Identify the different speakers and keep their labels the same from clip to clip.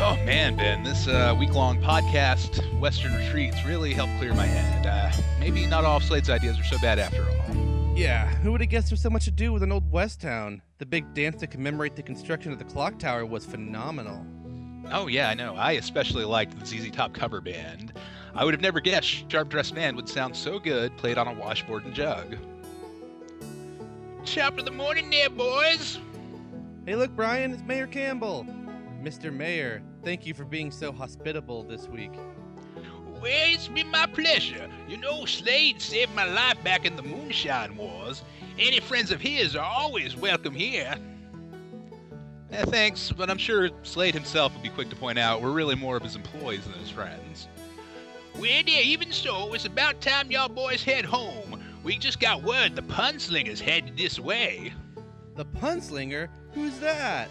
Speaker 1: Oh, Man, Ben, this uh, week-long podcast, Western Retreats, really helped clear my head. Uh, maybe not all of Slade's ideas are so bad after all.
Speaker 2: Yeah, who would have guessed there's so much to do with an old West town? The big dance to commemorate the construction of the clock tower was phenomenal.
Speaker 1: Oh yeah, I know. I especially liked the ZZ Top cover band. I would have never guessed Sharp Dressed Man would sound so good played on a washboard and jug. Chop of the morning there, boys!
Speaker 2: Hey, look, Brian, it's Mayor Campbell. Mr. Mayor, thank you for being so hospitable this week.
Speaker 1: Well, it's been my pleasure. You know, Slade saved my life back in the Moonshine Wars. Any friends of his are always welcome here. Eh, thanks, but I'm sure Slade himself will be quick to point out we're really more of his employees than his friends. Well, dear, even so, it's about time y'all boys head home. We just got word the punslingers headed this way.
Speaker 2: The punslinger? Who's that?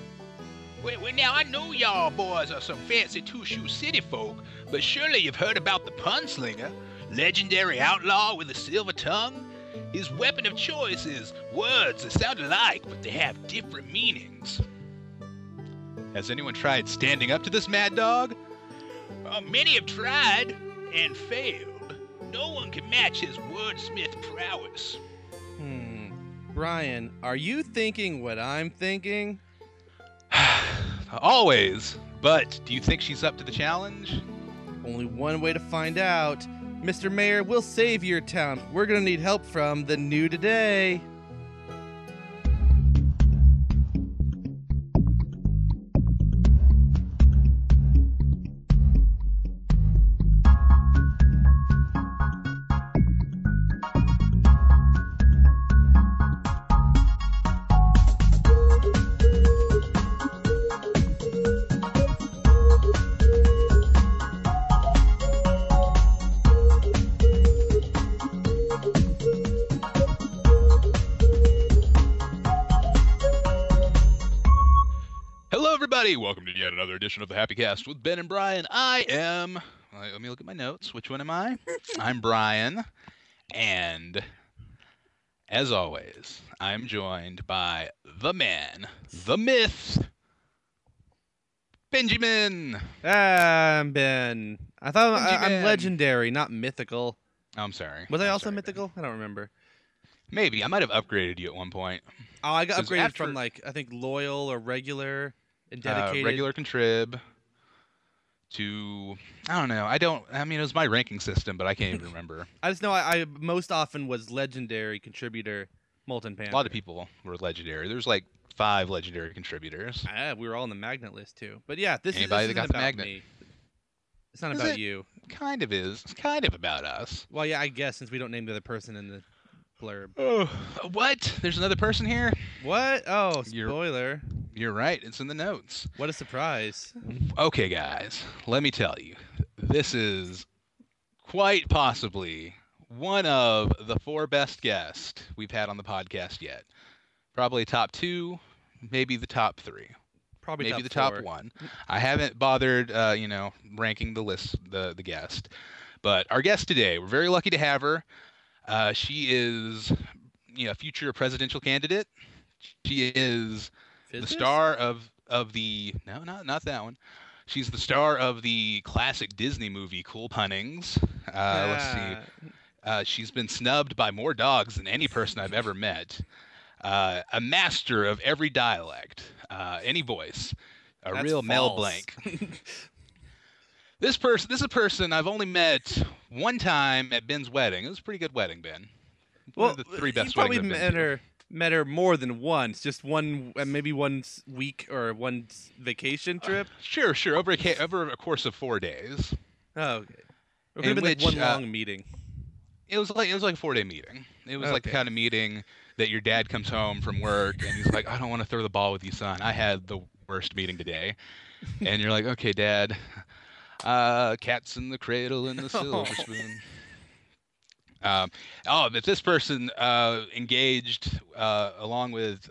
Speaker 1: Well, well, now I know y'all boys are some fancy two-shoe city folk, but surely you've heard about the Punslinger, legendary outlaw with a silver tongue. His weapon of choice is words that sound alike, but they have different meanings. Has anyone tried standing up to this mad dog? Uh, many have tried and failed. No one can match his wordsmith prowess.
Speaker 2: Hmm. Brian, are you thinking what I'm thinking?
Speaker 1: Always. But do you think she's up to the challenge?
Speaker 2: Only one way to find out. Mr. Mayor, we'll save your town. We're gonna need help from the new today.
Speaker 1: Hello, everybody. Welcome to yet another edition of the Happy Cast with Ben and Brian. I am. Let let me look at my notes. Which one am I? I'm Brian, and as always, I'm joined by the man, the myth, Benjamin.
Speaker 2: Ah, I'm Ben. I thought I,
Speaker 1: Benji
Speaker 2: I'm
Speaker 1: Ben.
Speaker 2: legendary, not mythical.
Speaker 1: Oh, I'm sorry.
Speaker 2: Was I
Speaker 1: I'm
Speaker 2: also
Speaker 1: sorry, Ben.
Speaker 2: mythical? I don't remember.
Speaker 1: Maybe I might have upgraded you at one point.
Speaker 2: Oh, I got
Speaker 1: Since
Speaker 2: upgraded
Speaker 1: after-
Speaker 2: from like I think loyal or regular and
Speaker 1: uh,
Speaker 2: dedicated.
Speaker 1: regular contrib to I don't know. I don't. I mean, it was my ranking system, but I can't even remember.
Speaker 2: I just know I, I most often was legendary contributor, molten panther.
Speaker 1: A lot of people were legendary. There's like five legendary contributors.
Speaker 2: Ah, we were all on the magnet list too. But yeah, this
Speaker 1: Anybody that
Speaker 2: is this
Speaker 1: got
Speaker 2: isn't
Speaker 1: the
Speaker 2: about
Speaker 1: magnet.
Speaker 2: me. It's not
Speaker 1: Is
Speaker 2: about
Speaker 1: it?
Speaker 2: you.
Speaker 1: Kind of is. It's kind of about us.
Speaker 2: Well, yeah, I guess since we don't name the other person in the blurb.
Speaker 1: Oh, what? There's another person here.
Speaker 2: What? Oh,
Speaker 1: You're-
Speaker 2: spoiler!
Speaker 1: You're right. It's in the notes.
Speaker 2: What a surprise!
Speaker 1: Okay, guys. Let me tell you. This is quite possibly one of the four best guests we've had on the podcast yet. Probably top two, maybe the top three.
Speaker 2: Probably
Speaker 1: maybe
Speaker 2: top
Speaker 1: the
Speaker 2: four.
Speaker 1: top one. I haven't bothered, uh, you know, ranking the list, the the guest, but our guest today, we're very lucky to have her. Uh, she is, you know, a future presidential candidate. She is the
Speaker 2: Fizzes?
Speaker 1: star of of the no, not not that one. She's the star of the classic Disney movie Cool Punnings. Uh, Let's see.
Speaker 2: Ah,
Speaker 1: Uh, she's been snubbed by more dogs than any person I've ever met. Uh, a master of every dialect, uh, any voice, a
Speaker 2: that's
Speaker 1: real Mel
Speaker 2: false.
Speaker 1: Blanc. This person, this is a person I've only met one time at Ben's wedding. It was a pretty good wedding, Ben. One
Speaker 2: well,
Speaker 1: of the three best
Speaker 2: you probably
Speaker 1: weddings I've
Speaker 2: met
Speaker 1: been to.
Speaker 2: her met her more than once. Just one, uh, maybe one s- week or one s-
Speaker 1: Uh,
Speaker 2: vacation trip.
Speaker 1: Sure, sure. Over a ca- over a course of four days,
Speaker 2: Oh, okay. It
Speaker 1: In
Speaker 2: could have been
Speaker 1: which,
Speaker 2: like one
Speaker 1: uh,
Speaker 2: long meeting.
Speaker 1: it was like it was like a four day meeting. It was like the
Speaker 2: Okay.
Speaker 1: kind of meeting that your dad comes home from work and he's like, "I don't want to throw the ball with you, son. I had the worst meeting today," and you're like, "Okay, dad." Uh, cats in the cradle and the silver
Speaker 2: Oh.
Speaker 1: spoon. Um, oh, but this person uh, engaged uh, along with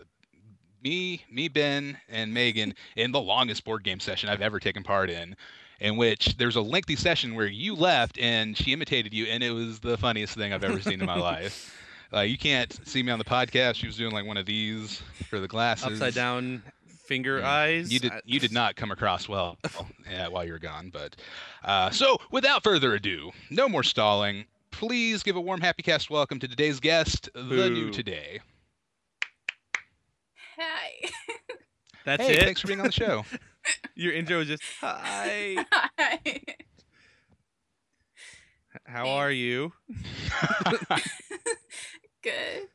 Speaker 1: me, me, Ben, and Megan in the longest board game session I've ever taken part in. In which there's a lengthy session where you left and she imitated you, and it was the funniest thing I've ever seen in my life. Uh, you can't see me on the podcast. She was doing like one of these for the glasses.
Speaker 2: Upside down finger
Speaker 1: Yeah.
Speaker 2: eyes.
Speaker 1: You did.
Speaker 2: I-
Speaker 1: You did not come across well uh, while you were gone. But uh, so, without further ado, no more stalling. Please give a warm, happy cast welcome to today's guest, the new
Speaker 2: Boo.
Speaker 1: today.
Speaker 3: Hi.
Speaker 2: That's
Speaker 1: hey,
Speaker 2: it.
Speaker 1: thanks for being on the show.
Speaker 2: Your intro was just hi.
Speaker 3: Hi.
Speaker 2: How are you?
Speaker 3: Good.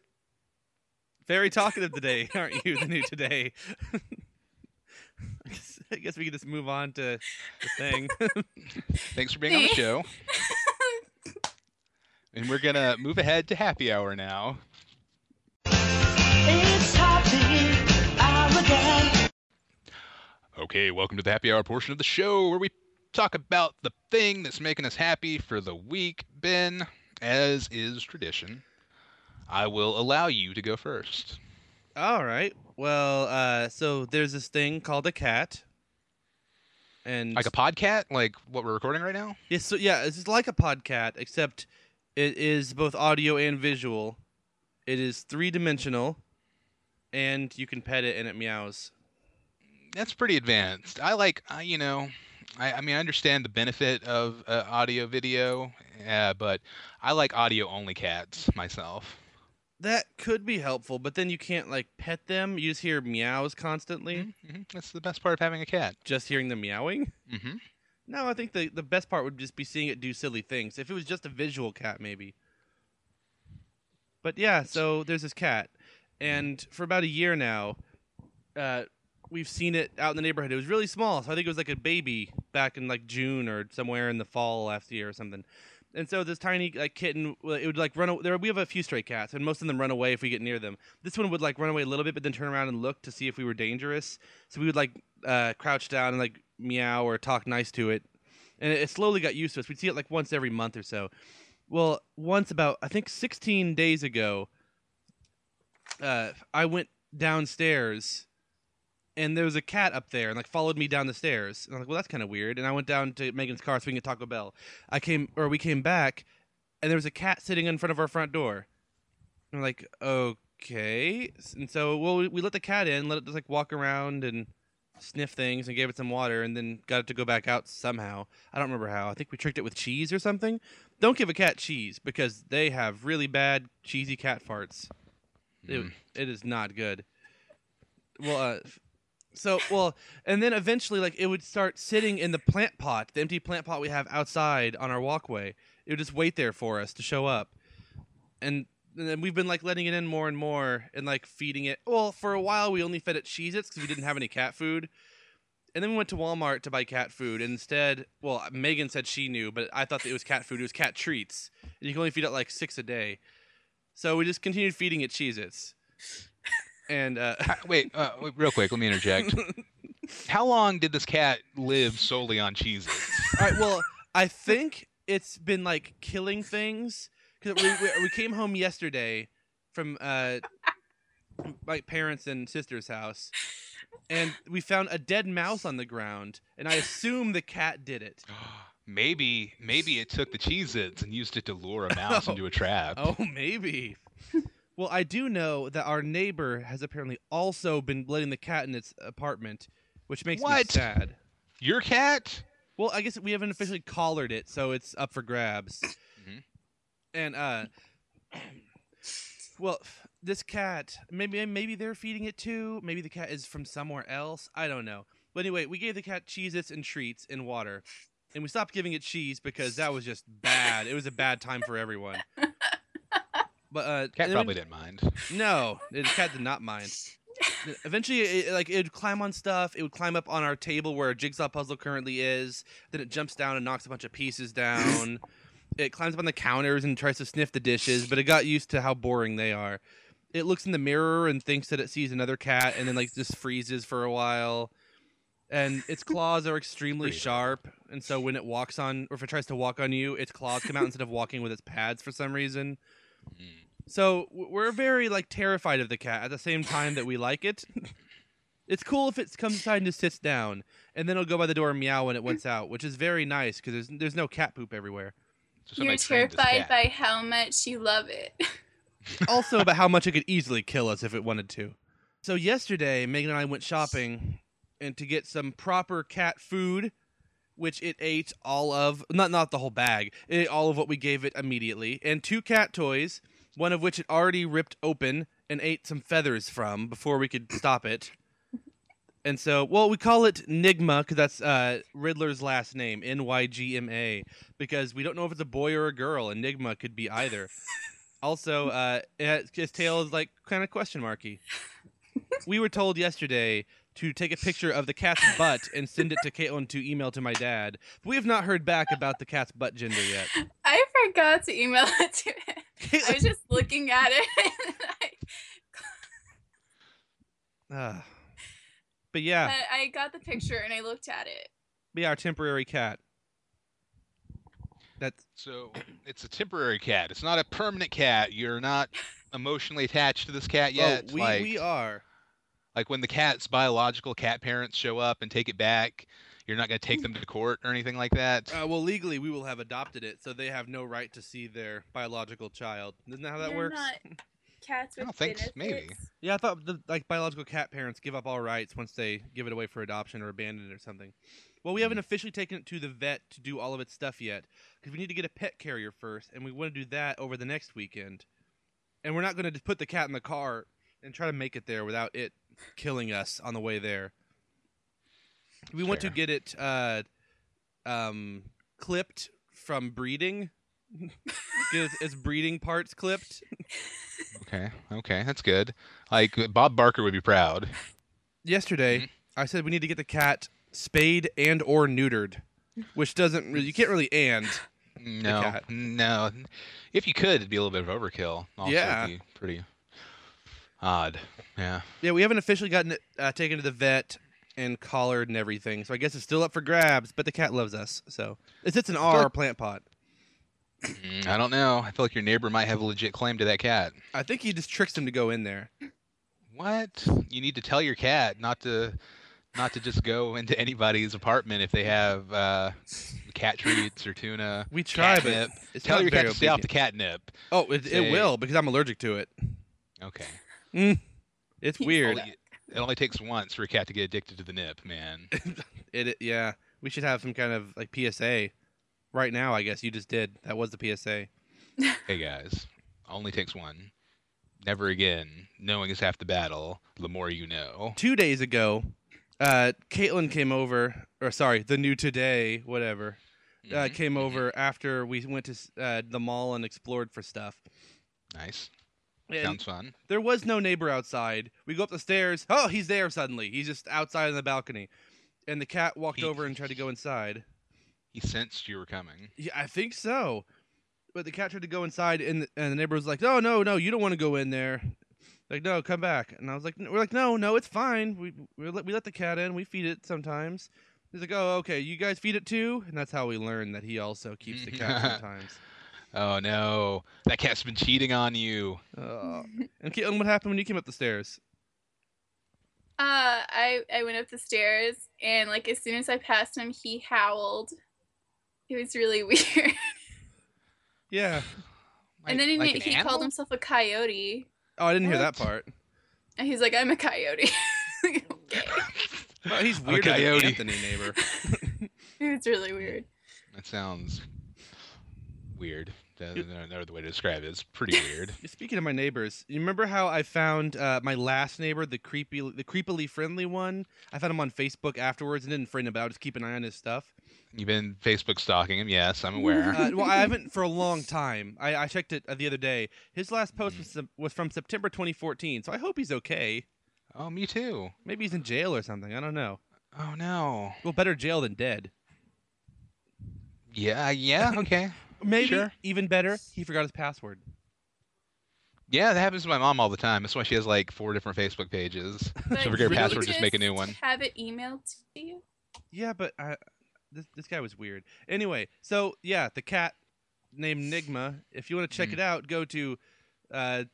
Speaker 2: Very talkative today, aren't you? The new today. I guess- I guess we could just move on to the thing.
Speaker 1: thanks for being on the
Speaker 3: Thanks.
Speaker 1: show. And we're gonna move ahead to happy hour now.
Speaker 4: It's hard to hear arrogant.
Speaker 1: Okay, welcome to the happy hour portion of the show where we talk about the thing that's making us happy for the week. Ben, as is tradition, I will allow you to go first.
Speaker 2: All right. Well, uh, so there's this thing called a cat, and
Speaker 1: Like a podcat, like what we're recording right now?
Speaker 2: It's so, yeah, it's just like a podcast, except it is both audio and visual. It is three dimensional, and you can pet it and it meows.
Speaker 1: That's pretty advanced. I like, I, you know, I, I mean, I understand the benefit of uh, audio video, uh, but I like audio only cats myself.
Speaker 2: That could be helpful, but then you can't like pet them. You just hear meows constantly.
Speaker 1: hmm That's the best part of having a cat.
Speaker 2: Just hearing the meowing.
Speaker 1: hmm
Speaker 2: No, I think the the best part would just be seeing it do silly things. If it was just a visual cat, maybe. But yeah, so there's this cat, and for about a year now, uh, we've seen it out in the neighborhood. It was really small, so I think it was like a baby back in like June or somewhere in the fall last year or something. And so this tiny like kitten, well, it would like run. a- There we have a few stray cats, and most of them run away if we get near them. This one would like run away a little bit, but then turn around and look to see if we were dangerous. So we would like uh, crouch down and like meow or talk nice to it, and it, it slowly got used to us. We'd see it like once every month or so. Well, once about I think 16 days ago, uh, I went downstairs, and there was a cat up there and like followed me down the stairs. And I'm like, well, that's kind of weird. And I went down to Megan's car so we can get Taco Bell. I came or we came back, and there was a cat sitting in front of our front door. And we're like, okay. And so, well, we, we let the cat in, let it just like walk around and sniff things, and gave it some water, and then got it to go back out somehow. I don't remember how. I think we tricked it with cheese or something. Don't give a cat cheese because they have really bad cheesy cat farts. It-
Speaker 1: Mm.
Speaker 2: it is not good. Well, uh, f- so well, and then eventually, like it would start sitting in the plant pot, the empty plant pot we have outside on our walkway. It would just wait there for us to show up, and, and then we've been like letting it in more and more, and like feeding it. Well, for a while we only fed it Cheez-Its because we didn't have any cat food. And then we went to Walmart to buy cat food. And instead, well, Megan said she knew, but I thought that it was cat food. It was cat treats. And you can only feed it like six a day. So we just continued feeding it Cheez Its. And uh,
Speaker 1: Uh, Wait, uh, wait, real quick, let me interject. How long did this cat live solely on cheeses?
Speaker 2: All right. Well, I think it's been like killing things because we, we we came home yesterday from uh my parents and sister's house, and we found a dead mouse on the ground, and I assume the cat did it.
Speaker 1: Maybe, maybe it took the Cheez-Its and used it to lure a mouse into a trap.
Speaker 2: Oh, maybe. well, I do know that our neighbor has apparently also been letting the cat in its apartment, which makes me
Speaker 1: What?
Speaker 2: sad.
Speaker 1: Your cat?
Speaker 2: Well, I guess we haven't officially collared it, so it's up for grabs.
Speaker 1: Mhm.
Speaker 2: And uh, well, f- this cat maybe maybe they're feeding it too. Maybe the cat is from somewhere else. I don't know. But anyway, we gave the cat Cheez-Its and treats and water, and we stopped giving it cheese because that was just bad. it was a bad time for everyone. But
Speaker 1: Cat
Speaker 2: uh, and then we-
Speaker 1: probably didn't mind.
Speaker 2: no, the cat did not mind. Eventually, it, it, like it would climb on stuff. It would climb up on our table where a jigsaw puzzle currently is. Then it jumps down and knocks a bunch of pieces down. it climbs up on the counters and tries to sniff the dishes, but it got used to how boring they are. It looks in the mirror and thinks that it sees another cat, and then like just freezes for a while. And its claws are extremely
Speaker 1: Freezing.
Speaker 2: sharp, and so when it walks on, or if it tries to walk on you, its claws come out instead of walking with its pads for some reason.
Speaker 1: Mm.
Speaker 2: So w- we're very like terrified of the cat at the same time that we like it. it's cool if it comes inside and just sits down, and then it'll go by the door and meow when it wants out, which is very nice because there's there's no cat poop everywhere.
Speaker 1: So somebody
Speaker 3: You're
Speaker 1: trained this
Speaker 3: terrified
Speaker 1: cat.
Speaker 3: by how much you love it.
Speaker 2: Also, about how much it could easily kill us if it wanted to. So yesterday, Megan and I went shopping and to get some proper cat food, which it ate all of not not the whole bag. It ate all of what we gave it immediately, and two cat toys, one of which it already ripped open and ate some feathers from before we could stop it. And so, well, we call it Nigma because that's uh, Riddler's last name, N Y G M A, because we don't know if it's a boy or a girl. And Nigma could be either. also, uh, it has- his tail is like kind of question marky. we were told yesterday to take a picture of the cat's butt and send it to Caitlin to email to my dad. We have not heard back about the cat's butt gender yet.
Speaker 3: I forgot to email it to him. I was just looking at it. And I,
Speaker 2: Ah. but yeah,
Speaker 3: I- I got the picture and I looked at it.
Speaker 2: be our temporary cat. That's
Speaker 1: So it's a temporary cat. It's not a permanent cat. You're not emotionally attached to this cat yet.
Speaker 2: oh, we
Speaker 1: like,
Speaker 2: we are.
Speaker 1: like when the cat's biological cat parents show up and take it back, you're not gonna take them to court or anything like that.
Speaker 2: Uh, well, legally, we will have adopted it, so they have no right to see their biological child. Isn't that how that
Speaker 3: You're
Speaker 2: works?
Speaker 3: not cats
Speaker 1: I
Speaker 3: with
Speaker 1: don't think so, maybe.
Speaker 3: benefits?
Speaker 2: Yeah, I thought the like biological cat parents give up all rights once they give it away for adoption or abandon it or something. Well, we haven't officially taken it to the vet to do all of its stuff yet because we need to get a pet carrier first, and we want to do that over the next weekend. And we're not going to put the cat in the car and try to make it there without it killing us on the way there. We want to
Speaker 1: Fair.
Speaker 2: get it uh, um, clipped from breeding. get its- its breeding parts clipped.
Speaker 1: Okay, okay, that's good. Like Bob Barker would be proud.
Speaker 2: yesterday
Speaker 1: Mhm.
Speaker 2: I said we need to get the cat spayed and or neutered, which doesn't really, you can't really and.
Speaker 1: No,
Speaker 2: cat.
Speaker 1: no. If you could, it'd be a little bit of overkill. Also,
Speaker 2: Yeah.
Speaker 1: it'd be pretty odd. Yeah.
Speaker 2: Yeah, we haven't officially gotten it uh, taken to the vet and collared and everything, so I guess it's still up for grabs. But the cat loves us, so it's it's an R plant pot.
Speaker 1: Mm, I don't know. I feel like your neighbor might have a legit claim to that cat.
Speaker 2: I think he just tricks him to go in there.
Speaker 1: What? You need to tell your cat not to not to just go into anybody's apartment if they have uh, cat treats or tuna.
Speaker 2: We try, but
Speaker 1: catnip.
Speaker 2: it's
Speaker 1: Tell
Speaker 2: not
Speaker 1: your cat
Speaker 2: very
Speaker 1: to stay off the
Speaker 2: obedient.
Speaker 1: catnip.
Speaker 2: Oh, it, it
Speaker 1: Say-
Speaker 2: will because I'm allergic to it.
Speaker 1: Okay.
Speaker 2: It's
Speaker 3: He's
Speaker 2: weird.
Speaker 1: Only- it only takes once for a cat to get addicted to the nip, man.
Speaker 2: It, it yeah, we should have some kind of like PSA. Right now, I guess you just did. That was the PSA.
Speaker 1: hey guys, only takes one. Never again. Knowing is half the battle. The more you know.
Speaker 2: two days ago, uh, Caitlin came over, or sorry, the new today, whatever, uh,
Speaker 1: Mhm.
Speaker 2: came over after we went to uh, the mall and explored for stuff.
Speaker 1: Mm-hmm. Nice.
Speaker 2: And
Speaker 1: Sounds fun.
Speaker 2: there was no neighbor outside. We go up the stairs. Oh, he's there suddenly. He's just outside on the balcony. And the cat walked
Speaker 1: He-
Speaker 2: over and tried to go inside.
Speaker 1: He sensed you were coming.
Speaker 2: Yeah, I think so. But the cat tried to go inside, and the, and the neighbor was like, "No, no, no, you don't want to go in there." Like, no, come back. And I was like, "We're like, no, no, it's fine. We we let, we let the cat in. We feed it sometimes." He's like, "Oh, okay, you guys feed it too." And that's how we learn that he also keeps the cat sometimes.
Speaker 1: Oh no, that cat's been cheating on you. Uh,
Speaker 2: Oh. And Caitlin, what happened when you came up the stairs?
Speaker 3: Uh, I I went up the stairs and like as soon as I passed him, he howled. It was really weird.
Speaker 2: Yeah.
Speaker 3: and then he,
Speaker 1: like
Speaker 3: na-
Speaker 1: an
Speaker 3: he
Speaker 1: animal?
Speaker 3: called himself a coyote,
Speaker 2: Oh, I didn't hear that
Speaker 1: What?
Speaker 2: part.
Speaker 3: and he's like, "I'm a coyote." okay.
Speaker 2: Oh, he's
Speaker 1: I'm a
Speaker 2: weirder than
Speaker 1: coyote.
Speaker 2: Anthony, neighbor.
Speaker 3: It was really weird.
Speaker 1: That sounds weird. That- There's no other way to describe it. It's pretty weird.
Speaker 2: Speaking of my neighbors, you remember how I found uh, my last neighbor, the creepy, the creepily friendly one? I found him on Facebook afterwards and didn't friend him, but I just keep an eye on his stuff.
Speaker 1: You've been Facebook stalking him. Yes, I'm aware.
Speaker 2: Uh, well, I haven't for a long time. I, I checked it uh, the other day. His last post was, Sep- was from September 2014, so I hope he's okay.
Speaker 3: Mm-hmm.
Speaker 1: oh, me too.
Speaker 2: Maybe he's in jail or something. I don't know.
Speaker 1: Oh no.
Speaker 2: Well, better jail than dead.
Speaker 1: Yeah. Yeah. Okay.
Speaker 2: Maybe
Speaker 1: Sure.
Speaker 2: even better. He forgot his password.
Speaker 1: Yeah, that happens to my mom all the time. That's why she has like four different Facebook pages.
Speaker 3: But
Speaker 1: So forget
Speaker 3: you
Speaker 1: your
Speaker 2: really
Speaker 1: password, just make a new one.
Speaker 3: Have it emailed to you.
Speaker 2: Yeah, but I, this this guy was weird. Anyway, so yeah, the cat named Nigma. If you want to check
Speaker 1: Mm.
Speaker 2: it out, go to uh,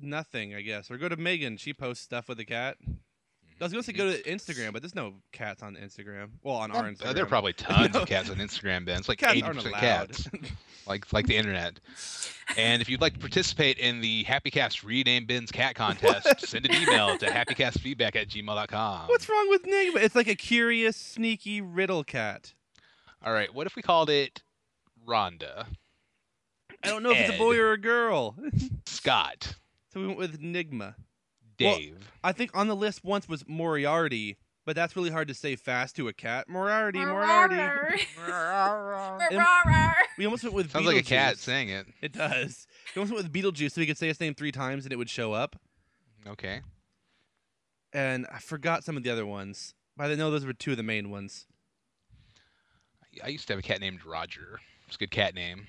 Speaker 2: nothing, I guess, or go to Megan. She posts stuff with the cat. I was gonna say go
Speaker 1: Mm-hmm.
Speaker 2: to Instagram, but there's no cats on Instagram. Well, on our Instagram,
Speaker 1: Uh, there are probably tons
Speaker 2: No.
Speaker 1: of cats on Instagram. Then it's like
Speaker 2: cats
Speaker 1: eighty
Speaker 2: aren't
Speaker 1: percent
Speaker 2: allowed.
Speaker 1: cats, like like the internet. And if you'd like to participate in the Happy Cast Rename Ben's Cat Contest,
Speaker 2: What?
Speaker 1: send an email to happycastfeedback at gmail.com.
Speaker 2: What's wrong with Nigma? It's like a curious, sneaky riddle cat.
Speaker 1: All right, what if we called it Rhonda,
Speaker 2: I don't know if it's a
Speaker 1: Ed.
Speaker 2: boy or a girl.
Speaker 1: Scott,
Speaker 2: so we went with Nigma. Well-
Speaker 1: Dave?
Speaker 2: I think on the list once was Moriarty, but that's really hard to say fast to a cat. Moriarty, Moriarty.
Speaker 3: Moriarty.
Speaker 1: Sounds
Speaker 2: We almost went with
Speaker 1: like a cat
Speaker 2: Beetlejuice.
Speaker 1: saying it.
Speaker 2: It does. We almost went with Beetlejuice, so we could say his name three times and it would show up.
Speaker 1: Okay.
Speaker 2: And I forgot some of the other ones, but I know those were two of the main ones.
Speaker 1: I used to have a cat named Roger. It's a good cat name.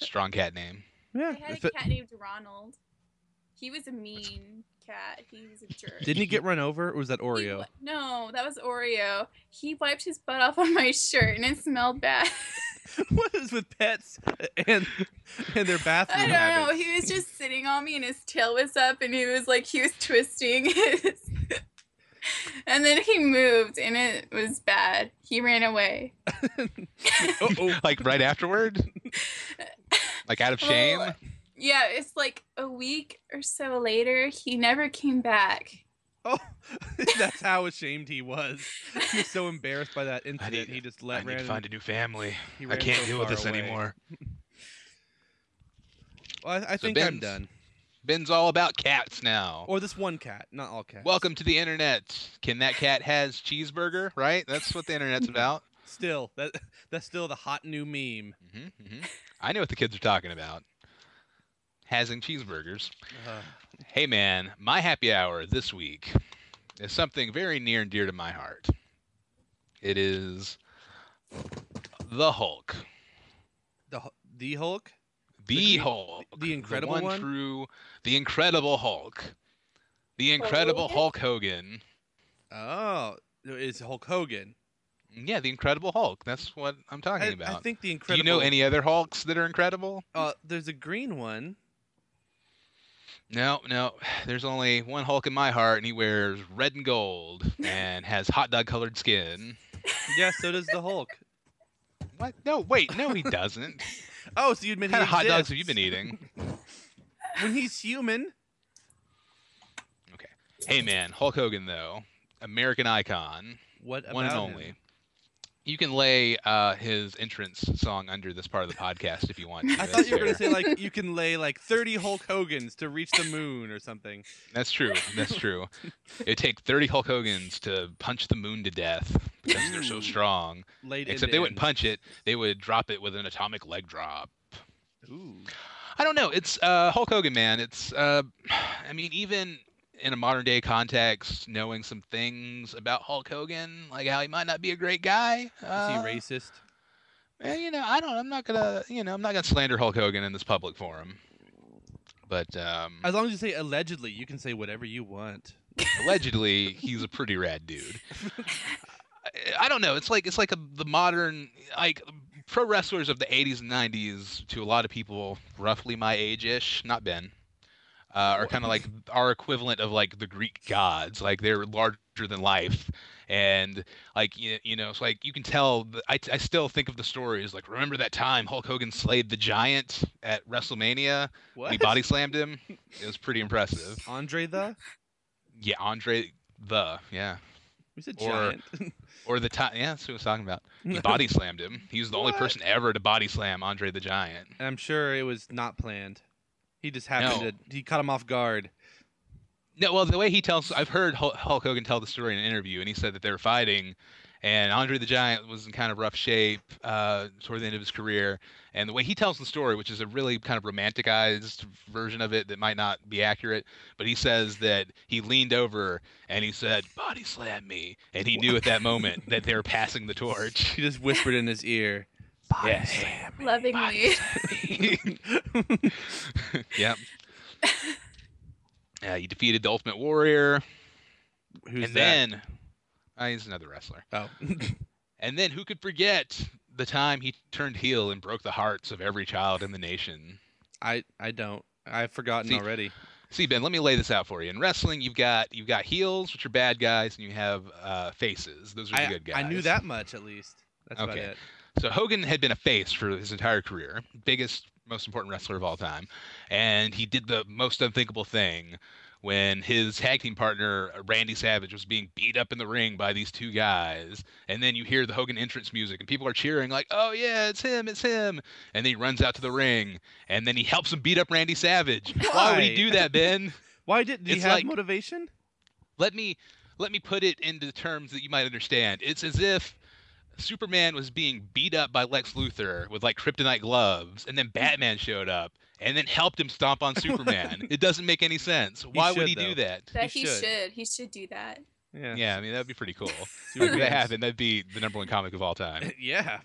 Speaker 1: Strong cat name.
Speaker 3: I
Speaker 2: Yeah.
Speaker 3: had a
Speaker 2: But
Speaker 3: cat named Ronald. He was a mean cat. He was a jerk.
Speaker 2: Didn't he get run over, or was that
Speaker 3: He
Speaker 2: Oreo?
Speaker 3: wi- no, that was Oreo. He wiped his butt off on my shirt and it smelled bad.
Speaker 2: what is with pets and and their bathroom
Speaker 3: I don't know.
Speaker 2: habits?
Speaker 3: He was just sitting on me and his tail was up and he was like, he was twisting his. and then he moved and it was bad. He ran away.
Speaker 2: Uh-oh.
Speaker 1: Like right afterward? like out of shame?
Speaker 3: Well, Yeah, it's like a week or so later. He never came back.
Speaker 2: Oh, that's how ashamed he was. He was so embarrassed by that incident,
Speaker 1: need-
Speaker 2: he just
Speaker 1: I
Speaker 2: let
Speaker 1: need
Speaker 2: ran.
Speaker 1: to find a new family.
Speaker 2: he
Speaker 1: I
Speaker 2: ran
Speaker 1: can't
Speaker 2: so
Speaker 1: deal with
Speaker 2: far
Speaker 1: this
Speaker 2: away.
Speaker 1: anymore.
Speaker 2: Well, I, I
Speaker 1: So
Speaker 2: think I'm
Speaker 1: Ben's-
Speaker 2: done.
Speaker 1: Ben's all about cats now.
Speaker 2: Or this one cat, not all cats.
Speaker 1: Welcome to the internet. Can that cat has cheeseburger? Right? That's what the internet's
Speaker 2: Mm-hmm.
Speaker 1: about.
Speaker 2: Still, that that's still the hot new meme.
Speaker 1: hmm hmm I know what the kids are talking about. Hasing cheeseburgers.
Speaker 2: Uh,
Speaker 1: Hey man, my happy hour this week is something very near and dear to my heart. It is the Hulk,
Speaker 2: the Hu- the Hulk.
Speaker 1: the
Speaker 2: The-
Speaker 1: Hulk,
Speaker 2: the Incredible
Speaker 1: one,
Speaker 2: One?
Speaker 1: true, the Incredible Hulk, the Incredible Hulk Hogan.
Speaker 2: Oh, is Hulk Hogan.
Speaker 1: Yeah, the Incredible Hulk. That's what I'm talking
Speaker 2: I, I
Speaker 1: about.
Speaker 2: think
Speaker 1: Do
Speaker 2: the
Speaker 1: you
Speaker 2: incredible.
Speaker 1: know any other Hulks that are incredible?
Speaker 2: Uh, there's a green one.
Speaker 1: No, no. There's only one Hulk in my heart, and he wears red and gold and has hot dog colored skin.
Speaker 2: Yeah, so does the Hulk.
Speaker 1: What? No, wait, no, he doesn't.
Speaker 2: Oh, so you admit
Speaker 1: What kind
Speaker 2: he
Speaker 1: of hot dogs have you
Speaker 2: exists.
Speaker 1: been eating?
Speaker 2: When he's human,
Speaker 1: hey man, Hulk Hogan though, American icon,
Speaker 2: what about
Speaker 1: one and
Speaker 2: him?
Speaker 1: only. You can lay uh, his entrance song under this part of the podcast if you want. To.
Speaker 2: I
Speaker 1: That's
Speaker 2: thought you were going to
Speaker 1: fair.
Speaker 2: say like you can lay like 30 Hulk Hogans to reach the moon or something.
Speaker 1: That's true. That's true. It'd take thirty Hulk Hogans to punch the moon to death because they're so
Speaker 2: Ooh.
Speaker 1: strong.
Speaker 2: Laid
Speaker 1: Except they wouldn't punch it; they would drop it with an atomic leg drop.
Speaker 2: Ooh.
Speaker 1: I don't know. It's uh, Hulk Hogan, man. It's uh, I mean, even in a modern day context, knowing some things about Hulk Hogan, like how he might not be a great guy.
Speaker 2: Is he
Speaker 1: Uh,
Speaker 2: racist?
Speaker 1: eh, you know, I don't. I'm not gonna. You know, I'm not gonna slander Hulk Hogan in this public forum. But um,
Speaker 2: As long as you say allegedly, you can say whatever you want.
Speaker 1: allegedly, he's a pretty rad dude. I- I don't know. It's like it's like a, the modern like pro wrestlers of the 80s and 90s to a lot of people roughly my age ish, not Ben, uh, are kind of like our equivalent of like the Greek gods. Like they're larger than life, and like you, you know, it's like you can tell. th- I I still think of the stories like remember that time Hulk Hogan slayed the giant at WrestleMania.
Speaker 2: What?
Speaker 1: He body slammed him. It was pretty impressive.
Speaker 2: Andre the?
Speaker 1: Yeah, Andre the yeah.
Speaker 2: We said
Speaker 1: Or-
Speaker 2: giant.
Speaker 1: Or the time, yeah, that's what I was talking about. He body slammed him. He was the only
Speaker 2: What?
Speaker 1: person ever to body slam Andre the Giant.
Speaker 2: And I'm sure it was not planned. He just happened
Speaker 1: No.
Speaker 2: to. He caught him off guard.
Speaker 1: No, well, the way he tells, I've heard Hul- Hulk Hogan tell the story in an interview, and he said that they were fighting, and Andre the Giant was in kind of rough shape uh, toward the end of his career. And the way he tells the story, which is a really kind of romanticized version of it that might not be accurate, but he says that he leaned over and he said, "Body slam me," and he knew at that moment that they were passing the torch.
Speaker 2: He just whispered in his ear.
Speaker 1: Yeah.
Speaker 3: Lovingly.
Speaker 1: yep. Uh, you defeated the Ultimate Warrior,
Speaker 2: Who's
Speaker 1: and
Speaker 2: that?
Speaker 1: then uh, he's another wrestler.
Speaker 2: Oh.
Speaker 1: And then who could forget the time he turned heel and broke the hearts of every child in the nation?
Speaker 2: I I don't. I've forgotten
Speaker 1: See-
Speaker 2: already.
Speaker 1: See, Ben, let me lay this out for you. In wrestling, you've got you've got heels, which are bad guys, and you have uh, faces. Those are the
Speaker 2: I,
Speaker 1: good guys.
Speaker 2: I knew that much at least. That's about
Speaker 1: Okay.
Speaker 2: it.
Speaker 1: So Hogan had been a face for his entire career, biggest, most important wrestler of all time, and he did the most unthinkable thing when his tag team partner uh, Randy Savage was being beat up in the ring by these two guys, and then you hear the Hogan entrance music and people are cheering like, "Oh yeah, it's him, it's him!" And then he runs out to the ring, and then he helps him beat up Randy Savage. Why would he
Speaker 2: Why?
Speaker 1: do that, Ben?
Speaker 2: Why did, did he
Speaker 1: It's
Speaker 2: have
Speaker 1: like-
Speaker 2: motivation?
Speaker 1: let me let me put it into terms that you might understand. It's as if Superman was being beat up by Lex Luthor with like kryptonite gloves, and then Batman showed up and then helped him stomp on Superman. it doesn't make any sense. Why would
Speaker 2: should,
Speaker 1: he do
Speaker 2: though.
Speaker 1: that?
Speaker 3: That he,
Speaker 2: He should.
Speaker 3: should. He should do that.
Speaker 2: Yeah.
Speaker 1: Yeah, I mean that'd be pretty cool.
Speaker 2: Superman's-
Speaker 1: If that happened, that'd be the number one comic of all time.
Speaker 2: yeah.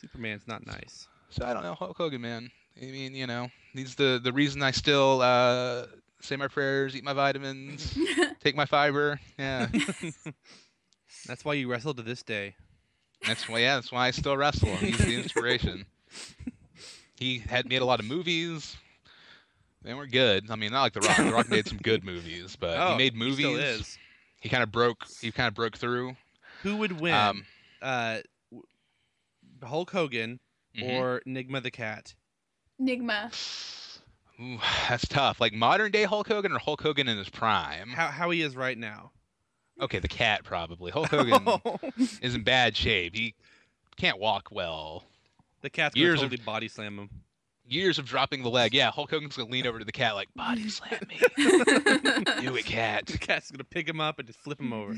Speaker 2: Superman's not nice.
Speaker 1: So I don't know, Hulk Hogan, man. I mean, you know, he's the the reason I still uh, say my prayers, eat my vitamins, take my fiber. Yeah,
Speaker 2: That's why you wrestle to this day.
Speaker 1: That's why, yeah, that's why I still wrestle. He's the inspiration. he had made a lot of movies. They weren't good. I mean, not like The Rock. The Rock made some good movies, but Uh, he made movies.
Speaker 2: Oh, Still is.
Speaker 1: He kind of broke. He kind of broke through.
Speaker 2: Who would win?
Speaker 1: Um,
Speaker 2: uh, w- Hulk Hogan
Speaker 1: mhm.
Speaker 2: or Nigma the cat?
Speaker 3: Nigma.
Speaker 1: Ooh, that's tough. Like modern day Hulk Hogan or Hulk Hogan in his prime.
Speaker 2: How how he is right now?
Speaker 1: Okay, the cat probably. Hulk
Speaker 2: Oh.
Speaker 1: Hogan is in bad shape. He can't walk well.
Speaker 2: the cat's gonna
Speaker 1: Years of-
Speaker 2: totally body slam him.
Speaker 1: Years of dropping the leg. Yeah, Hulk Hogan's gonna lean over to the cat like body slam me. Do it, cat.
Speaker 2: The cat's gonna pick him up and just flip him over.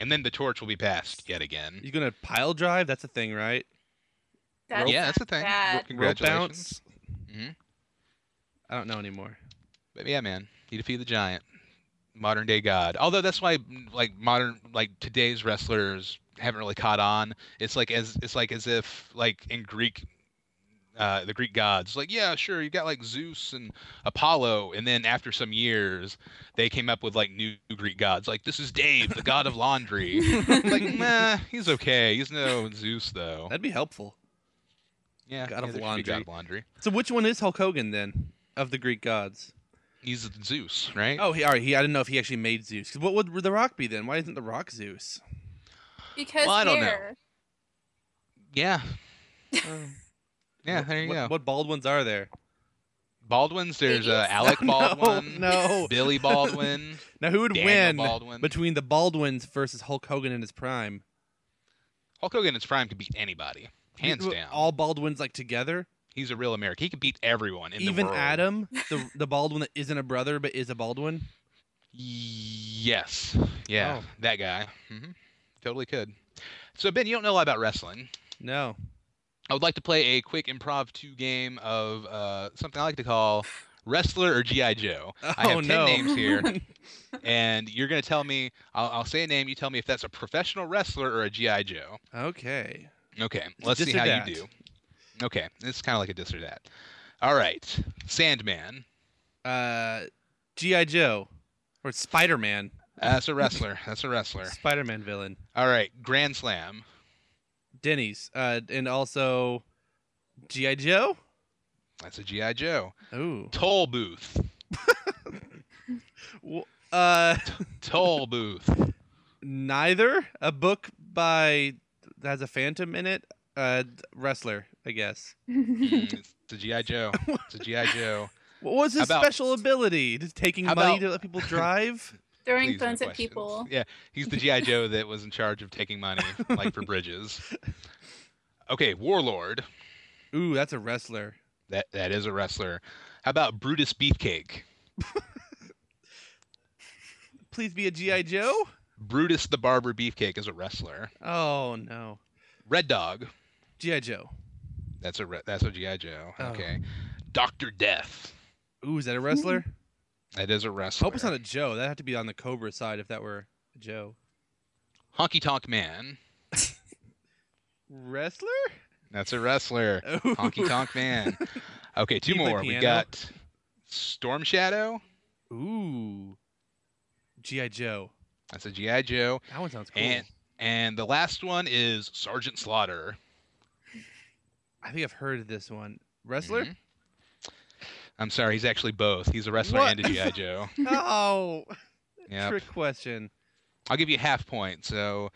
Speaker 1: And then the torch will be passed yet again.
Speaker 2: You're gonna pile drive. That's a thing, right?
Speaker 3: That's
Speaker 1: yeah, that's the thing.
Speaker 3: bad.
Speaker 1: Well, Congratulations.
Speaker 2: Rope bounce.
Speaker 1: Mhm.
Speaker 2: I don't know anymore.
Speaker 1: But yeah, man, he defeated the giant, modern day god. Although that's why, like modern, like today's wrestlers haven't really caught on. It's like as it's like as if like in Greek, uh, the Greek gods. Like yeah, sure, you got like Zeus and Apollo, and then after some years, they came up with like new Greek gods. Like this is Dave, the god of laundry. like nah, he's okay. He's no Zeus though.
Speaker 2: That'd be helpful.
Speaker 1: Yeah,
Speaker 2: God
Speaker 1: yeah,
Speaker 2: of
Speaker 1: there should be
Speaker 2: laundry.
Speaker 1: God of laundry.
Speaker 2: So which one is Hulk Hogan then of the Greek gods?
Speaker 1: He's Zeus, right?
Speaker 2: Oh, he, all right. He I didn't know if he actually made Zeus. 'Cause What would the Rock be then? Why isn't the Rock Zeus?
Speaker 3: Because
Speaker 1: Well, I don't know.
Speaker 3: hair.
Speaker 1: yeah.
Speaker 2: Oh.
Speaker 1: Yeah,
Speaker 2: What-
Speaker 1: there you
Speaker 2: what,
Speaker 1: go.
Speaker 2: What bald ones are there?
Speaker 1: Baldwin's there's uh,
Speaker 3: Idiots.
Speaker 1: Alec
Speaker 2: No,
Speaker 1: Baldwin,
Speaker 2: no.
Speaker 1: Billy Baldwin,
Speaker 2: Now who would
Speaker 1: Daniel
Speaker 2: win
Speaker 1: Baldwin.
Speaker 2: between the Baldwins versus Hulk Hogan in his prime?
Speaker 1: Hulk Hogan in his prime could beat anybody, hands
Speaker 2: Who-
Speaker 1: down.
Speaker 2: All Baldwins like together,
Speaker 1: He's a real American. He could beat everyone in the
Speaker 2: even
Speaker 1: world.
Speaker 2: Adam, the the Baldwin that isn't a brother but is a Baldwin.
Speaker 1: Yes, yeah,
Speaker 2: Oh.
Speaker 1: that guy, hmm totally could. So Ben, you don't know a lot about wrestling.
Speaker 2: No,
Speaker 1: I would like to play a quick improv two game of uh, something I like to call wrestler or GI Joe. I
Speaker 2: Oh,
Speaker 1: have ten
Speaker 2: no.
Speaker 1: names here, and you're gonna tell me. I'll, I'll say a name. You tell me if that's a professional wrestler or a GI Joe.
Speaker 2: okay.
Speaker 1: Okay,
Speaker 2: It's
Speaker 1: let's see
Speaker 2: this or
Speaker 1: how
Speaker 2: that.
Speaker 1: you do. Okay, it's kind of like a this or that. All right, Sandman.
Speaker 2: Uh, GI Joe or Spider Man,
Speaker 1: That's a wrestler. That's a wrestler.
Speaker 2: Spider Man villain,
Speaker 1: All right, Grand Slam.
Speaker 2: Denny's, uh, and also GI Joe.
Speaker 1: That's a GI Joe.
Speaker 2: Ooh,
Speaker 1: Toll booth.
Speaker 2: W- uh,
Speaker 1: Toll booth.
Speaker 2: neither a book by that has a phantom in it. Uh, wrestler, I guess.
Speaker 1: Mm, it's a GI Joe. It's a GI Joe.
Speaker 2: What was his
Speaker 1: How about-
Speaker 2: special ability? Just taking
Speaker 1: How
Speaker 2: money
Speaker 1: about-
Speaker 2: to let people drive?
Speaker 3: Throwing
Speaker 1: Please, no
Speaker 3: phones at
Speaker 1: questions.
Speaker 3: people.
Speaker 1: Yeah, he's the GI Joe that was in charge of taking money, like for bridges. Okay, Warlord.
Speaker 2: Ooh, that's a wrestler.
Speaker 1: That that is a wrestler. How about Brutus Beefcake?
Speaker 2: Please be a GI Joe.
Speaker 1: Brutus the Barber Beefcake is a wrestler.
Speaker 2: Oh no,
Speaker 1: Red Dog.
Speaker 2: GI Joe.
Speaker 1: That's a re- that's a GI Joe.
Speaker 2: Oh.
Speaker 1: Okay, Doctor Death.
Speaker 2: Ooh, is that a wrestler?
Speaker 1: That is a wrestler.
Speaker 2: Hope it's not a Joe. That'd have to be on the Cobra side if that were a Joe.
Speaker 1: Honky Tonk Man.
Speaker 2: Wrestler?
Speaker 1: That's a wrestler.
Speaker 2: Oh.
Speaker 1: Honky Tonk Man. Okay, two
Speaker 2: Can you play
Speaker 1: more. We
Speaker 2: piano?
Speaker 1: got Storm Shadow.
Speaker 2: Ooh, GI Joe.
Speaker 1: That's a GI Joe.
Speaker 2: That one sounds cool.
Speaker 1: And and the last one is Sergeant Slaughter.
Speaker 2: I think I've heard of this one. Wrestler?
Speaker 1: Mhm. Mm-hmm. I'm sorry, he's actually both. He's a wrestler
Speaker 2: What?
Speaker 1: and a GI Joe.
Speaker 2: Oh,
Speaker 1: Yep.
Speaker 2: trick question.
Speaker 1: I'll give you half point. So,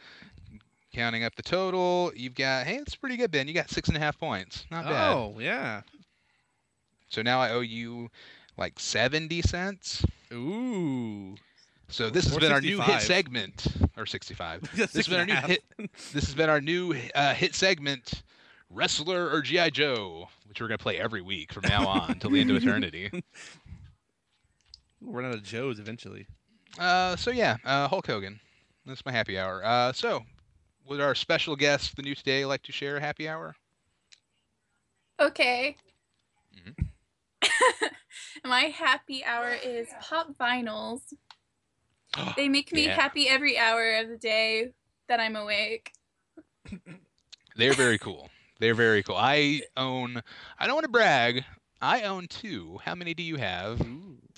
Speaker 1: counting up the total, you've got hey, that's pretty good, Ben. You got six and a half points. Not bad.
Speaker 2: Oh, yeah.
Speaker 1: So now I owe you like seventy cents.
Speaker 2: Ooh.
Speaker 1: So this has
Speaker 2: Or
Speaker 1: been our new hit
Speaker 2: 65.
Speaker 1: segment, or sixty-five.
Speaker 2: Six
Speaker 1: has been
Speaker 2: and
Speaker 1: our
Speaker 2: a
Speaker 1: new
Speaker 2: half.
Speaker 1: hit. This has been our new uh, hit segment, wrestler or GI Joe, which we're gonna play every week from now on till the end of eternity.
Speaker 2: We'll run out of Joes eventually.
Speaker 1: Uh, so yeah, uh, Hulk Hogan. That's my happy hour. Uh, so would our special guest, the new today, like to share a happy hour?
Speaker 3: Okay.
Speaker 1: Mm-hmm.
Speaker 3: My happy hour is pop vinyls. They make me
Speaker 1: Yeah.
Speaker 3: happy every hour of the day that I'm awake.
Speaker 1: They're very cool. They're very cool. I own. I don't want to brag. I own two. How many do you have?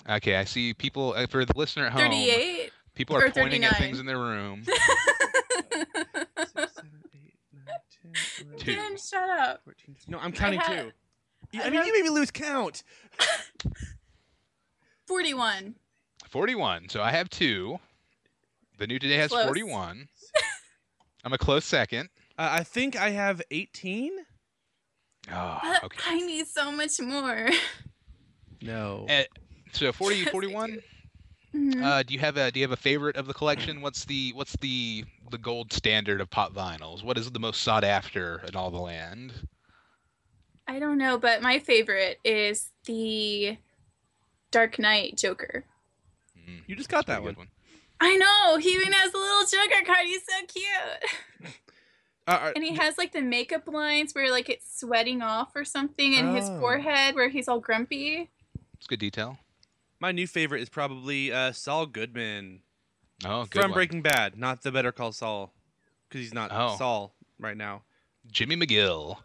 Speaker 1: Okay, I see people uh, for the listener at home.
Speaker 3: 38?
Speaker 1: People are
Speaker 3: or
Speaker 1: pointing at
Speaker 3: 39.
Speaker 1: things in their room.
Speaker 2: Six, seven, eight, nine, 10, 11,
Speaker 1: Two.
Speaker 3: Ben, shut up.
Speaker 2: 14. No, I'm counting
Speaker 3: had-
Speaker 2: two. You-
Speaker 3: I
Speaker 2: I, mean,
Speaker 3: had-
Speaker 2: you made me lose count.
Speaker 3: 41.
Speaker 1: Forty-one. So I have two. The new today has
Speaker 3: Close.
Speaker 1: forty-one. I'm a close second.
Speaker 2: Uh, I think I have 18.
Speaker 1: Oh,
Speaker 3: But
Speaker 1: okay.
Speaker 3: Uh, I need so much more.
Speaker 2: No.
Speaker 1: Eh, So 40,
Speaker 3: Yes, I
Speaker 1: 41.
Speaker 3: do. Mhm.
Speaker 1: Uh, do you have a do you have a favorite of the collection? What's the what's the the gold standard of pop vinyls? What is the most sought after in all the land?
Speaker 3: I don't know, but my favorite is the Dark Knight Joker.
Speaker 1: Mm,
Speaker 2: You just
Speaker 1: that's
Speaker 2: got that
Speaker 1: pretty
Speaker 2: one.
Speaker 1: good
Speaker 3: I know. He even has a little Joker card. He's so cute.
Speaker 2: Uh, uh,
Speaker 3: And he has like the makeup lines where like it's sweating off or something, and his
Speaker 2: Oh.
Speaker 3: forehead where he's all grumpy.
Speaker 1: It's good detail.
Speaker 2: my new favorite is probably uh, Saul Goodman
Speaker 1: Oh, good
Speaker 2: from
Speaker 1: one.
Speaker 2: Breaking Bad, not the Better Call Saul, because he's not
Speaker 1: Oh.
Speaker 2: Saul right now.
Speaker 1: Jimmy McGill.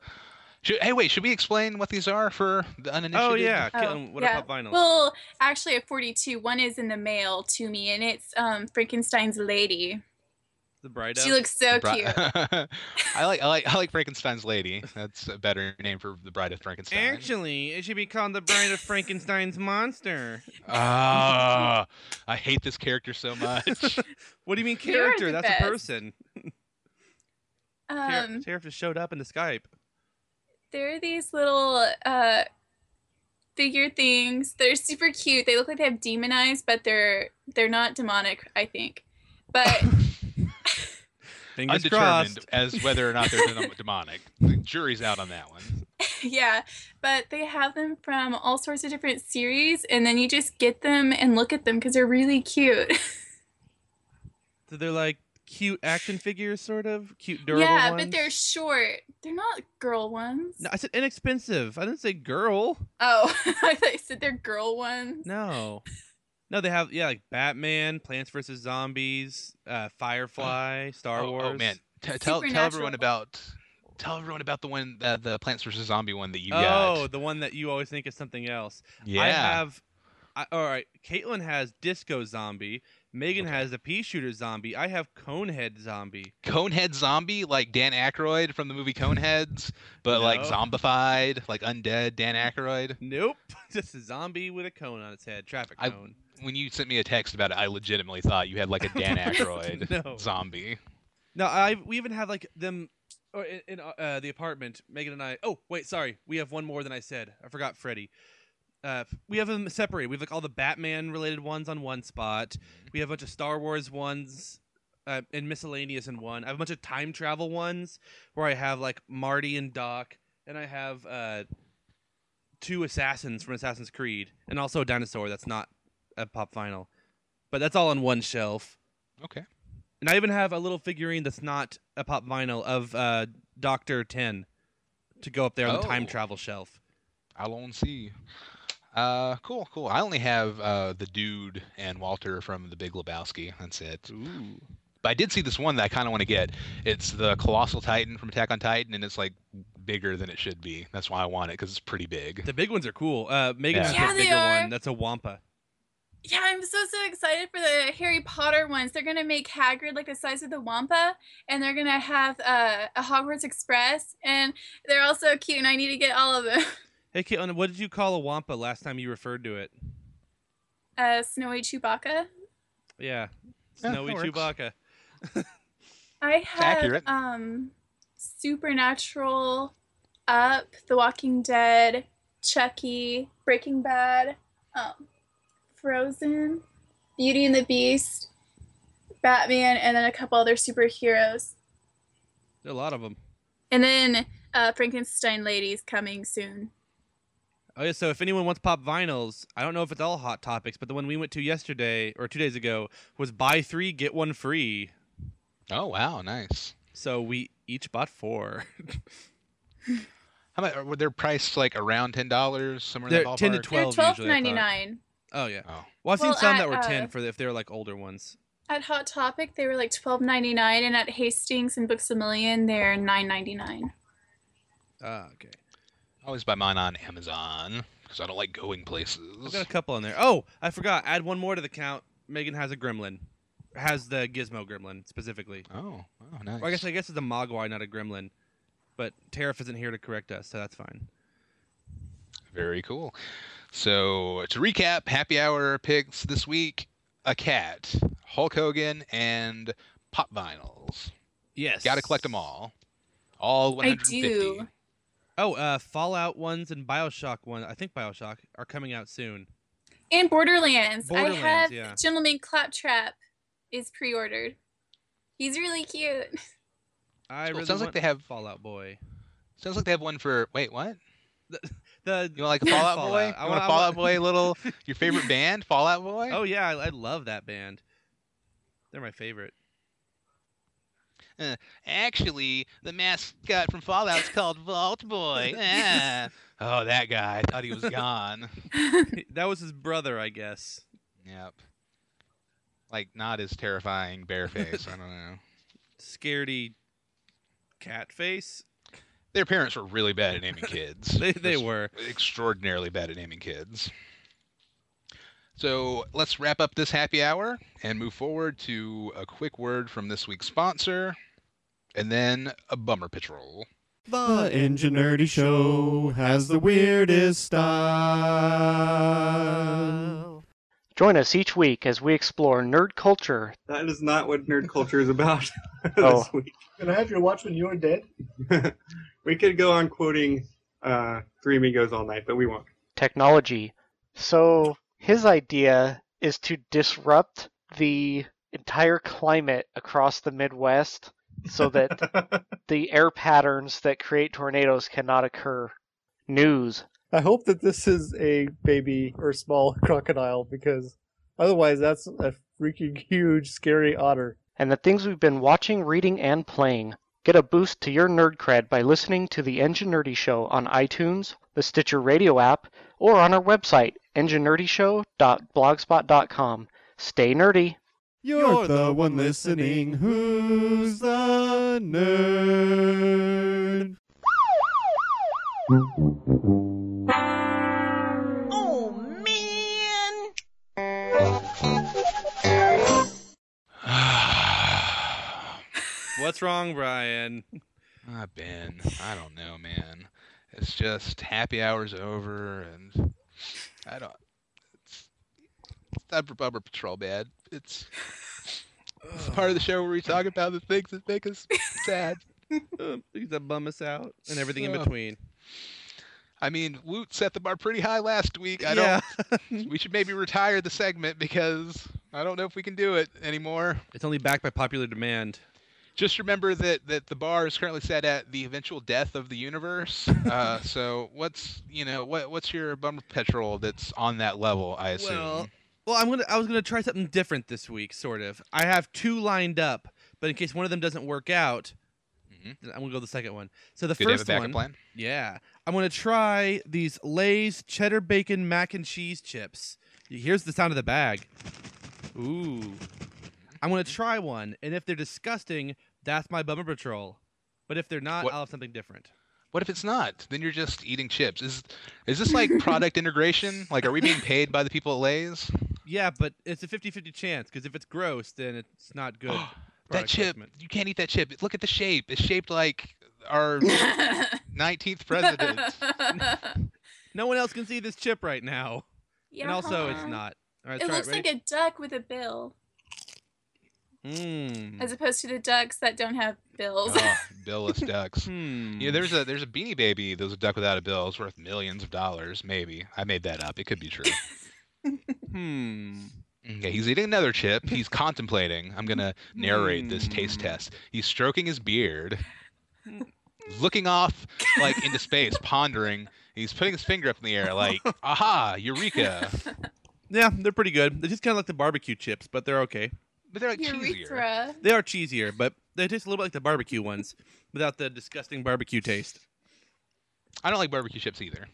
Speaker 1: Should, hey, wait, should we explain what these are for the uninitiated?
Speaker 2: Oh yeah, Ki-
Speaker 3: Oh,
Speaker 2: um, what
Speaker 3: yeah.
Speaker 2: a pop vinyl.
Speaker 3: Well, actually, at 42, one is in the mail to me, and it's um, Frankenstein's Lady.
Speaker 2: the bride.
Speaker 3: She
Speaker 2: of-
Speaker 3: looks so
Speaker 1: Bri-
Speaker 3: cute.
Speaker 1: I like I like I like Frankenstein's Lady. That's a better name for the Bride of Frankenstein.
Speaker 2: Actually, it should be called the Bride of Frankenstein's monster.
Speaker 1: Ah, I hate this character so much.
Speaker 2: What do you mean
Speaker 3: You're
Speaker 2: character?
Speaker 3: the
Speaker 2: That's
Speaker 3: best.
Speaker 2: a person. Char-
Speaker 3: Um,
Speaker 2: Sheriff just showed up in the Skype.
Speaker 3: there are these little uh, figure things. They're super cute. They look like they have demon eyes, but they're they're not demonic. I think, but
Speaker 2: Fingers
Speaker 1: Undetermined
Speaker 2: crossed.
Speaker 1: as whether or not they're denom- demonic. The jury's out on that one.
Speaker 3: yeah, but they have them from all sorts of different series, and then you just get them and look at them because they're really cute.
Speaker 2: So they're like cute action figures, sort of cute, durable
Speaker 3: yeah,
Speaker 2: ones.
Speaker 3: but they're short. They're not girl ones.
Speaker 2: No, I said inexpensive. I didn't say girl.
Speaker 3: Oh, I thought you said they're girl ones.
Speaker 2: No. No, they have yeah, like Batman, Plants vs Zombies, uh, Firefly, Star
Speaker 1: oh,
Speaker 2: Wars.
Speaker 1: Oh man, T- tell tell everyone
Speaker 3: Supernatural.
Speaker 1: about tell everyone about the one uh, the Plants vs Zombie one that you
Speaker 2: Oh,
Speaker 1: got.
Speaker 2: the one that you always think is something else.
Speaker 1: yeah.
Speaker 2: I have. I, all right, Caitlin has Disco Zombie. Megan
Speaker 1: Okay.
Speaker 2: has the Pea Shooter Zombie. I have Conehead Zombie.
Speaker 1: Conehead zombie, like Dan Aykroyd from the movie Coneheads, but like
Speaker 2: No.
Speaker 1: zombified, like undead Dan Aykroyd.
Speaker 2: Nope, just a zombie with a cone on its head. Traffic
Speaker 1: I-
Speaker 2: cone.
Speaker 1: When you sent me a text about it, I legitimately thought you had like a Dan Aykroyd
Speaker 2: No.
Speaker 1: zombie.
Speaker 2: No, I we even have like them or in, in uh, the apartment. Megan and I. Oh wait, sorry, we have one more than I said. I forgot Freddy. Uh, we have them separated. We have like all the Batman related ones on one spot. We have a bunch of Star Wars ones uh, and miscellaneous in one. I have a bunch of time travel ones where I have like Marty and Doc, and I have uh, two assassins from Assassin's Creed, and also a dinosaur that's not a pop vinyl, but that's all on one shelf.
Speaker 1: Okay.
Speaker 2: And I even have a little figurine that's not a pop vinyl of uh, Doctor Ten to go up there on the time
Speaker 1: Oh.
Speaker 2: travel shelf.
Speaker 1: I'll own see. Uh, cool, cool. I only have uh, the dude and Walter from The Big Lebowski. That's it.
Speaker 2: Ooh.
Speaker 1: But I did see this one that I kind of want to get. It's the Colossal Titan from Attack on Titan, and it's like bigger than it should be. That's why I want it because it's pretty big.
Speaker 2: The big ones are cool. Uh, Megan
Speaker 1: Yeah.
Speaker 2: has
Speaker 3: Yeah,
Speaker 2: a
Speaker 3: they
Speaker 2: bigger
Speaker 3: are.
Speaker 2: one. That's a Wampa.
Speaker 3: Yeah, I'm so so excited for the Harry Potter ones. They're gonna make Hagrid like the size of the Wampa, and they're gonna have uh, a Hogwarts Express, and they're all so cute. And I need to get all of them.
Speaker 2: Hey, Caitlin, what did you call a wampa last time you referred to it?
Speaker 3: Uh, Snowy Chewbacca.
Speaker 2: Yeah,
Speaker 1: Yeah, that
Speaker 2: snowy
Speaker 1: works.
Speaker 2: Chewbacca.
Speaker 3: I have
Speaker 1: accurate.
Speaker 3: um Supernatural, Up, The Walking Dead, Chucky, Breaking Bad, um, Frozen, Beauty and the Beast, Batman, and then a couple other superheroes.
Speaker 2: There are a lot of them.
Speaker 3: And then uh, Frankenstein Ladies coming soon.
Speaker 2: Oh yeah, so if anyone wants pop vinyls, I don't know if it's all hot topics, but the one we went to yesterday or two days ago was buy three get one free.
Speaker 1: Oh wow, nice.
Speaker 2: So we each bought four.
Speaker 1: How about were their price like around ten dollars somewhere in
Speaker 2: They're
Speaker 1: that ballpark?
Speaker 2: 10 to
Speaker 3: They're
Speaker 2: 12 usually, I thought.
Speaker 3: twelve ninety nine.
Speaker 2: Oh yeah.
Speaker 1: Oh.
Speaker 2: Well, I've seen
Speaker 3: Well,
Speaker 2: some
Speaker 3: at,
Speaker 2: that were ten
Speaker 3: uh,
Speaker 2: for the, if they were like older ones.
Speaker 3: At Hot Topic, they were like twelve ninety nine, and at Hastings and Books a Million, they're nine ninety nine.
Speaker 2: Ah, okay.
Speaker 1: I always buy mine on Amazon because I don't like going
Speaker 2: I've
Speaker 1: places.
Speaker 2: got a couple in there. Oh, I forgot. Add one more to the count. Megan has a gremlin. Has the Gizmo gremlin specifically.
Speaker 1: Oh, oh, nice.
Speaker 2: Or I guess I guess it's a Mogwai, not a gremlin. But Tariff isn't here to correct us, so that's fine.
Speaker 1: Very cool. So to recap, happy hour picks this week: a cat, Hulk Hogan, and pop vinyls.
Speaker 2: Yes.
Speaker 1: Got to collect them all. All
Speaker 3: I
Speaker 1: 150.
Speaker 3: do.
Speaker 2: Oh, uh, Fallout ones and Bioshock one. I think Bioshock are coming out soon.
Speaker 3: And Borderlands.
Speaker 2: Borderlands,
Speaker 3: I have
Speaker 2: yeah.
Speaker 3: Gentleman Claptrap is pre ordered. He's really cute.
Speaker 2: I
Speaker 1: Well, it
Speaker 2: really
Speaker 1: sounds like
Speaker 2: want
Speaker 1: they have-
Speaker 2: Fallout Boy.
Speaker 1: Sounds like they have one for. Wait, what?
Speaker 2: The
Speaker 1: You want like a
Speaker 2: Yeah,
Speaker 1: Fallout
Speaker 2: Fallout.
Speaker 1: Boy?
Speaker 2: I
Speaker 1: You
Speaker 2: want-
Speaker 1: want a
Speaker 2: I
Speaker 1: Fallout
Speaker 2: want-
Speaker 1: Boy little? Your favorite band, Fallout Boy?
Speaker 2: oh yeah, I, I love that band. They're my favorite.
Speaker 1: Actually, the mascot from Fallout's called Vault Boy. Ah. Oh, that guy. I thought he was gone.
Speaker 2: that was his brother, I guess.
Speaker 1: yep. Like not as terrifying bear face. I don't know.
Speaker 2: Scaredy cat face.
Speaker 1: Their parents were really bad at naming kids.
Speaker 2: They they
Speaker 1: Just
Speaker 2: were.
Speaker 1: extraordinarily bad at naming kids. So let's wrap up this happy hour and move forward to a quick word from this week's sponsor, and then a bummer pitch roll.
Speaker 5: The Ingenuity Show has the weirdest style.
Speaker 6: Join us each week as we explore nerd culture.
Speaker 7: That is not what nerd culture is about this
Speaker 6: Oh.
Speaker 7: week.
Speaker 8: Can I have your watch when you are dead?
Speaker 7: We could go on quoting uh, Three Amigos all night, but we won't.
Speaker 6: technology. So his idea is to disrupt the entire climate across the Midwest so that the air patterns that create tornadoes cannot occur. News.
Speaker 8: I hope that this is a baby or small crocodile because otherwise that's a freaking huge scary otter.
Speaker 6: And the things we've been watching, reading, and playing. Get a boost to your nerd cred by listening to the Engine Nerdy Show on iTunes, the Stitcher Radio app, or on our website, enginernerdyshow.blogspot.com. Stay nerdy!
Speaker 5: You're the one listening who's the nerd.
Speaker 4: Oh man!
Speaker 1: Ah,
Speaker 2: What's wrong, Brian?
Speaker 1: Ben, I don't know, man. It's just happy hours over, and I don't. It's, it's not for Bummer Patrol, man. It's it's the part of the show where we talk about the things that make us sad.
Speaker 2: Uh, Things that bum us out and everything in
Speaker 1: Oh.
Speaker 2: between.
Speaker 1: I mean, Woot set the bar pretty high last week. I
Speaker 2: yeah.
Speaker 1: don't. We should maybe retire the segment because I don't know if we can do it anymore.
Speaker 2: it's only backed by popular demand.
Speaker 1: Just remember that that the bar is currently set at the eventual death of the universe. Uh, so what's you know what what's your bummer petrol that's on that level? I assume.
Speaker 2: Well, well, I'm gonna. I was gonna try something different this week, sort of. I have two lined up, but in case one of them doesn't work out,
Speaker 1: Mhm.
Speaker 2: then I'm gonna go with the second one. So the
Speaker 1: Did they have a
Speaker 2: first
Speaker 1: backup
Speaker 2: one,
Speaker 1: plan?
Speaker 2: yeah, I'm gonna try these Lay's cheddar bacon mac and cheese chips. Here's the sound of the bag.
Speaker 1: Mm-hmm.
Speaker 2: Ooh, I'm gonna try one, and if they're disgusting, that's my bummer patrol. But if they're not,
Speaker 1: What-
Speaker 2: I'll have something different.
Speaker 1: What if it's not? Then you're just eating chips. Is is this like product integration? Like, are we being paid by the people at Lay's?
Speaker 2: Yeah, but it's a 50-50 chance because if it's gross, then it's not good.
Speaker 1: that
Speaker 2: product
Speaker 1: chip,
Speaker 2: placement.
Speaker 1: you can't eat that chip. Look at the shape. It's shaped like our 19th president.
Speaker 3: President.
Speaker 2: No one else can see this chip right now. And also,
Speaker 3: Uh-huh.
Speaker 2: it's not. All right,
Speaker 3: It looks like a duck with a bill,
Speaker 2: Mm.
Speaker 3: as opposed to the ducks that don't have bills.
Speaker 1: Oh, billless ducks.
Speaker 2: Hmm.
Speaker 1: You know, there's a there's a Beanie Baby. There's a duck without a bill. It's worth millions of dollars, maybe. I made that up. It could be true.
Speaker 2: Hmm.
Speaker 1: Okay, he's eating another chip. He's contemplating. I'm gonna narrate this taste
Speaker 2: Hmm.
Speaker 1: test. He's stroking his beard, looking off like into space, pondering. He's putting his finger up in the air, like, "Aha, eureka!"
Speaker 2: Yeah, they're pretty good. They just kind of like the barbecue chips, but they're okay.
Speaker 1: But they're like cheesier.
Speaker 3: Urethra.
Speaker 2: They are cheesier, but they taste a little bit like the barbecue ones, without the disgusting barbecue taste.
Speaker 1: I don't like barbecue chips either.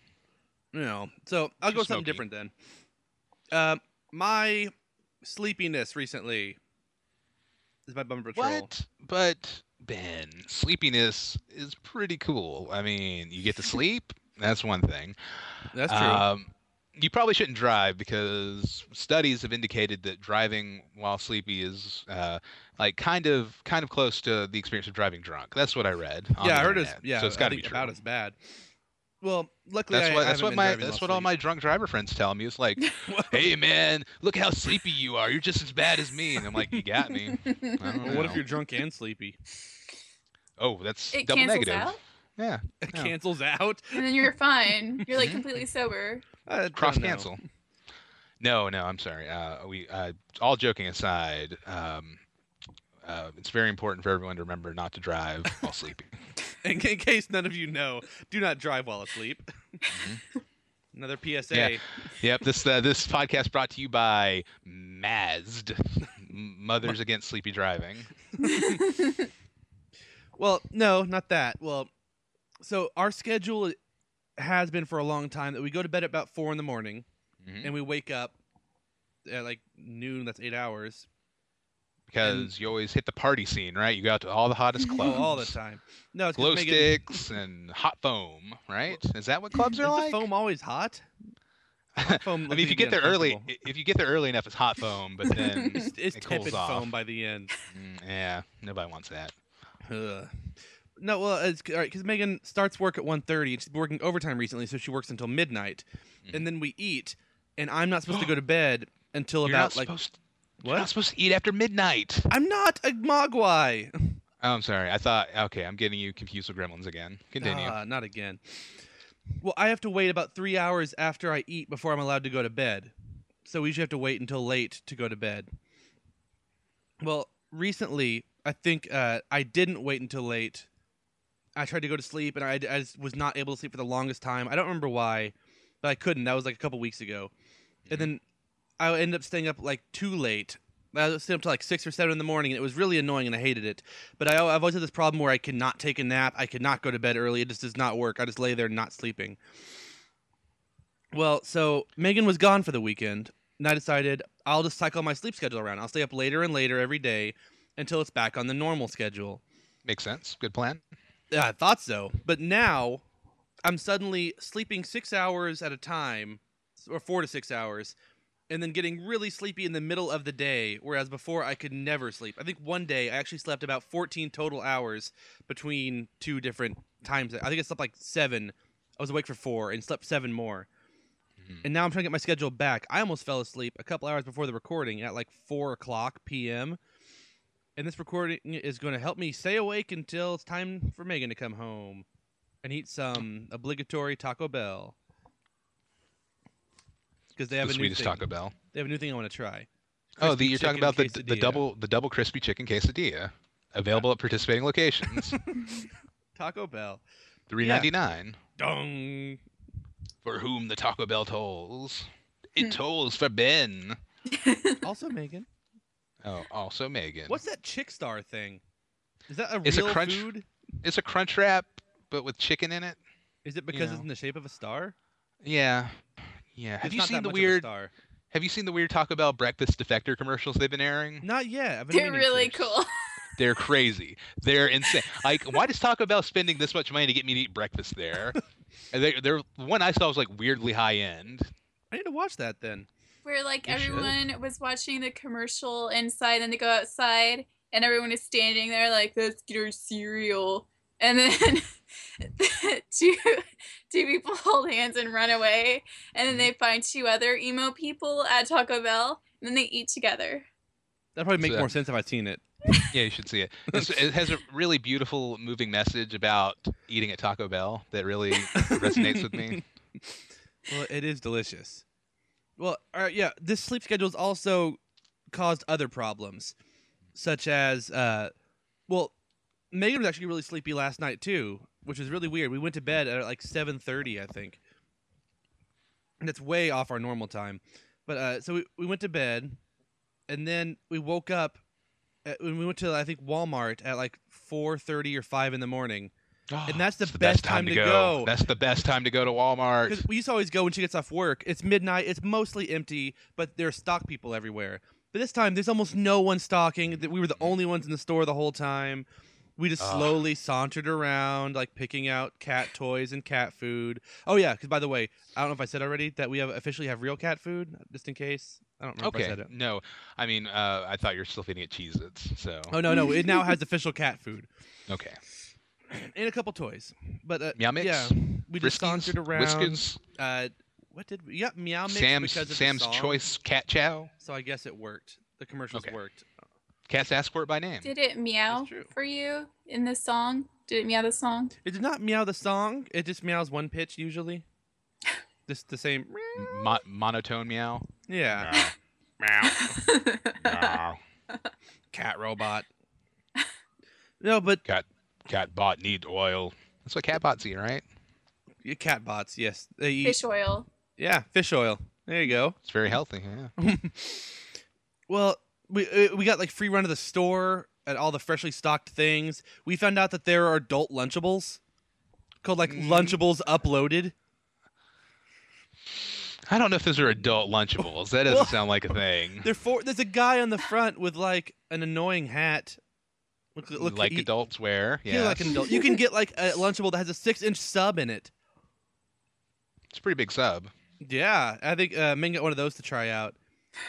Speaker 2: You know. So I'll go
Speaker 1: Too
Speaker 2: with something
Speaker 1: smoky.
Speaker 2: different then. Uh, my sleepiness recently is my bumper patrol.
Speaker 1: What? But Ben, sleepiness is pretty cool. I mean, you get to sleep. That's one thing.
Speaker 2: That's true.
Speaker 1: Um, you probably shouldn't drive because studies have indicated that driving while sleepy is uh, like kind of kind of close to the experience of driving drunk. That's what I read. on
Speaker 2: yeah,
Speaker 1: the
Speaker 2: I heard it's
Speaker 1: internet,
Speaker 2: yeah.
Speaker 1: oh, so it's
Speaker 2: I
Speaker 1: got to be
Speaker 2: think
Speaker 1: true.
Speaker 2: about as bad. Well, luckily
Speaker 1: that's
Speaker 2: I-
Speaker 1: what
Speaker 2: I
Speaker 1: that's
Speaker 2: haven't
Speaker 1: what
Speaker 2: been
Speaker 1: my
Speaker 2: driving
Speaker 1: that's
Speaker 2: while
Speaker 1: what all my
Speaker 2: asleep.
Speaker 1: drunk driver friends tell me. It's like, hey man, look how sleepy you are. You're just as bad as me. And I'm like, you got me. I don't
Speaker 2: Well, what if
Speaker 1: know.
Speaker 2: you're drunk and sleepy?
Speaker 1: Oh, that's
Speaker 3: It
Speaker 1: double
Speaker 3: cancels
Speaker 1: negative.
Speaker 3: out?
Speaker 1: Yeah,
Speaker 2: It
Speaker 1: No.
Speaker 2: cancels out.
Speaker 3: And then you're fine. You're
Speaker 2: Mm-hmm.
Speaker 3: like completely sober.
Speaker 2: I don't
Speaker 1: Uh, cross
Speaker 2: know.
Speaker 1: cancel. No, no, I'm sorry. Uh, we uh, all joking aside, um, uh, it's very important for everyone to remember not to drive while sleeping.
Speaker 2: In, in case none of you know, do not drive while asleep. Another PSA.
Speaker 1: Mm-hmm. Yeah. Yep, this uh, this podcast brought to you by MASD, Mothers Against Sleepy Driving.
Speaker 2: Well, no, not that. Well, so our schedule has been for a long time that we go to bed at about four in the morning
Speaker 1: Mhm.
Speaker 2: and we wake up at like noon. That's eight hours.
Speaker 1: Because you always hit the party scene, right? You go out to all the hottest
Speaker 2: Oh,
Speaker 1: clubs,
Speaker 2: all the time. No, it's 'cause
Speaker 1: glow
Speaker 2: Megan-
Speaker 1: sticks and hot foam, right? Is that what clubs
Speaker 2: Is
Speaker 1: are like?
Speaker 2: the foam always hot? Hot foam
Speaker 1: I
Speaker 2: looks
Speaker 1: mean, if you
Speaker 2: to be
Speaker 1: get there early,
Speaker 2: uncomfortable.
Speaker 1: i- if you get there early enough, it's hot foam, but then
Speaker 2: it's, it's
Speaker 1: it
Speaker 2: tepid
Speaker 1: cools off.
Speaker 2: foam by the end.
Speaker 1: Mm, yeah, nobody wants that.
Speaker 2: Ugh. No, well, it's all right because Megan starts work at 1.30 and she's been working overtime recently, so she works until midnight,
Speaker 1: Mm-hmm.
Speaker 2: and then we eat, and I'm not supposed to go to bed until
Speaker 1: You're
Speaker 2: about
Speaker 1: not
Speaker 2: like
Speaker 1: supposed.
Speaker 2: what?
Speaker 1: You're not supposed to eat after midnight.
Speaker 2: I'm not a mogwai.
Speaker 1: Oh, I'm sorry. I thought. Okay, I'm getting you confused with Gremlins again. Continue.
Speaker 2: Ah, not again. Well, I have to wait about three hours after I eat before I'm allowed to go to bed. So we usually have to wait until late to go to bed. Well, recently, I think uh, I didn't wait until late. I tried to go to sleep and I, I just was not able to sleep for the longest time. I don't remember why, but I couldn't. That was like a couple weeks ago. And then I ended up staying up like too late. I was staying up till like six or seven in the morning, and it was really annoying, and I hated it. But I, I've always had this problem where I could not take a nap. I could not go to bed early. It just does not work. I just lay there not sleeping. Well, so Megan was gone for the weekend, and I decided I'll just cycle my sleep schedule around. I'll stay up later and later every day until it's back on the normal schedule.
Speaker 1: Makes sense. Good plan.
Speaker 2: Yeah, I thought so. But now I'm suddenly sleeping six hours at a time, or four to six hours, and then getting really sleepy in the middle of the day, whereas before I could never sleep. I think one day I actually slept about 14 total hours between two different times. I think I slept like seven. I was awake for four and slept seven more.
Speaker 1: Mm-hmm.
Speaker 2: And now I'm trying to get my schedule back. I almost fell asleep a couple hours before the recording at like 4 o'clock p.m and this recording is going to help me stay awake until it's time for Megan to come home and eat some obligatory Taco Bell because they have
Speaker 1: The
Speaker 2: a new
Speaker 1: sweetest
Speaker 2: thing.
Speaker 1: Taco Bell.
Speaker 2: They have a new thing I want to try.
Speaker 1: Oh, the,
Speaker 2: Crispy
Speaker 1: you're talking
Speaker 2: chicken
Speaker 1: about the, the
Speaker 2: quesadilla.
Speaker 1: double the double crispy chicken quesadilla, available at participating locations.
Speaker 2: Taco Bell.
Speaker 1: Three ninety nine.
Speaker 2: Dong.
Speaker 1: For whom the Taco Bell tolls,
Speaker 2: Hmm.
Speaker 1: it tolls for Ben.
Speaker 2: also, Megan,
Speaker 1: Oh, also Megan.
Speaker 2: what's that Chick Star thing? Is that a
Speaker 1: It's a
Speaker 2: real
Speaker 1: crunch-
Speaker 2: food?
Speaker 1: It's a crunch wrap, but with chicken in it.
Speaker 2: Is it because it's
Speaker 1: know.
Speaker 2: in the shape of a star?
Speaker 1: Yeah. Yeah. Have
Speaker 2: It's
Speaker 1: you
Speaker 2: not
Speaker 1: seen
Speaker 2: that
Speaker 1: the
Speaker 2: much of a
Speaker 1: weird
Speaker 2: star.
Speaker 1: Have you seen the weird Taco Bell breakfast defector commercials they've been airing?
Speaker 2: Not yet. I've been
Speaker 3: They're
Speaker 2: meaning
Speaker 3: really
Speaker 2: to.
Speaker 3: cool.
Speaker 1: They're crazy. They're insane. Like, why does Taco Bell spending this much money to get me to eat breakfast there? And they, they're the one I saw was like weirdly high end.
Speaker 2: I need to watch that then.
Speaker 3: Where like
Speaker 1: You should.
Speaker 3: everyone was watching the commercial inside, and they go outside, and everyone is standing there like, "Let's get our cereal." and then two two people hold hands and run away, and then they find two other emo people at Taco Bell, and then they eat together.
Speaker 2: That probably makes
Speaker 1: So-
Speaker 2: more sense if I'd seen it.
Speaker 1: Yeah, you should see it. It's, it has a really beautiful, moving message about eating at Taco Bell that really resonates with me.
Speaker 2: Well, it is delicious. Well, all right, yeah. This sleep schedule's also caused other problems, such as, uh, well, Megan was actually really sleepy last night too, which is really weird. We went to bed at like seven thirty, I think, and it's way off our normal time. But uh, so we, we went to bed, and then we woke up at, when we went to I think Walmart at like four thirty or five in the morning, and that's the,
Speaker 1: oh, It's
Speaker 2: best, time, to go.
Speaker 1: That's the best time to go to Walmart.
Speaker 2: Because we used to always go when she gets off work. It's midnight. It's mostly empty, but there are stock people everywhere. But this time, there's almost no one stocking. That we were the only ones in the store the whole time. We just
Speaker 1: Ugh.
Speaker 2: slowly sauntered around, like picking out cat toys and cat food. Oh yeah, because by the way, I don't know if I said already that we have officially have real cat food, just in case. I don't remember if I
Speaker 1: Okay,
Speaker 2: said it.
Speaker 1: no, I mean, uh, I thought you were still feeding it Cheez-Its, so
Speaker 2: Oh no, no, it now has official cat food
Speaker 1: okay.
Speaker 2: and a couple toys. But uh,
Speaker 1: Meow mix.
Speaker 2: yeah, we just
Speaker 1: Friskies?
Speaker 2: sauntered around.
Speaker 1: Whiskers,
Speaker 2: Uh, what did we? Yep, meow mix
Speaker 1: Sam's
Speaker 2: because of
Speaker 1: Sam's
Speaker 2: the song.
Speaker 1: Choice Cat Chow,
Speaker 2: So I guess it worked. The commercials
Speaker 1: Okay.
Speaker 2: worked.
Speaker 1: Cat's Asquirt by name.
Speaker 3: Did it meow
Speaker 2: That's true.
Speaker 3: for you in this song? Did it meow the song?
Speaker 2: It did not meow the song. It just meows one pitch usually. Just the same.
Speaker 1: Mo- monotone meow.
Speaker 2: Yeah.
Speaker 1: Meow. meow.
Speaker 2: Cat robot. No, but
Speaker 1: Cat bot need oil. That's what cat bots eat, right?
Speaker 2: your cat bots, yes. They eat.
Speaker 3: Fish oil.
Speaker 2: Yeah, fish oil. There you go.
Speaker 1: It's very healthy. Yeah.
Speaker 2: Well, we uh, we got like free run of the store at all the freshly stocked things. We found out that there are adult Lunchables called
Speaker 1: Mm.
Speaker 2: like Lunchables Uploaded.
Speaker 1: I don't know if those are adult Lunchables. That doesn't sound like a thing.
Speaker 2: They're for, there's a guy on the front with like an annoying hat. Look, look
Speaker 1: like
Speaker 2: he-
Speaker 1: adults wear.
Speaker 2: Yeah, like an adult. You can get like a lunchable that has a six inch sub in it.
Speaker 1: It's a pretty big sub.
Speaker 2: Yeah, I think uh, Ming got one of those to try out,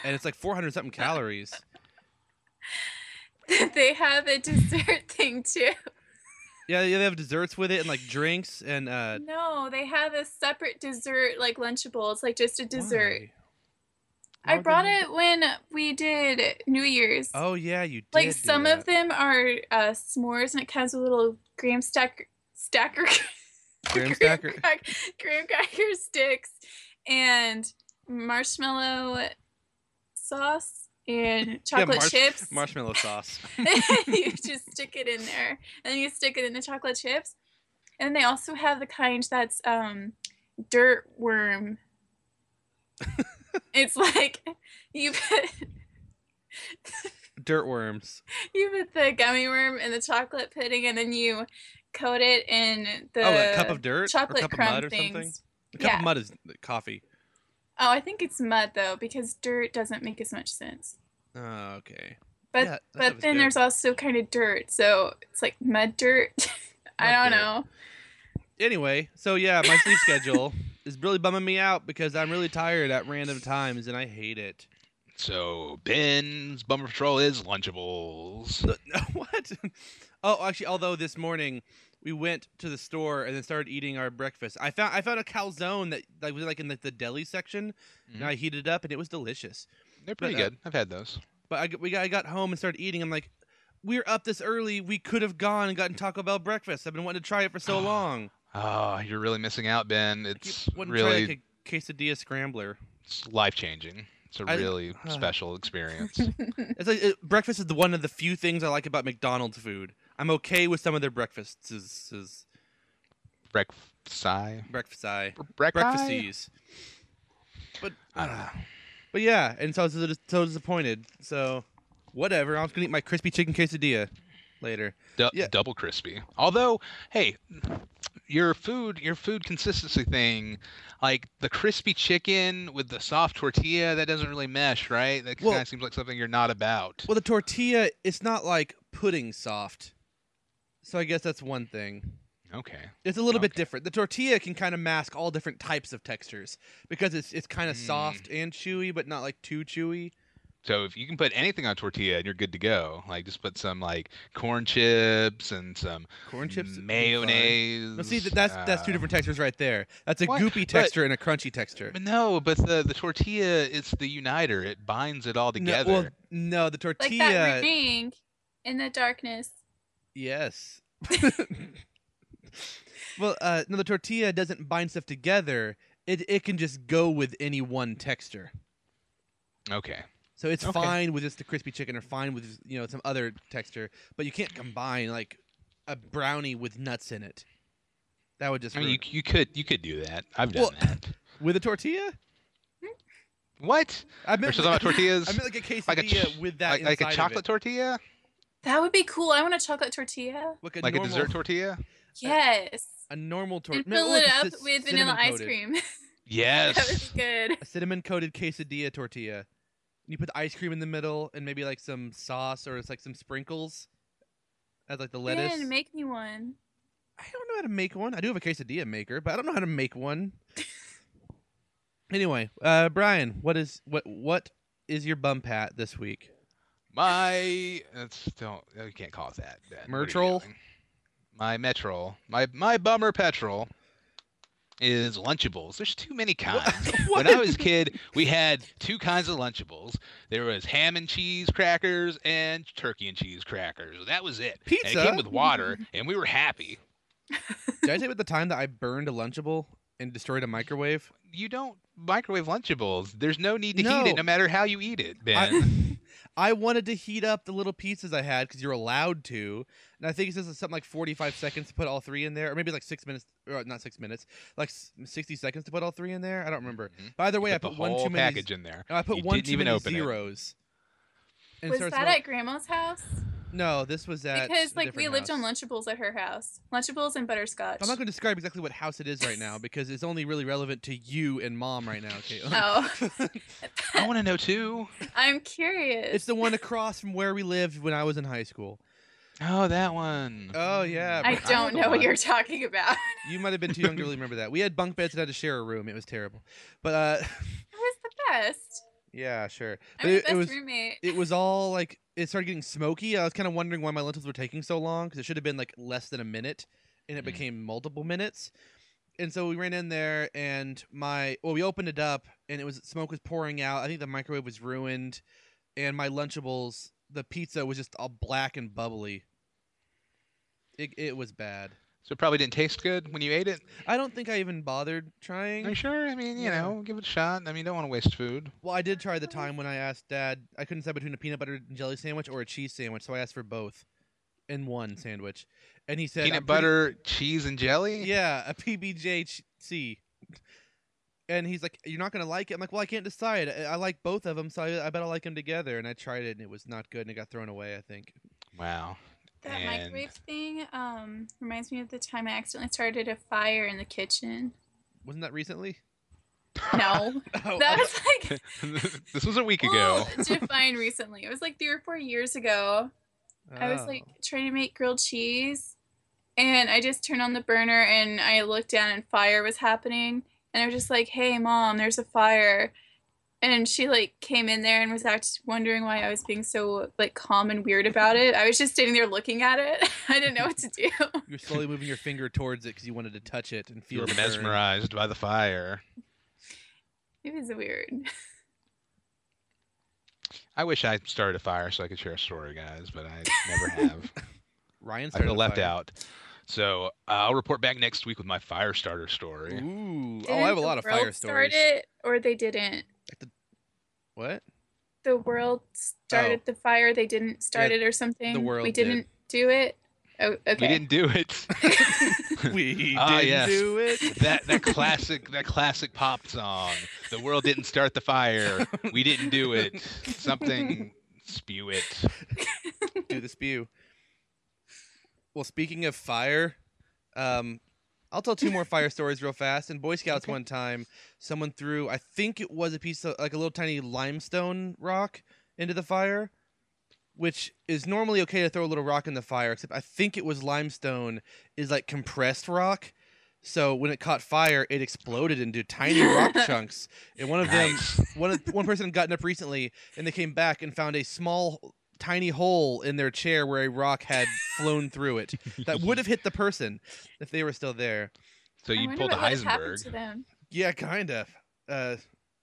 Speaker 2: and it's like four hundred something calories.
Speaker 3: they have a dessert thing too.
Speaker 2: Yeah, yeah, they have desserts with it and like drinks and uh,
Speaker 3: No, they have a separate dessert, like Lunchable. It's like just a dessert.
Speaker 2: why? Why
Speaker 3: I
Speaker 2: would they
Speaker 3: brought
Speaker 2: have-
Speaker 3: it when we did New Year's.
Speaker 2: Oh yeah, you did.
Speaker 3: like
Speaker 2: do
Speaker 3: some
Speaker 2: that.
Speaker 3: of them are uh, s'mores, and it comes with a little graham stacker, stacker,
Speaker 2: Graham stacker.
Speaker 3: crack- graham cracker sticks, and marshmallow sauce and chocolate
Speaker 2: marsh-
Speaker 3: chips.
Speaker 2: marshmallow sauce.
Speaker 3: you just stick it in there, and then you stick it in the chocolate chips. And they also have the kind that's um, dirt worm. it's like you put
Speaker 2: Dirt worms.
Speaker 3: you put the gummy worm in the chocolate pudding, and then you coat it in the
Speaker 2: oh, a cup of dirt. or
Speaker 3: chocolate
Speaker 2: a cup
Speaker 3: crumb
Speaker 2: of mud or
Speaker 3: things.
Speaker 2: something. A cup
Speaker 3: Yeah.
Speaker 2: of mud is coffee.
Speaker 3: Oh, I think it's mud though, because dirt doesn't make as much sense.
Speaker 2: Oh, okay.
Speaker 3: But
Speaker 2: Yeah, that stuff
Speaker 3: but
Speaker 2: is
Speaker 3: then
Speaker 2: good.
Speaker 3: there's also kind of dirt, so it's like mud dirt. I
Speaker 2: Mud
Speaker 3: don't
Speaker 2: dirt.
Speaker 3: know.
Speaker 2: Anyway, so yeah, my sleep schedule is really bumming me out because I'm really tired at random times and I hate it.
Speaker 1: So Ben's bummer patrol is Lunchables.
Speaker 2: The- what? Oh, actually, although this morning we went to the store and then started eating our breakfast. I found I found a calzone that like was like in the, the deli section, and
Speaker 1: Mhm.
Speaker 2: I heated it up and it was delicious.
Speaker 1: They're pretty
Speaker 2: But, uh,
Speaker 1: good. I've had those.
Speaker 2: But I g- we got, I got home and started eating. I'm like, we're up this early. We could have gone and gotten Taco Bell breakfast. I've been wanting to try it for so long.
Speaker 1: Oh, you're really missing out, Ben.
Speaker 2: Keep
Speaker 1: It's
Speaker 2: wanting to try,
Speaker 1: really
Speaker 2: like a quesadilla scrambler.
Speaker 1: life changing. It's a
Speaker 2: I-
Speaker 1: really
Speaker 2: uh.
Speaker 1: special experience.
Speaker 2: It's like it, breakfast is the, one of the few things I like about McDonald's food. I'm okay with some of their breakfasts. Is, is
Speaker 1: Breakfast. I
Speaker 2: breakfast I
Speaker 1: Breakfasty.
Speaker 2: breakfasties. But
Speaker 1: I don't know.
Speaker 2: But yeah, and so I was dis- so disappointed. So whatever, I'm just gonna eat my crispy chicken quesadilla later.
Speaker 1: Du-
Speaker 2: Yeah.
Speaker 1: double crispy. Although, hey, your food, your food consistency thing, like the crispy chicken with the soft tortilla, that doesn't really mesh, right? That
Speaker 2: Well-
Speaker 1: kind of seems like something you're not about.
Speaker 2: Well, the tortilla it's not like pudding soft, so I guess that's one thing.
Speaker 1: Okay.
Speaker 2: It's a little bit
Speaker 1: Okay.
Speaker 2: different. The tortilla can kind of mask all different types of textures because it's it's kind of
Speaker 1: Mm.
Speaker 2: soft and chewy, but not like too chewy.
Speaker 1: So if you can put anything on tortilla and you're good to go, like just put some like corn chips and some
Speaker 2: Corn chips, would be fine.
Speaker 1: mayonnaise.
Speaker 2: No, see, th- that's that's two
Speaker 1: uh,
Speaker 2: different textures right there. That's a
Speaker 1: What?
Speaker 2: goopy
Speaker 1: But-
Speaker 2: texture and a crunchy texture.
Speaker 1: But no, but the the tortilla is the uniter. It binds it all
Speaker 2: No,
Speaker 1: together.
Speaker 2: well, no, the
Speaker 3: Like
Speaker 2: tortilla.
Speaker 3: that ring in the darkness.
Speaker 2: Yes. well, uh, no, the tortilla doesn't bind stuff together. It it can just go with any one texture.
Speaker 1: okay.
Speaker 2: So it's
Speaker 1: Okay.
Speaker 2: fine with just the crispy chicken, or fine with just, you know some other texture, but you can't combine like a brownie with nuts in it. That would just
Speaker 1: I mean, you,
Speaker 2: ruin
Speaker 1: you could you could do that. I've done
Speaker 2: Well-
Speaker 1: that.
Speaker 2: it. with a tortilla.
Speaker 1: What?
Speaker 2: I
Speaker 1: We're
Speaker 2: meant
Speaker 1: talking about tortillas.
Speaker 2: I meant like a quesadilla
Speaker 1: Like a ch-
Speaker 2: with that
Speaker 1: like, like a
Speaker 2: inside of
Speaker 1: chocolate
Speaker 2: it.
Speaker 1: tortilla,
Speaker 3: That would be cool. I want a chocolate tortilla.
Speaker 2: like
Speaker 1: like
Speaker 2: normal,
Speaker 1: a dessert tortilla.
Speaker 3: Yes.
Speaker 2: a normal tortilla,
Speaker 3: And fill it up with vanilla ice cream. that
Speaker 1: Yes.
Speaker 3: would be good.
Speaker 2: a cinnamon coated quesadilla tortilla. And you put the ice cream in the middle and maybe like some sauce or it's like some sprinkles. As like the lettuce.
Speaker 3: Man, make me one.
Speaker 2: I don't know how to make one. I do have a quesadilla maker, but I don't know how to make one. anyway, uh Brian, what is what what is your bump hat this week?
Speaker 1: My that's don't you can't call it that. that what are you
Speaker 2: Mertrol?
Speaker 1: doing? My metrol. My my bummer petrol is Lunchables. There's too many kinds. When I was a kid, we had two kinds of Lunchables. There was ham and cheese crackers and turkey and cheese crackers. That was it. And it
Speaker 2: Pizza?
Speaker 1: came with water, and we were happy.
Speaker 2: Did I tell you about the time that I burned a Lunchable and destroyed a microwave?
Speaker 1: You don't microwave Lunchables. There's no need to heat
Speaker 2: No.
Speaker 1: it, no matter how you eat it, Ben.
Speaker 2: I, I wanted to heat up the little pizzas I had because you're allowed to, and I think it's just something like 45 seconds to put all three in there, or maybe like six minutes, or not six minutes, like s- 60 seconds to put all three in there. I don't remember.
Speaker 1: Mhm.
Speaker 2: By the way,
Speaker 1: put the
Speaker 2: I put one
Speaker 1: whole
Speaker 2: too many.
Speaker 1: package in there.
Speaker 2: no, I put
Speaker 1: You
Speaker 2: one
Speaker 1: didn't
Speaker 2: too
Speaker 1: even
Speaker 2: many
Speaker 1: open it.
Speaker 2: zeros. And it
Speaker 3: was that
Speaker 2: starts
Speaker 3: at Grandma's house?
Speaker 2: smelling- no? This was at
Speaker 3: because
Speaker 2: a
Speaker 3: like we
Speaker 2: different
Speaker 3: lived on
Speaker 2: house.
Speaker 3: Lunchables at her house. Lunchables and butterscotch.
Speaker 2: I'm not going to describe exactly what house it is right now because it's only really relevant to you and mom right now, Caitlin.
Speaker 3: Oh.
Speaker 1: I want to know too.
Speaker 3: I'm curious.
Speaker 2: it's the one across from where we lived when I was in high school.
Speaker 1: Oh, that one.
Speaker 2: Oh, yeah,
Speaker 3: I
Speaker 2: but I
Speaker 3: don't
Speaker 2: know the
Speaker 3: know what
Speaker 2: one.
Speaker 3: you're talking about.
Speaker 2: You might have been too young to really remember that. We had bunk beds and had to share a room. It was terrible. But uh
Speaker 3: It was the best.
Speaker 2: yeah, sure.
Speaker 3: I'm
Speaker 2: But
Speaker 3: the
Speaker 2: it,
Speaker 3: best
Speaker 2: it was
Speaker 3: roommate.
Speaker 2: it was all like it started getting smoky. I was kind of wondering why my lentils were taking so long cuz it should have been like less than a minute and it
Speaker 1: Mm.
Speaker 2: became multiple minutes. And so we ran in there and my well we opened it up and it was smoke was pouring out. I think the microwave was ruined and my lunchables, the pizza was just all black and bubbly. It, it was bad.
Speaker 1: So it probably didn't taste good when you ate it.
Speaker 2: I don't think I even bothered trying.
Speaker 1: Are you sure? I mean, you
Speaker 2: Yeah.
Speaker 1: know, give it a shot. I mean, don't want to waste food.
Speaker 2: Well, I did try the time when I asked Dad. I couldn't decide between a peanut butter and jelly sandwich or a cheese sandwich, so I asked for both in one sandwich, and he said
Speaker 1: Peanut
Speaker 2: "I'm pretty-
Speaker 1: butter, cheese, and jelly.
Speaker 2: Yeah, a PBJC. And he's like, "You're not gonna like it." I'm like, "Well, I can't decide. I, I like both of them, so I, I bet I like them together." And I tried it, and it was not good, and it got thrown away. I think.
Speaker 1: Wow.
Speaker 3: That
Speaker 1: and-
Speaker 3: microwave thing um, reminds me of the time I accidentally started a fire in the kitchen.
Speaker 2: Wasn't that recently?
Speaker 3: No,
Speaker 2: Oh, I-
Speaker 3: that was like
Speaker 1: this was a week ago.
Speaker 3: well, defined recently. It was like three or four years ago. I was
Speaker 2: oh.
Speaker 3: like trying to make grilled cheese, and I just turned on the burner and I looked down and fire was happening, and I was just like, "Hey, mom, there's a fire," and she like came in there and was act wondering why I was being so like calm and weird about it. I was just standing there looking at it. I didn't know what to do.
Speaker 2: Oh. You're slowly moving your finger towards it because you wanted to touch it and
Speaker 1: You
Speaker 2: feel
Speaker 1: were
Speaker 2: the burn.
Speaker 1: mesmerized by the fire.
Speaker 3: It was weird.
Speaker 1: I wish I started a fire so I could share a story, guys, but I never have.
Speaker 2: Ryan
Speaker 1: I've
Speaker 2: started
Speaker 1: been
Speaker 2: a
Speaker 1: left
Speaker 2: fire.
Speaker 1: out. So uh, I'll report back next week with my fire starter story.
Speaker 2: Oough! Oh, I have a
Speaker 3: Didn't
Speaker 2: lot of
Speaker 3: the world
Speaker 2: fire stories.
Speaker 3: Start it, or they didn't.
Speaker 2: What?
Speaker 3: The world
Speaker 1: Oh.
Speaker 3: started the fire. They didn't start
Speaker 2: Yeah,
Speaker 3: it, or something.
Speaker 2: world
Speaker 3: We
Speaker 2: did.
Speaker 3: didn't do it. Oh, okay.
Speaker 1: We didn't do it.
Speaker 2: we
Speaker 1: Ah,
Speaker 2: didn't
Speaker 1: yes.
Speaker 2: do it.
Speaker 1: that that classic that classic pop song. The world didn't start the fire. We didn't do it. Something spew it.
Speaker 2: do the spew. Well, speaking of fire, um, I'll tell two more fire stories real fast. In Boy Scouts, one time, someone threw, I think it was a piece of like a little tiny limestone rock into the fire, which is normally okay to throw a little rock in the fire, except I think it was limestone is like compressed rock. So when it caught fire, it exploded into tiny rock chunks. And one of them, one of- one person had gotten up recently, and they came back and found a small, tiny hole in their chair where a rock had flown through it that would have hit the person if they were still there.
Speaker 1: So
Speaker 3: I
Speaker 1: you
Speaker 3: wonder
Speaker 1: pulled a
Speaker 3: what would've happened
Speaker 1: Heisenberg.
Speaker 3: to them.
Speaker 2: Yeah, kind of. Uh,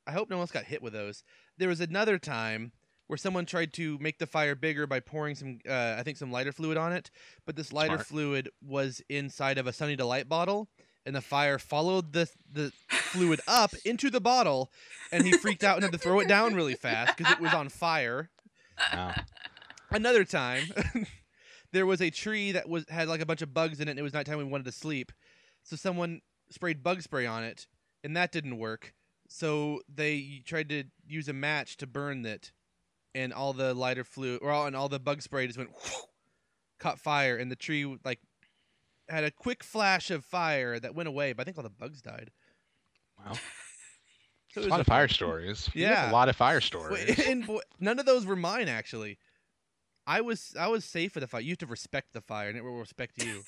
Speaker 2: I hope no one else got hit with those. There was another time where someone tried to make the fire bigger by pouring some, uh, I think, some lighter fluid on it. But this lighter
Speaker 1: Smart.
Speaker 2: fluid was inside of a Sunny Delight bottle, and the fire followed the the fluid up into the bottle, and he freaked out and had to throw it down really fast because it was on fire
Speaker 1: Wow.
Speaker 2: another time there was a tree that was had like a bunch of bugs in it and it was nighttime we wanted to sleep so someone sprayed bug spray on it and that didn't work so they tried to use a match to burn it and all the lighter flew or all, and all the bug spray just went caught fire and the tree like had a quick flash of fire that went away but i think all the bugs died
Speaker 1: Wow.
Speaker 2: so
Speaker 1: It's a lot of fire stories. We have
Speaker 2: Yeah.
Speaker 1: a lot of fire
Speaker 2: Wait,
Speaker 1: stories.
Speaker 2: and boy, none of those were mine actually. I was I was safe for the fire. You have to respect the fire, and it will respect you.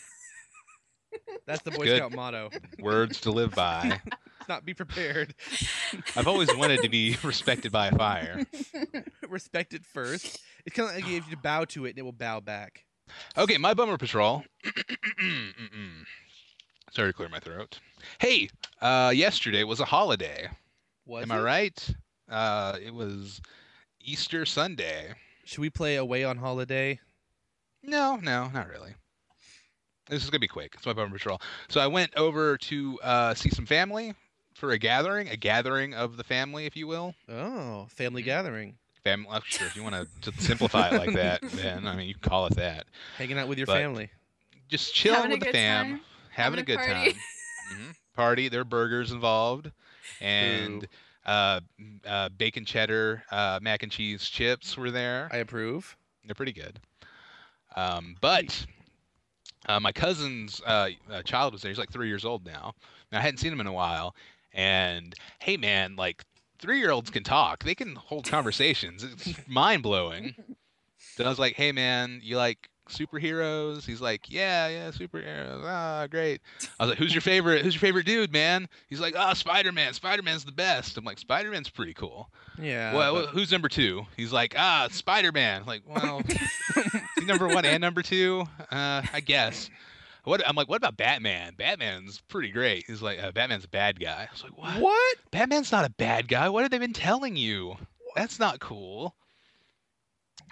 Speaker 2: That's the Boy
Speaker 1: Good.
Speaker 2: Scout motto.
Speaker 1: Words to live by.
Speaker 2: It's not be prepared.
Speaker 1: I've always wanted to be respected by a fire.
Speaker 2: respect it first. It's kind of like if you bow to it, and it will bow back.
Speaker 1: Okay, my bummer patrol. Mm-mm. Sorry to clear my throat. Hey, uh, yesterday was a holiday.
Speaker 2: Was
Speaker 1: Am I
Speaker 2: it?
Speaker 1: right? Uh, it was Easter Sunday.
Speaker 2: Should we play away on holiday?
Speaker 1: No, no, not really. This is gonna be quick. It's my bummer patrol. So I went over to uh, see some family for a gathering, a gathering of the family, if you will.
Speaker 2: Oh, family
Speaker 1: Mm.
Speaker 2: gathering,
Speaker 1: Family, well, sure, if you want to simplify it like that, then I mean you can call it that.
Speaker 2: hanging out with your
Speaker 1: But-
Speaker 2: family.
Speaker 1: Just chilling
Speaker 3: Having a
Speaker 1: with the
Speaker 3: good
Speaker 1: fam.
Speaker 3: time.
Speaker 1: having a good
Speaker 3: Having a party.
Speaker 1: time. hmm Party. There are burgers involved, and uh, m- uh, bacon cheddar, uh, mac and cheese chips were there.
Speaker 2: I approve.
Speaker 1: They're pretty good. Um, but uh, my cousin's uh, uh, child was there. He's like three years old now. And I hadn't seen him in a while. And hey, man, like three year olds can talk. They can hold conversations. It's mind blowing. Then I was like, hey, man, you like superheroes? He's like, yeah, yeah, superheroes. Ah, great. I was like, who's your favorite? Who's your favorite dude, man? He's like, ah, Spider Man. Spider Man's the best. I'm like, Spider Man's pretty cool.
Speaker 2: Yeah.
Speaker 1: Well,
Speaker 2: but-
Speaker 1: who's number two? He's like, ah, Spider Man. Like, well, he's number one and number two, uh, I guess. What I'm like, what about Batman? Batman's pretty great. He's like, uh, Batman's a bad guy. I was like, what?
Speaker 2: what?
Speaker 1: Batman's not a bad guy. What have they been telling you? That's not cool.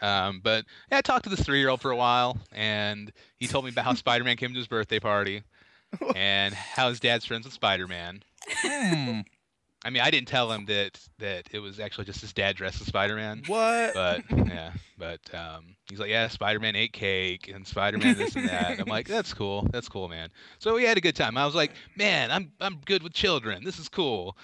Speaker 1: Um, but yeah, I talked to this three-year-old for a while, and he told me about how Spider-Man came to his birthday party, and how his dad's friends with Spider-Man.
Speaker 2: Hmm.
Speaker 1: I mean, I didn't tell him that that it was actually just his dad dressed as Spider-Man
Speaker 2: what?
Speaker 1: but yeah, but um, he's like, yeah, Spider-Man ate cake and Spider-Man this and that. I'm like, that's cool, that's cool, man. So we had a good time. I was like, man, I'm I'm good with children. This is cool.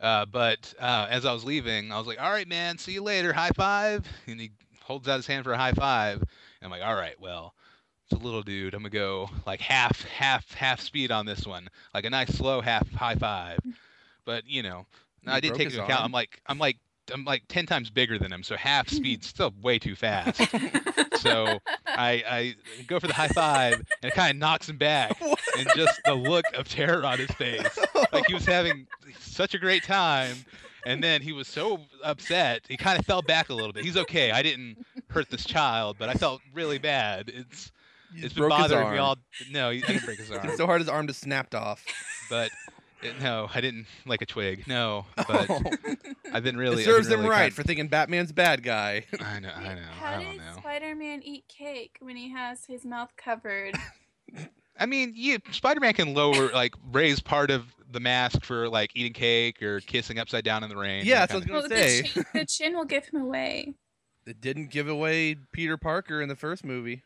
Speaker 1: Uh, but uh, as I was leaving, I was like, all right, man, see you later. High five. And he holds out his hand for a high five. And I'm like, all right, well, it's a little dude. I'm gonna go like half, half, half speed on this one, like a nice slow half high five. But you know,
Speaker 2: You
Speaker 1: I did
Speaker 2: broke
Speaker 1: take
Speaker 2: his
Speaker 1: into account.
Speaker 2: arm?
Speaker 1: I'm like, I'm like, I'm like ten times bigger than him, so half speed's still way too fast. so I, I go for the high five, and it kind of knocks him back, and just the look of terror on his face, like he was having such a great time, and then he was so upset, he kind of fell back a little bit. He's okay. I didn't hurt this child, but I felt really bad. It's
Speaker 2: You
Speaker 1: it's been
Speaker 2: broke his
Speaker 1: bothering me
Speaker 2: arm.
Speaker 1: all. No, he I didn't break his arm,
Speaker 2: So hard his arm just snapped off.
Speaker 1: but it, no, I didn't like a twig. No, but I've been really.
Speaker 2: Oh. it serves
Speaker 1: I've been
Speaker 2: him
Speaker 1: really
Speaker 2: right
Speaker 1: kind-
Speaker 2: for thinking Batman's bad guy.
Speaker 1: I know, I know,
Speaker 3: How
Speaker 1: I don't
Speaker 3: did
Speaker 1: know.
Speaker 3: Spider-Man eat cake when he has his mouth covered?
Speaker 1: I mean, yeah, Spider-Man can lower, like, raise part of the mask for like eating cake or kissing upside down in the rain.
Speaker 2: yeah,
Speaker 1: that
Speaker 2: that's what I was
Speaker 1: kinda-
Speaker 2: gonna
Speaker 3: well,
Speaker 2: say.
Speaker 3: the, chin, the chin will give him away.
Speaker 2: It didn't give away Peter Parker in the first movie.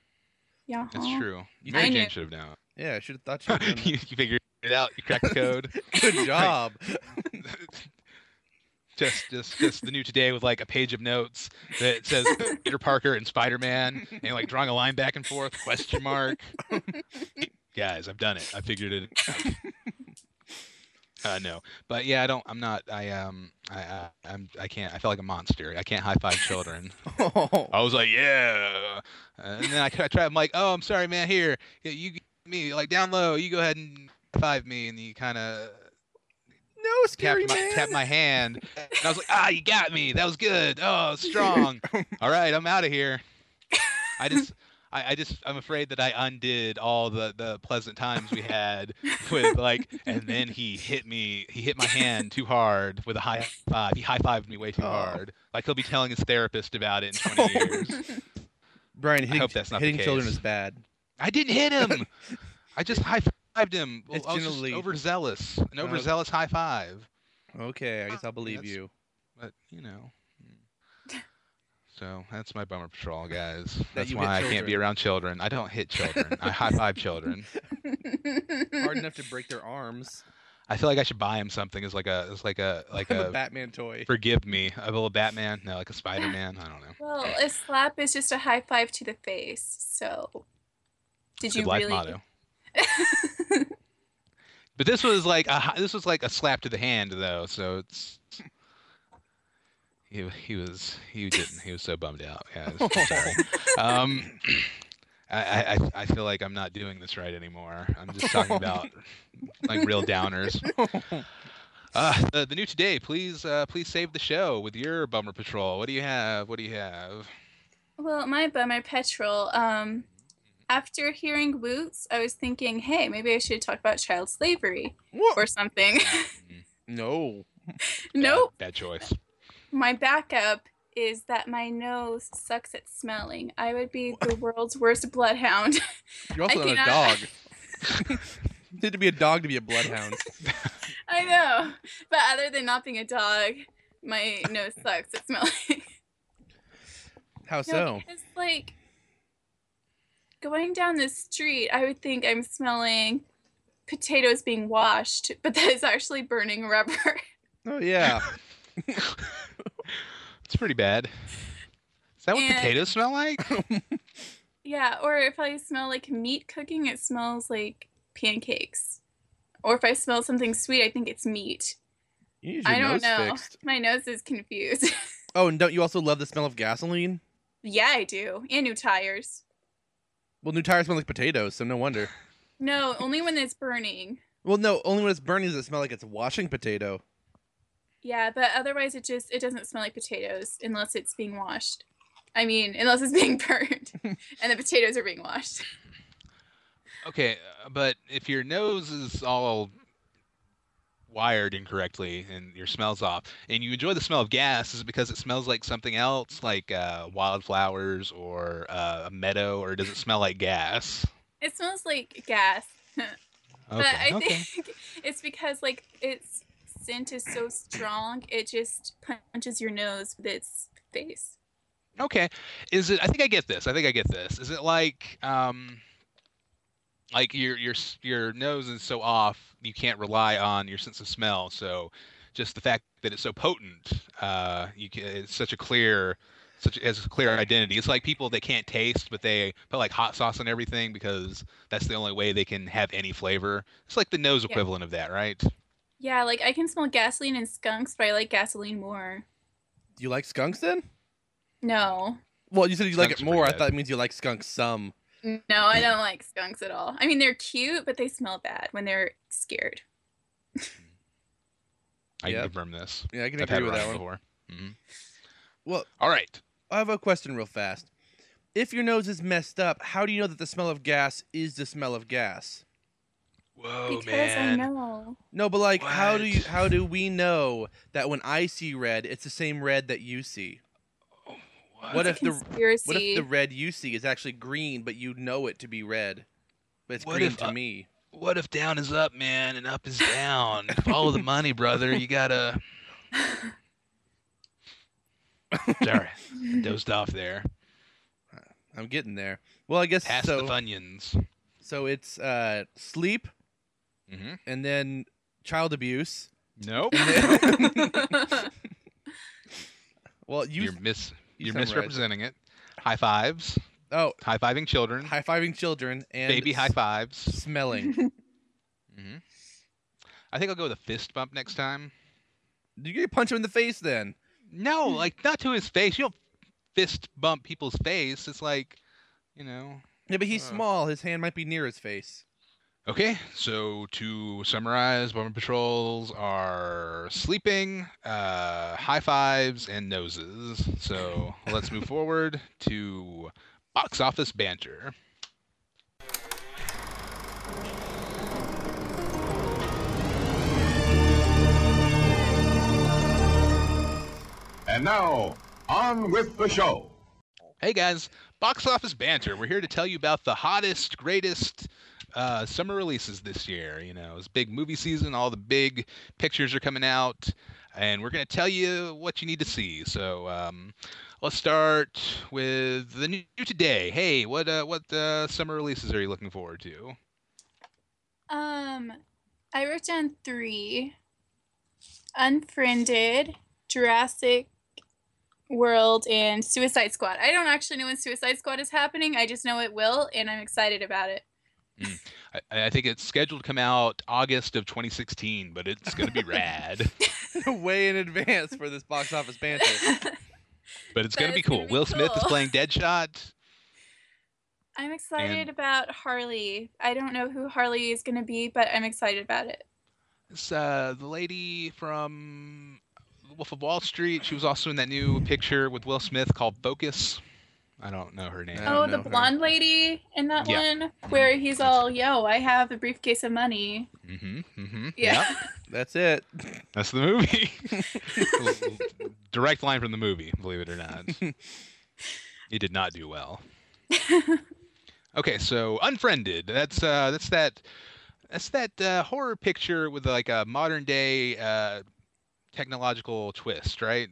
Speaker 3: Yeah,
Speaker 1: that's
Speaker 3: huh?
Speaker 1: true.
Speaker 2: You
Speaker 1: Mary
Speaker 3: think-
Speaker 1: Jane should have known.
Speaker 2: Yeah, I should have thought you.
Speaker 1: you, you figured it out. You cracked the code.
Speaker 2: Good job.
Speaker 1: just just just the new today with like a page of notes that says Peter Parker and Spider-Man and like drawing a line back and forth question mark. Guys, I've done it. I figured it. out. Uh, no, but yeah, I don't. I'm not. I um. I, I I'm. I can't. I feel like a monster. I can't high five children.
Speaker 2: Oh,
Speaker 1: I was like, yeah. Uh, and then I, I tried. I'm like, oh, I'm sorry, man. Here, yeah, you me like down low. You go ahead and five me and he kind of
Speaker 2: No, scary
Speaker 1: tapped my,
Speaker 2: man.
Speaker 1: tapped my hand. And I was like, ah, you got me. That was good. Oh, strong. All right, I'm out of here. I just. I, I just I'm afraid that I undid all the, the pleasant times we had with like and then he hit me he hit my hand too hard with a high five. He high fived me way too
Speaker 2: Oh.
Speaker 1: hard. Like he'll be telling his therapist about it in twenty years.
Speaker 2: Brian, hitting,
Speaker 1: hope that's not the
Speaker 2: hitting children
Speaker 1: case.
Speaker 2: is bad.
Speaker 1: I didn't hit him. I just high fived him. Well,
Speaker 2: It's
Speaker 1: I was just
Speaker 2: generally-
Speaker 1: overzealous. An
Speaker 2: Uh,
Speaker 1: overzealous high five.
Speaker 2: Okay, I
Speaker 1: Ah,
Speaker 2: guess I'll believe
Speaker 1: That's-
Speaker 2: you.
Speaker 1: But you know. So that's my bummer patrol, guys. That's
Speaker 2: you hit
Speaker 1: why I can't be
Speaker 2: children.
Speaker 1: around children. I don't hit children. I high five children.
Speaker 2: Hard enough to break their arms.
Speaker 1: I feel like I should buy him something. It's like a, it's like a, like
Speaker 2: I'm a
Speaker 1: a,
Speaker 2: Batman toy.
Speaker 1: forgive me, a little Batman. No, like a Spider Man. I don't know.
Speaker 3: well, a slap is just a high five to the face. So, did
Speaker 1: Good
Speaker 3: you
Speaker 1: life
Speaker 3: really?
Speaker 1: motto. But this was like a, hi- this was like a slap to the hand though. So it's. He, he was he didn't he was so bummed out yeah I'm sorry. um I, I I- I feel like I'm not doing this right anymore I'm just talking about like real downers Uh, the, the new today, please, uh, please save the show with your bummer patrol. What do you have? What do you have?
Speaker 3: Well, my bummer petrol. Um, after hearing Woots, I was thinking, hey, maybe I should talk about child slavery or something.
Speaker 2: no.
Speaker 3: nope.
Speaker 1: Bad, bad choice.
Speaker 3: My backup is that my nose sucks at smelling. I would be the world's worst bloodhound.
Speaker 2: You're also not a
Speaker 3: I cannot-
Speaker 2: dog. you need to be a dog to be a bloodhound.
Speaker 3: I know. But other than not being a dog, my nose sucks at smelling.
Speaker 2: How
Speaker 3: No,
Speaker 2: so?
Speaker 3: because like going down the street, I would think I'm smelling potatoes being washed, but that is actually burning rubber.
Speaker 2: Oh yeah.
Speaker 1: It's pretty bad. Is that what
Speaker 3: And-
Speaker 1: potatoes smell like?
Speaker 3: yeah, or if I smell like meat cooking, it smells like pancakes. Or if I smell something sweet, I think it's meat.
Speaker 2: You need your
Speaker 3: I don't
Speaker 2: nose
Speaker 3: know.
Speaker 2: fixed.
Speaker 3: My nose is confused.
Speaker 2: Oh, and don't you also love the smell of gasoline?
Speaker 3: yeah, I do. And new tires.
Speaker 2: Well, new tires smell like potatoes, so no wonder.
Speaker 3: No, only when it's burning.
Speaker 2: Well, no, only when it's burning does it smell like it's a washing potato.
Speaker 3: Yeah, but otherwise it just it doesn't smell like potatoes unless it's being washed. I mean, unless it's being burned and the potatoes are being washed.
Speaker 1: Okay, uh, but if your nose is all wired incorrectly and your smell's off, and you enjoy the smell of gas, is it because it smells like something else, like uh, wildflowers or uh, a meadow, or does it smell like gas?
Speaker 3: It smells like gas.
Speaker 1: Okay,
Speaker 3: but I
Speaker 1: okay.
Speaker 3: think it's because like its scent is so strong, it just punches your nose with its face.
Speaker 1: Okay. Is it I think I get this. I think I get this. Is it like um like your your s- your nose is so off you can't rely on your sense of smell. So just the fact that it's so potent, uh you can, it's such a clear such as a clear identity. It's like people that can't taste but they put like hot sauce on everything because that's the only way they can have any flavor. It's like the nose
Speaker 3: Yeah.
Speaker 1: equivalent of that, right?
Speaker 3: Yeah, like I can smell gasoline and skunks, but I like gasoline more.
Speaker 2: Do you like skunks then?
Speaker 3: No.
Speaker 2: Well, you said you like
Speaker 1: Skunks
Speaker 2: it
Speaker 1: are pretty
Speaker 2: more. I
Speaker 1: bad.
Speaker 2: thought it means you like skunks some.
Speaker 3: No, I don't like skunks at all. I mean, they're cute, but they smell bad when they're scared.
Speaker 1: I can
Speaker 2: Yeah.
Speaker 1: confirm this.
Speaker 2: Yeah, I can
Speaker 1: I've
Speaker 2: agree
Speaker 1: had
Speaker 2: with
Speaker 1: Ryan
Speaker 2: that one.
Speaker 1: before. hmm
Speaker 2: Well,
Speaker 1: All right.
Speaker 2: I have a question real fast. If your nose is messed up, how do you know that the smell of gas is the smell of gas? Oh,
Speaker 1: Whoa,
Speaker 3: because
Speaker 1: man.
Speaker 3: I know.
Speaker 2: No, but like how do you
Speaker 1: What?
Speaker 2: how do we know that when I see red, it's the same red that you see? What if
Speaker 3: It's a
Speaker 2: the
Speaker 3: conspiracy?
Speaker 2: what if the red you see is actually green, but you know it to be red? But it's
Speaker 1: What
Speaker 2: green
Speaker 1: if
Speaker 2: to
Speaker 1: I-
Speaker 2: me.
Speaker 1: What if down is up, man, and up is down? Follow the money, brother. You gotta. Sorry, dozed off there.
Speaker 2: I'm getting there. Well, I guess
Speaker 1: Pass the
Speaker 2: so.
Speaker 1: funyuns.
Speaker 2: So it's uh, sleep
Speaker 1: Mm-hmm.
Speaker 2: and then child abuse.
Speaker 1: Nope.
Speaker 2: Well, you
Speaker 1: You, are miss.
Speaker 2: you
Speaker 1: You're
Speaker 2: sound right.
Speaker 1: misrepresenting it. High fives.
Speaker 2: oh
Speaker 1: High fiving children.
Speaker 2: high fiving children and
Speaker 1: Baby high
Speaker 2: s-
Speaker 1: fives.
Speaker 2: smelling.
Speaker 1: hmm I think I'll go with a fist bump next time.
Speaker 2: you gonna punch him in the face then?
Speaker 1: No, like not to his face. You don't fist bump people's face. It's like, you know.
Speaker 2: Yeah, but he's
Speaker 1: Uh.
Speaker 2: small. His hand might be near his face.
Speaker 1: Okay, so to summarize, Bomber Patrols are sleeping, uh, high fives, and noses. So let's move forward to box office banter.
Speaker 9: And now, on with the show.
Speaker 1: Hey guys, box office banter. We're here to tell you about the hottest, greatest uh, summer releases this year. You know, it's big movie season. All the big pictures are coming out, and we're gonna tell you what you need to see. So um, let's start with the new today. Hey, what uh, what uh, summer releases are you looking forward to?
Speaker 3: Um, I wrote down three: Unfriended, Jurassic World, and Suicide Squad. I don't actually know when Suicide Squad is happening. I just know it will, and I'm excited about it.
Speaker 1: Mm. I, I think it's scheduled to come out August of 2016, but it's gonna be rad.
Speaker 2: Way in advance for this box office banter.
Speaker 1: But it's
Speaker 3: But
Speaker 1: gonna be
Speaker 3: it's gonna
Speaker 1: cool.
Speaker 3: be
Speaker 1: Will Smith is
Speaker 3: cool.
Speaker 1: playing Deadshot.
Speaker 3: I'm excited about Harley. I don't know who Harley is going to be, but I'm excited about it.
Speaker 1: It's uh, the lady from The Wolf of Wall Street. She was also in that new picture with Will Smith called Focus. I don't know her name.
Speaker 2: I
Speaker 3: Oh,
Speaker 2: don't
Speaker 3: the
Speaker 2: know her.
Speaker 3: blonde lady in that
Speaker 1: Yeah.
Speaker 3: one where he's
Speaker 1: That's
Speaker 3: all, "Yo, I have a briefcase of money."
Speaker 1: Mm-hmm. Mm-hmm.
Speaker 3: Yeah.
Speaker 2: That's it.
Speaker 1: That's the movie. Direct line from the movie, believe it or not. It did not do well. Okay, so Unfriended. That's uh, that's that. That's that uh, horror picture with like a modern day uh, technological twist, right?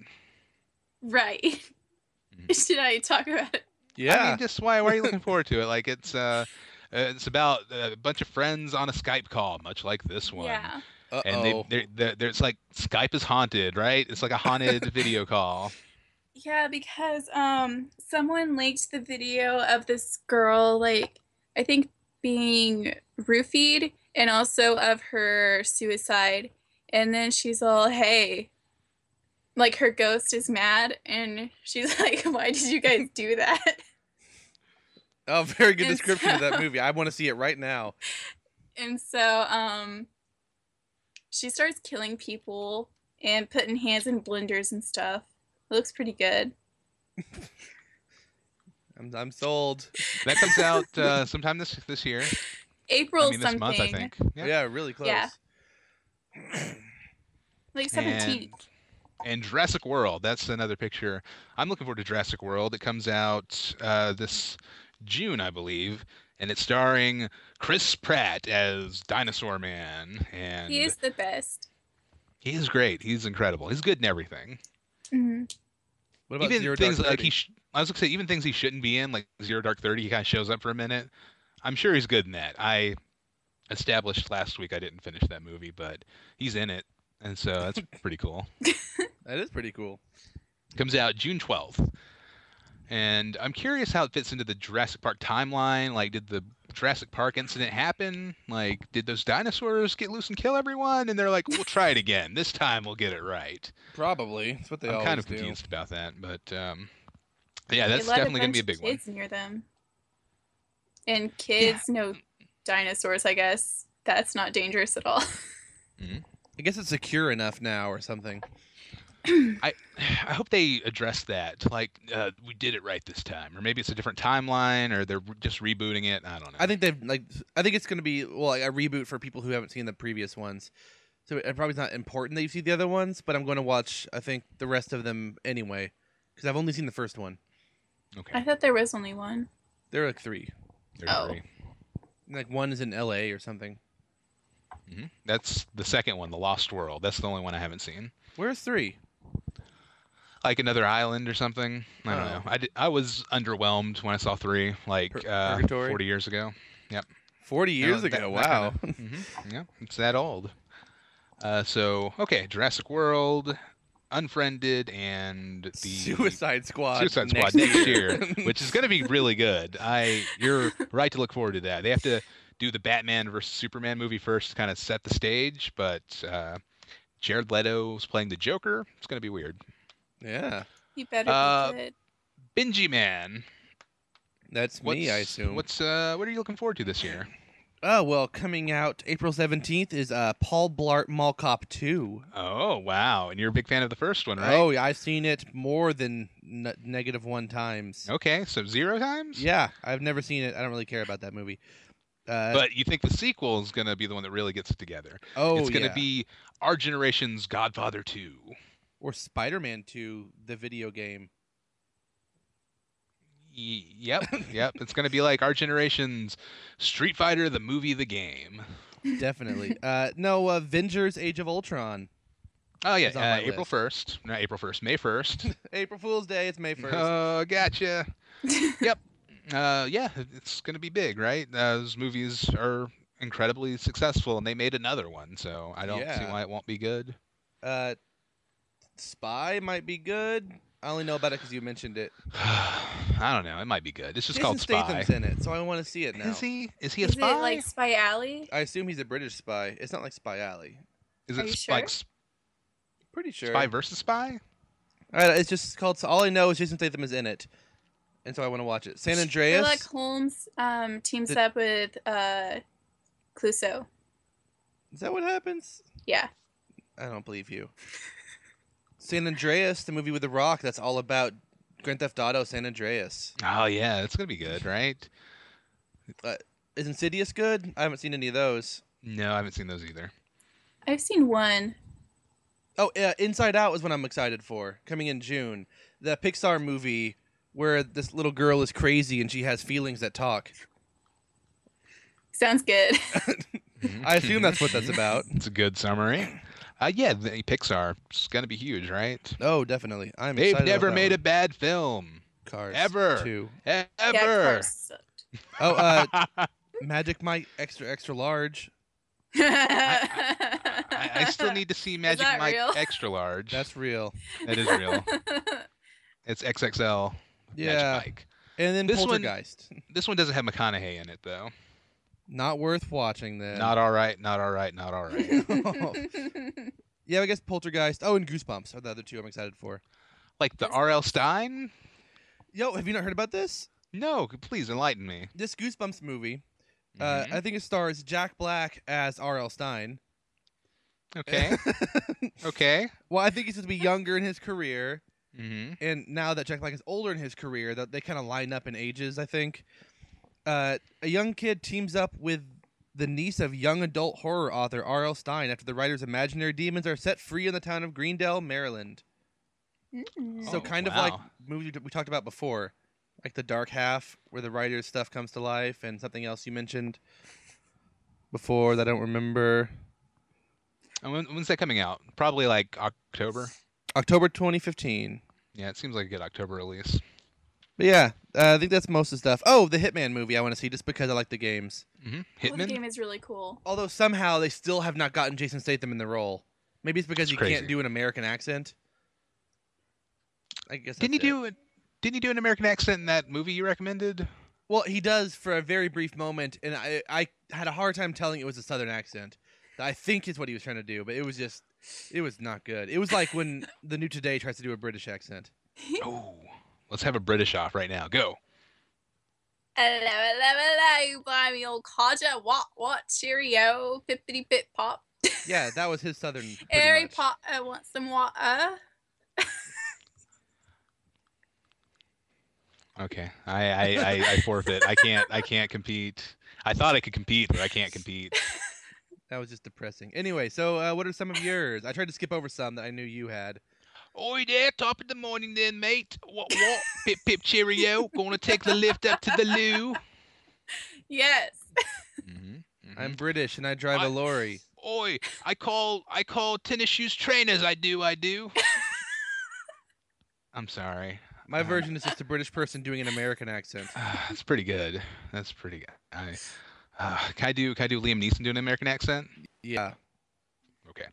Speaker 3: right.
Speaker 2: Mm-hmm.
Speaker 3: Should I talk about it?
Speaker 1: I
Speaker 2: Yeah.
Speaker 1: mean, just why? Why are you looking forward to it? Like it's uh, uh, it's about a bunch of friends on a Skype call, much like this one.
Speaker 3: Yeah.
Speaker 2: Uh
Speaker 1: And they, they're, they're, they're, it's like Skype is haunted, right? It's like a haunted video call.
Speaker 3: Yeah, because um someone leaked the video of this girl like I think being roofied and also of her suicide and then she's all, "Hey, like her ghost is mad and she's like, "Why did you guys do that?"
Speaker 2: Oh, very good
Speaker 3: And
Speaker 2: description of
Speaker 3: so-
Speaker 2: that movie. I want to see it right now.
Speaker 3: And so um she starts killing people and putting hands in blenders and stuff. It looks pretty good.
Speaker 2: I'm, I'm sold.
Speaker 1: That comes out uh, sometime this this year.
Speaker 3: April
Speaker 1: I mean, this
Speaker 3: something.
Speaker 1: month, I think.
Speaker 2: Yeah,
Speaker 1: Yeah.
Speaker 2: really close.
Speaker 3: Yeah. Like 17th.
Speaker 1: And Jurassic World. That's another picture. I'm looking forward to Jurassic World. It comes out uh, this June, I believe, and it's starring Chris Pratt as Dinosaur Man. And
Speaker 3: He is the best.
Speaker 1: He is great. He's incredible. He's good in everything.
Speaker 3: Mhm.
Speaker 2: What about
Speaker 1: Even
Speaker 2: Zero Dark
Speaker 1: things like
Speaker 2: Thirty?
Speaker 1: he, sh- I was gonna say, even things he shouldn't be in, like Zero Dark Thirty, he kind of shows up for a minute. I'm sure he's good in that. I established last week I didn't finish that movie, but he's in it, and so that's pretty cool.
Speaker 2: That is pretty cool.
Speaker 1: Comes out June 12th, and I'm curious how it fits into the Jurassic Park timeline. Like, did the Jurassic Park incident happen? Like, did those dinosaurs get loose and kill everyone? And they're like, we'll try it again. This time we'll get it right.
Speaker 2: Probably. That's what they
Speaker 1: I'm
Speaker 2: always
Speaker 1: kind of
Speaker 2: do.
Speaker 1: confused about that, but um, yeah,
Speaker 3: They
Speaker 1: that's
Speaker 3: let
Speaker 1: definitely gonna
Speaker 3: bunch
Speaker 1: be a
Speaker 3: of
Speaker 1: big one.
Speaker 3: Kids near them, and kids no dinosaurs. I guess that's not dangerous at all.
Speaker 2: I guess it's secure enough now or something.
Speaker 1: I hope they address that. Like, uh, we did it right this time, or maybe it's a different timeline, or they're re- just rebooting it. I don't know.
Speaker 2: I think they've like I think it's going to be well like, a reboot for people who haven't seen the previous ones. So it probably's not important that you see the other ones, but I'm going to watch I think the rest of them anyway cuz I've only seen the first one.
Speaker 1: okay.
Speaker 3: I thought there was only one.
Speaker 2: There are like 3.
Speaker 1: There's
Speaker 3: oh.
Speaker 1: three.
Speaker 2: Like one is in LA or something.
Speaker 1: Mhm. That's the second one, the Lost World. That's the only one I haven't seen.
Speaker 2: Where's 3?
Speaker 1: Like another island or something. I don't
Speaker 2: Oh.
Speaker 1: know. I, did, I was underwhelmed when I saw three, like
Speaker 2: Pur-
Speaker 1: uh,
Speaker 2: Purgatory?
Speaker 1: 40 years ago.
Speaker 2: 40 years
Speaker 1: No, that-
Speaker 2: ago.
Speaker 1: that
Speaker 2: wow.
Speaker 1: hmm Yeah, it's that old. Uh, so okay, Jurassic World, Unfriended, and the
Speaker 2: Suicide Squad.
Speaker 1: Suicide Squad next year, which is going to be really good. I you're right to look forward to that. They have to do the Batman versus Superman movie first to kind of set the stage, but uh, Jared Leto's playing the Joker. It's going to be weird.
Speaker 2: yeah.
Speaker 3: He better
Speaker 1: Uh,
Speaker 3: be good.
Speaker 1: Benji Man.
Speaker 2: That's me, I
Speaker 1: what's-
Speaker 2: assume.
Speaker 1: What's uh, what are you looking forward to this year?
Speaker 2: Oh well, coming out April seventeenth is uh, Paul Blart Mall Cop two.
Speaker 1: Oh wow! And you're a big fan of the first one, right?
Speaker 2: Oh, yeah, I've seen it more than n- negative one times.
Speaker 1: Okay, so zero times.
Speaker 2: Yeah, I've never seen it. I don't really care about that movie. Uh,
Speaker 1: but you think the sequel is going to be the one that really gets it together?
Speaker 2: Oh,
Speaker 1: it's going to
Speaker 2: yeah.
Speaker 1: be our generation's Godfather Two.
Speaker 2: or Spider Man two, the video game.
Speaker 1: Y- yep, yep. It's going to be like our generation's Street Fighter, the movie, the game.
Speaker 2: Definitely. uh, no, Avengers: Age of Ultron.
Speaker 1: Oh yeah,
Speaker 2: It's on my
Speaker 1: uh, April
Speaker 2: list.
Speaker 1: first. Not April first. May first.
Speaker 2: April Fool's Day. It's May first.
Speaker 1: Oh, gotcha. yep. Uh, yeah, it's going to be big, right? Those movies are incredibly successful, and they made another one, so I don't see
Speaker 2: Yeah.
Speaker 1: why it won't be good.
Speaker 2: Uh, Spy might be good. I only know about it because you mentioned it.
Speaker 1: I don't know. It might be good. It's just
Speaker 2: Jason
Speaker 1: called Spy.
Speaker 2: Statham's in it, so I want to see it now.
Speaker 1: Is he? Is he a
Speaker 3: Is it
Speaker 1: spy?
Speaker 3: like Spy Alley?
Speaker 2: I assume he's a British spy. It's not like Spy Alley.
Speaker 1: Is
Speaker 3: Are
Speaker 1: it
Speaker 3: you
Speaker 1: s- like
Speaker 3: sure?
Speaker 1: s-
Speaker 2: Pretty sure.
Speaker 1: Spy versus Spy?
Speaker 2: All right, it's just called. So all I know is Jason Statham is in it, and so I want to watch it. San
Speaker 3: I
Speaker 2: Andreas.
Speaker 3: feel like Holmes um, teams
Speaker 2: The-
Speaker 3: up with uh, Cluso.
Speaker 2: Is that what happens?
Speaker 3: Yeah.
Speaker 2: I don't believe you. San Andreas, the movie with The Rock, that's all about Grand Theft Auto San Andreas.
Speaker 1: Oh yeah, it's gonna be good, right?
Speaker 2: Uh, Is Insidious good? I haven't seen any of those.
Speaker 1: No, I haven't seen those either.
Speaker 3: I've seen one.
Speaker 2: Oh, uh, Inside Out is what I'm excited for, coming in June. The Pixar movie where this little girl is crazy and she has feelings that talk.
Speaker 3: Sounds good.
Speaker 2: I assume that's what that's about.
Speaker 1: It's a good summary. Mm-hmm. Uh, yeah, the Pixar. It's gonna be huge, right?
Speaker 2: Oh, definitely. I'm
Speaker 1: They've
Speaker 2: excited
Speaker 1: never
Speaker 2: about that
Speaker 1: made
Speaker 2: one.
Speaker 1: a bad film
Speaker 2: Cars
Speaker 1: ever.
Speaker 2: Two.
Speaker 1: Ever.
Speaker 3: Yeah, Cars sucked.
Speaker 2: Oh, uh, Magic Mike Extra Extra Large.
Speaker 1: I, I still need to see Magic
Speaker 3: that
Speaker 1: Mike
Speaker 3: real?
Speaker 1: extra large.
Speaker 2: That's real.
Speaker 1: that is real. It's XXL
Speaker 2: Yeah.
Speaker 1: Magic Mike.
Speaker 2: And then
Speaker 1: This one-
Speaker 2: Poltergeist.
Speaker 1: This one doesn't have McConaughey in it though.
Speaker 2: Not worth watching then.
Speaker 1: Not all right. Not all right. Not all right.
Speaker 2: yeah, I guess Poltergeist. Oh, and Goosebumps are the other two I'm excited for.
Speaker 1: like the R.L. Stein?
Speaker 2: Yo, have you not heard about this?
Speaker 1: No, please enlighten me.
Speaker 2: This Goosebumps movie.
Speaker 1: Mhm.
Speaker 2: Uh, I think it stars Jack Black as R.L. Stein.
Speaker 1: Mm-hmm. Okay. okay.
Speaker 2: Well, I think he's supposed to be younger in his career,
Speaker 1: Mm-hmm.
Speaker 2: and now that Jack Black is older in his career, that they kind of line up in ages. I think uh, a young kid teams up with the niece of young adult horror author R.L. Stein after the writer's imaginary demons are set free in the town of Greendale, Maryland.
Speaker 3: Mm-mm.
Speaker 2: So
Speaker 1: Oh,
Speaker 2: kind of like
Speaker 1: wow.
Speaker 2: movie that we talked about before, like the dark half where the writer's stuff comes to life, and something else you mentioned before that I don't remember.
Speaker 1: And when, when's that coming out? Probably like October.
Speaker 2: October 2015.
Speaker 1: Yeah, it seems like a good October release.
Speaker 2: But yeah, uh, I think that's most of the stuff. Oh, the Hitman movie I want to see just because I like the games.
Speaker 1: Mm-hmm.
Speaker 3: Well, the
Speaker 1: Hitman.
Speaker 3: game is really cool.
Speaker 2: Although somehow they still have not gotten Jason Statham in the role. Maybe it's because
Speaker 1: It's
Speaker 2: he
Speaker 1: crazy.
Speaker 2: can't do an American accent. I guess.
Speaker 1: didn't he
Speaker 2: that's it.
Speaker 1: do? A, didn't he do an American accent in that movie you recommended?
Speaker 2: Well, he does for a very brief moment, and I I had a hard time telling it was a Southern accent. I think is what he was trying to do, but it was just it was not good. It was like when the New Today tries to do a British accent.
Speaker 1: Oh, let's have a British off right now. Go.
Speaker 3: Hello, hello, hello, you blimey old codger. What, what? Cheerio, pippity pip pop.
Speaker 2: Yeah, that was his Southern. pretty
Speaker 3: Harry
Speaker 2: much.
Speaker 3: Potter wants some water.
Speaker 1: Okay. I I, I, I forfeit. I can't. I can't compete. I thought I could compete, but I can't compete.
Speaker 2: That was just depressing. Anyway, so uh, what are some of yours? I tried to skip over some that I knew you had.
Speaker 10: Oi there, top of the morning then, mate. What, what? pip, pip, cheerio. Gonna take the lift up to the loo.
Speaker 3: Yes.
Speaker 1: Mm-hmm.
Speaker 2: I'm British and I drive
Speaker 10: I-
Speaker 2: a lorry.
Speaker 10: Oi, I call, I call tennis shoes trainers. I do, I do.
Speaker 1: I'm sorry.
Speaker 2: My
Speaker 1: Um,
Speaker 2: version is just a British person doing an American accent.
Speaker 1: Ah, that's pretty good. That's pretty good. I, uh, can I do can I do Liam Neeson doing an American accent?
Speaker 2: Yeah.
Speaker 1: Okay.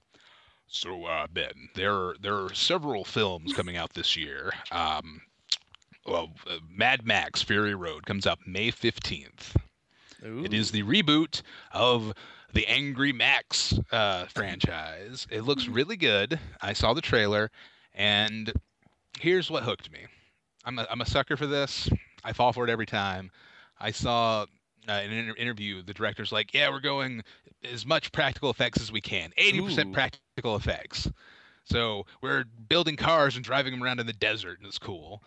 Speaker 1: So, uh, Ben, there are, there are several films coming out this year. Um, well, uh, Mad Max Fury Road comes out May 15th. It is the reboot of the Angry Max uh, franchise. It looks really good. I saw the trailer, and here's what hooked me. I'm a, I'm a sucker for this. I fall for it every time. I saw uh, in an inter- interview, the director's like, "Yeah, we're going as much practical effects as we can. Eighty percent
Speaker 2: Ooh.
Speaker 1: practical effects. So we're building cars and driving them around in the desert, and it's cool."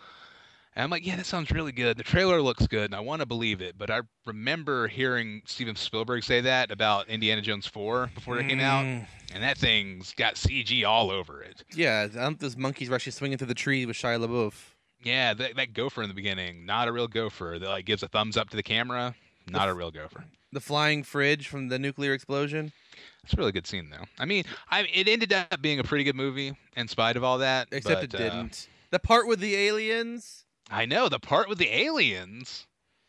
Speaker 1: And I'm like, "Yeah, that sounds really good. The trailer looks good, and I want to believe it." But I remember hearing Steven Spielberg say that about Indiana Jones 4 before it came out,
Speaker 2: Mm.
Speaker 1: and that thing's got CG all over it.
Speaker 2: Yeah, I think those monkeys were actually swinging through the tree with Shia LaBeouf.
Speaker 1: Yeah, that, that gopher in the beginning, not a real gopher. That like gives a thumbs up to the camera, not a real gopher.
Speaker 2: The flying fridge from the nuclear explosion.
Speaker 1: It's a really good scene though. I mean, I it ended up being a pretty good movie in spite of all that.
Speaker 2: Except
Speaker 1: but,
Speaker 2: it
Speaker 1: uh,
Speaker 2: didn't. The part with the aliens.
Speaker 1: I know the part with the aliens.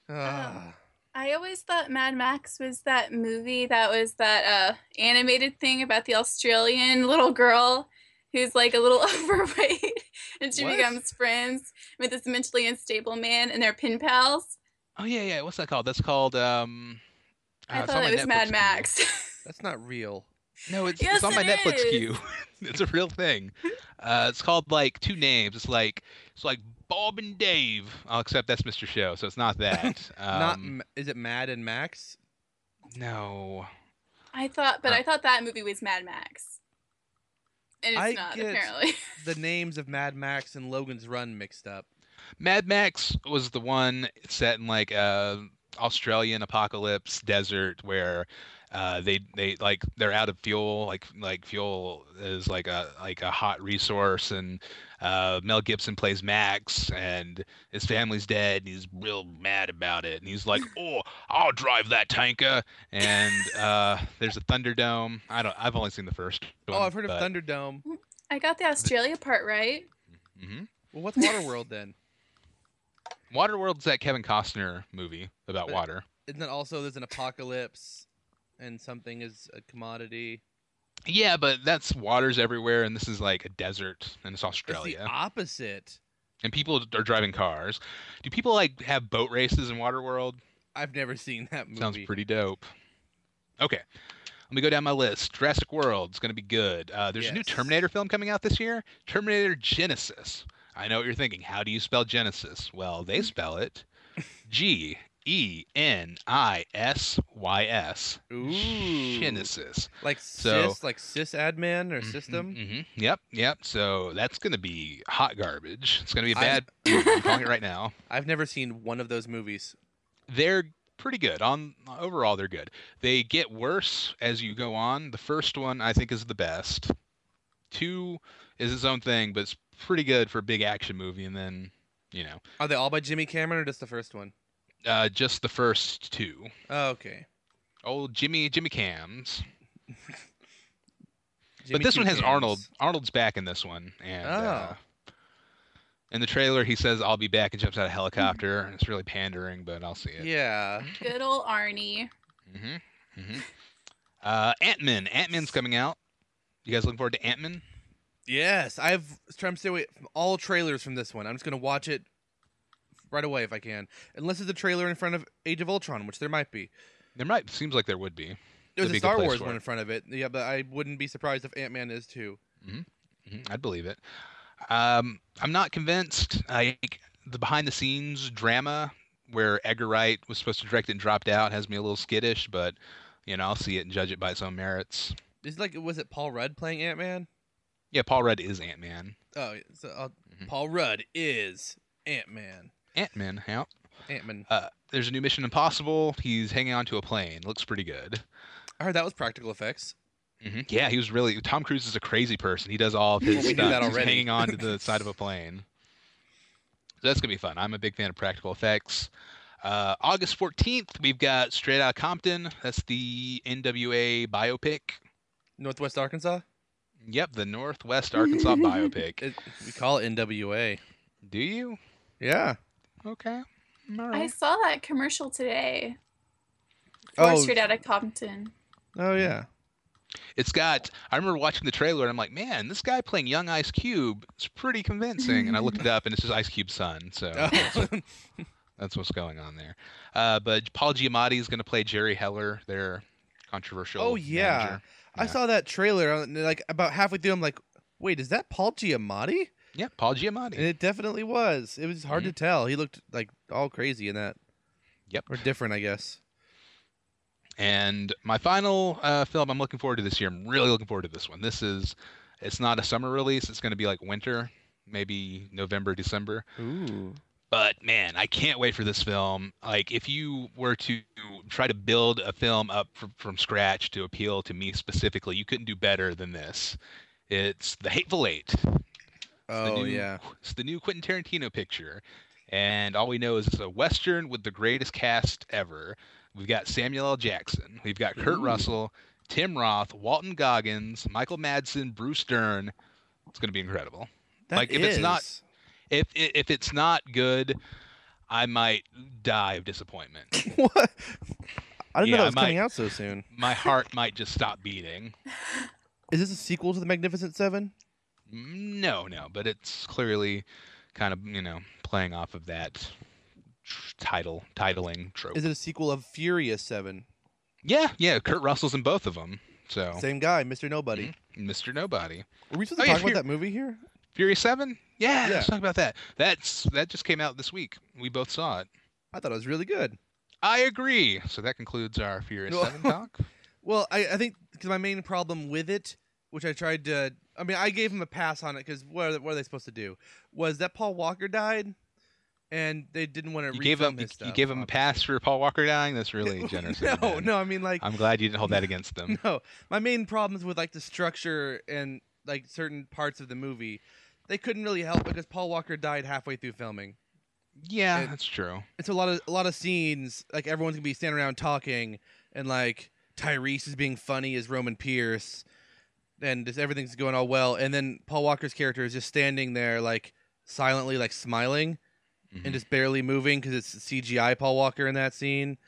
Speaker 2: Ah.
Speaker 3: I always thought Mad Max was that movie that was that uh, animated thing about the Australian little girl who's like a little overweight and she
Speaker 1: What?
Speaker 3: becomes friends with this mentally unstable man and they're pin pals.
Speaker 1: Oh yeah, yeah. What's that called? That's called um.
Speaker 3: I
Speaker 1: uh, it's on
Speaker 3: thought
Speaker 1: my
Speaker 3: it was
Speaker 1: Netflix
Speaker 3: Mad
Speaker 1: queue.
Speaker 3: Max.
Speaker 2: That's not real.
Speaker 1: No, it's,
Speaker 3: Yes,
Speaker 1: it's on my
Speaker 3: it
Speaker 1: Netflix
Speaker 3: is.
Speaker 1: queue. it's a real thing. Uh, it's called like two names. It's like it's like Bob and Dave. I'll accept that's Mr. Show, so it's not that. Um,
Speaker 2: not M- is it Mad and Max?
Speaker 1: no.
Speaker 3: I thought, but
Speaker 1: Uh,
Speaker 3: I thought that movie was Mad Max. And it's
Speaker 2: I
Speaker 3: not,
Speaker 2: get-
Speaker 3: apparently.
Speaker 2: The names of Mad Max and Logan's Run mixed up.
Speaker 1: Mad Max was the one set in like uh Australian apocalypse desert where uh, they they like they're out of fuel like like fuel is like a like a hot resource and uh, Mel Gibson plays Max and his family's dead and he's real mad about it and he's like oh I'll drive that tanker and uh, there's a Thunderdome I don't I've only seen the first one.
Speaker 2: Oh, I've heard of
Speaker 1: but-
Speaker 2: Thunderdome.
Speaker 3: I got the Australia part right.
Speaker 1: Mhm.
Speaker 2: Well, what's Waterworld then?
Speaker 1: Waterworld's that Kevin Costner movie about
Speaker 2: But-
Speaker 1: water.
Speaker 2: Isn't it also there's an apocalypse and something is a commodity?
Speaker 1: Yeah, but that's waters everywhere, and this is like a desert, and it's
Speaker 2: It's
Speaker 1: Australia,
Speaker 2: the opposite.
Speaker 1: and people d- are driving cars. Do people like have boat races in Waterworld?
Speaker 2: I've never seen that movie.
Speaker 1: Sounds pretty dope. Okay, let me go down my list. Jurassic World's gonna be good. Uh, there's a new
Speaker 2: Yes.
Speaker 1: Terminator film coming out this year, Terminator Genesis. I know what you're thinking. How do you spell Genesis? Well,
Speaker 2: Mm.
Speaker 1: they spell it G E N I S Y S.
Speaker 2: Ooh.
Speaker 1: Genesis.
Speaker 2: Like
Speaker 1: So-
Speaker 2: cis, like cis admin or system.
Speaker 1: hmm Yep, yep. So that's gonna be hot garbage. It's gonna be a
Speaker 2: I'm-
Speaker 1: bad. movie. I'm calling it right now.
Speaker 2: I've never seen one of those movies.
Speaker 1: They're pretty good. On overall, they're good. They get worse as you go on. The first one I think is the best. Two is its own thing, but it's pretty good for a big action movie. And then, you know,
Speaker 2: Are they all by Jimmy Cameron or just the first one?
Speaker 1: uh, just the first two.
Speaker 2: Oh, okay.
Speaker 1: Old Jimmy, Jimmy Cams.
Speaker 2: Jimmy
Speaker 1: but this
Speaker 2: Two
Speaker 1: one has
Speaker 2: Cams.
Speaker 1: Arnold. Arnold's back in this one, and
Speaker 2: Oh.
Speaker 1: uh, in the trailer he says, "I'll be back," and jumps out of a helicopter. and It's really pandering, but I'll see it.
Speaker 2: Yeah.
Speaker 3: Good old Arnie.
Speaker 1: hmm hmm Uh, Ant Man. Ant Man's coming out. You guys looking forward to Ant Man?
Speaker 2: Yes, I've trying to stay away from all trailers from this one. I'm just gonna watch it right away if I can, unless there's a trailer in front of Age of Ultron, which there might be.
Speaker 1: There might seems like there would be.
Speaker 2: There's
Speaker 1: That'd
Speaker 2: a
Speaker 1: be a good
Speaker 2: Star
Speaker 1: place
Speaker 2: Wars
Speaker 1: for
Speaker 2: one
Speaker 1: it.
Speaker 2: in front of it. Yeah, but I wouldn't be surprised if Ant Man is too.
Speaker 1: Mhm, I'd believe it. Um, I'm not convinced. I the behind the scenes drama where Edgar Wright was supposed to direct it and dropped out has me a little skittish, but you know I'll see it and judge it by its own merits.
Speaker 2: Is like was it Paul Rudd playing Ant Man?
Speaker 1: Yeah, Paul Rudd is Ant Man.
Speaker 2: Oh, so uh,
Speaker 1: Mhm.
Speaker 2: Paul Rudd is Ant Man.
Speaker 1: Ant Man. Yeah.
Speaker 2: Ant Man.
Speaker 1: Uh, there's a new Mission Impossible. He's hanging onto a plane. Looks pretty good.
Speaker 2: I heard that was practical effects.
Speaker 1: hmm Yeah, he was really. Tom Cruise is a crazy person. He does all of his
Speaker 2: Well, Mm-hmm. we knew
Speaker 1: stuff.
Speaker 2: that
Speaker 1: He's
Speaker 2: already.
Speaker 1: hanging on to the side of a plane. So that's gonna be fun. I'm a big fan of practical effects. Uh, August 14th, we've got Straight Outta Compton. That's the NWA biopic.
Speaker 2: Northwest Arkansas.
Speaker 1: Yep, the Northwest Arkansas biopic.
Speaker 2: It, we call it NWA.
Speaker 1: Do you?
Speaker 2: Yeah.
Speaker 1: Okay. All
Speaker 3: I
Speaker 1: right.
Speaker 3: saw that commercial today for
Speaker 2: Oh.
Speaker 3: Straight Outta Compton.
Speaker 2: Oh yeah.
Speaker 1: It's got. I remember watching the trailer and I'm like, man, this guy playing young Ice Cube is pretty convincing. And I looked it up and it's just Ice Cube's son. So.
Speaker 2: Oh.
Speaker 1: That's what's going on there. Uh, but Paul Giamatti is going to play Jerry Heller, their controversial.
Speaker 2: Oh, yeah.
Speaker 1: manager.
Speaker 2: I
Speaker 1: Yeah.
Speaker 2: saw that trailer and like about halfway through I'm like, wait, is that Paul Giamatti?
Speaker 1: Yeah, Paul
Speaker 2: And
Speaker 1: Giamatti.
Speaker 2: it definitely Mm-hmm. was. It was hard to tell. He looked like all crazy in that.
Speaker 1: Yep.
Speaker 2: Or different, I guess.
Speaker 1: And my final uh, film I'm looking forward to this year. I'm really looking forward to this one. This is, it's not a summer release. It's going to be like winter, maybe November, December.
Speaker 2: Ooh.
Speaker 1: But man, I can't wait for this film. Like, if you were to try to build a film up from, from scratch to appeal to me specifically, you couldn't do better than this. It's The Hateful Eight. It's the
Speaker 2: Oh,
Speaker 1: new-
Speaker 2: yeah.
Speaker 1: It's the new Quentin Tarantino picture, and all we know is it's a western with the greatest cast ever. We've got Samuel L. Jackson, we've got Kurt
Speaker 2: Ooh.
Speaker 1: Russell, Tim Roth, Walton Goggins, Michael Madsen, Bruce Dern. It's going to be incredible.
Speaker 2: That
Speaker 1: like if it's not
Speaker 2: is-
Speaker 1: if i- if it's not good, I might die of disappointment.
Speaker 2: what? I didn't
Speaker 1: Yeah,
Speaker 2: know that
Speaker 1: I
Speaker 2: was coming
Speaker 1: might-
Speaker 2: out so soon.
Speaker 1: My heart might just stop beating.
Speaker 2: Is this a sequel to The Magnificent Seven?
Speaker 1: No, no, but it's clearly kind of, you know, playing off of that tr- title, titling trope.
Speaker 2: Is it a sequel of Furious Seven?
Speaker 1: Yeah, yeah, Kurt Russell's in both of them. So,
Speaker 2: Same guy, Mr. Nobody.
Speaker 1: Mr. Nobody.
Speaker 2: Were we supposed
Speaker 1: Oh,
Speaker 2: to
Speaker 1: yeah,
Speaker 2: talk about
Speaker 1: Fury-
Speaker 2: that movie here?
Speaker 1: Fury 7? Yeah,
Speaker 2: Yeah.
Speaker 1: let's talk about that. That's that just came out this week. We both saw it.
Speaker 2: I thought it was really good.
Speaker 1: I agree. So that concludes our Fury
Speaker 2: Well-
Speaker 1: 7 talk.
Speaker 2: Well, I, I think because my main problem with it, which I tried to, I mean, I gave him a pass on it because what, are they- what are they supposed to do? Was that Paul Walker died, and they didn't want to
Speaker 1: You gave him you,
Speaker 2: his
Speaker 1: you
Speaker 2: stuff,
Speaker 1: gave him a pass for Paul Walker dying. That's really generous. of you,
Speaker 2: No,
Speaker 1: man.
Speaker 2: no, I mean like
Speaker 1: I'm glad you didn't hold that against them.
Speaker 2: no. My main problem is with like the structure and like certain parts of the movie. They couldn't really help because Paul Walker died halfway through filming.
Speaker 1: Yeah,
Speaker 2: It-
Speaker 1: that's true.
Speaker 2: it's a lot of a lot of scenes like everyone's gonna be standing around talking and like tyrese is being funny as roman pierce and just everything's going all well and then paul walker's character is just standing there like silently like smiling and
Speaker 1: Mhm.
Speaker 2: just barely moving because it's cgi paul walker in that scene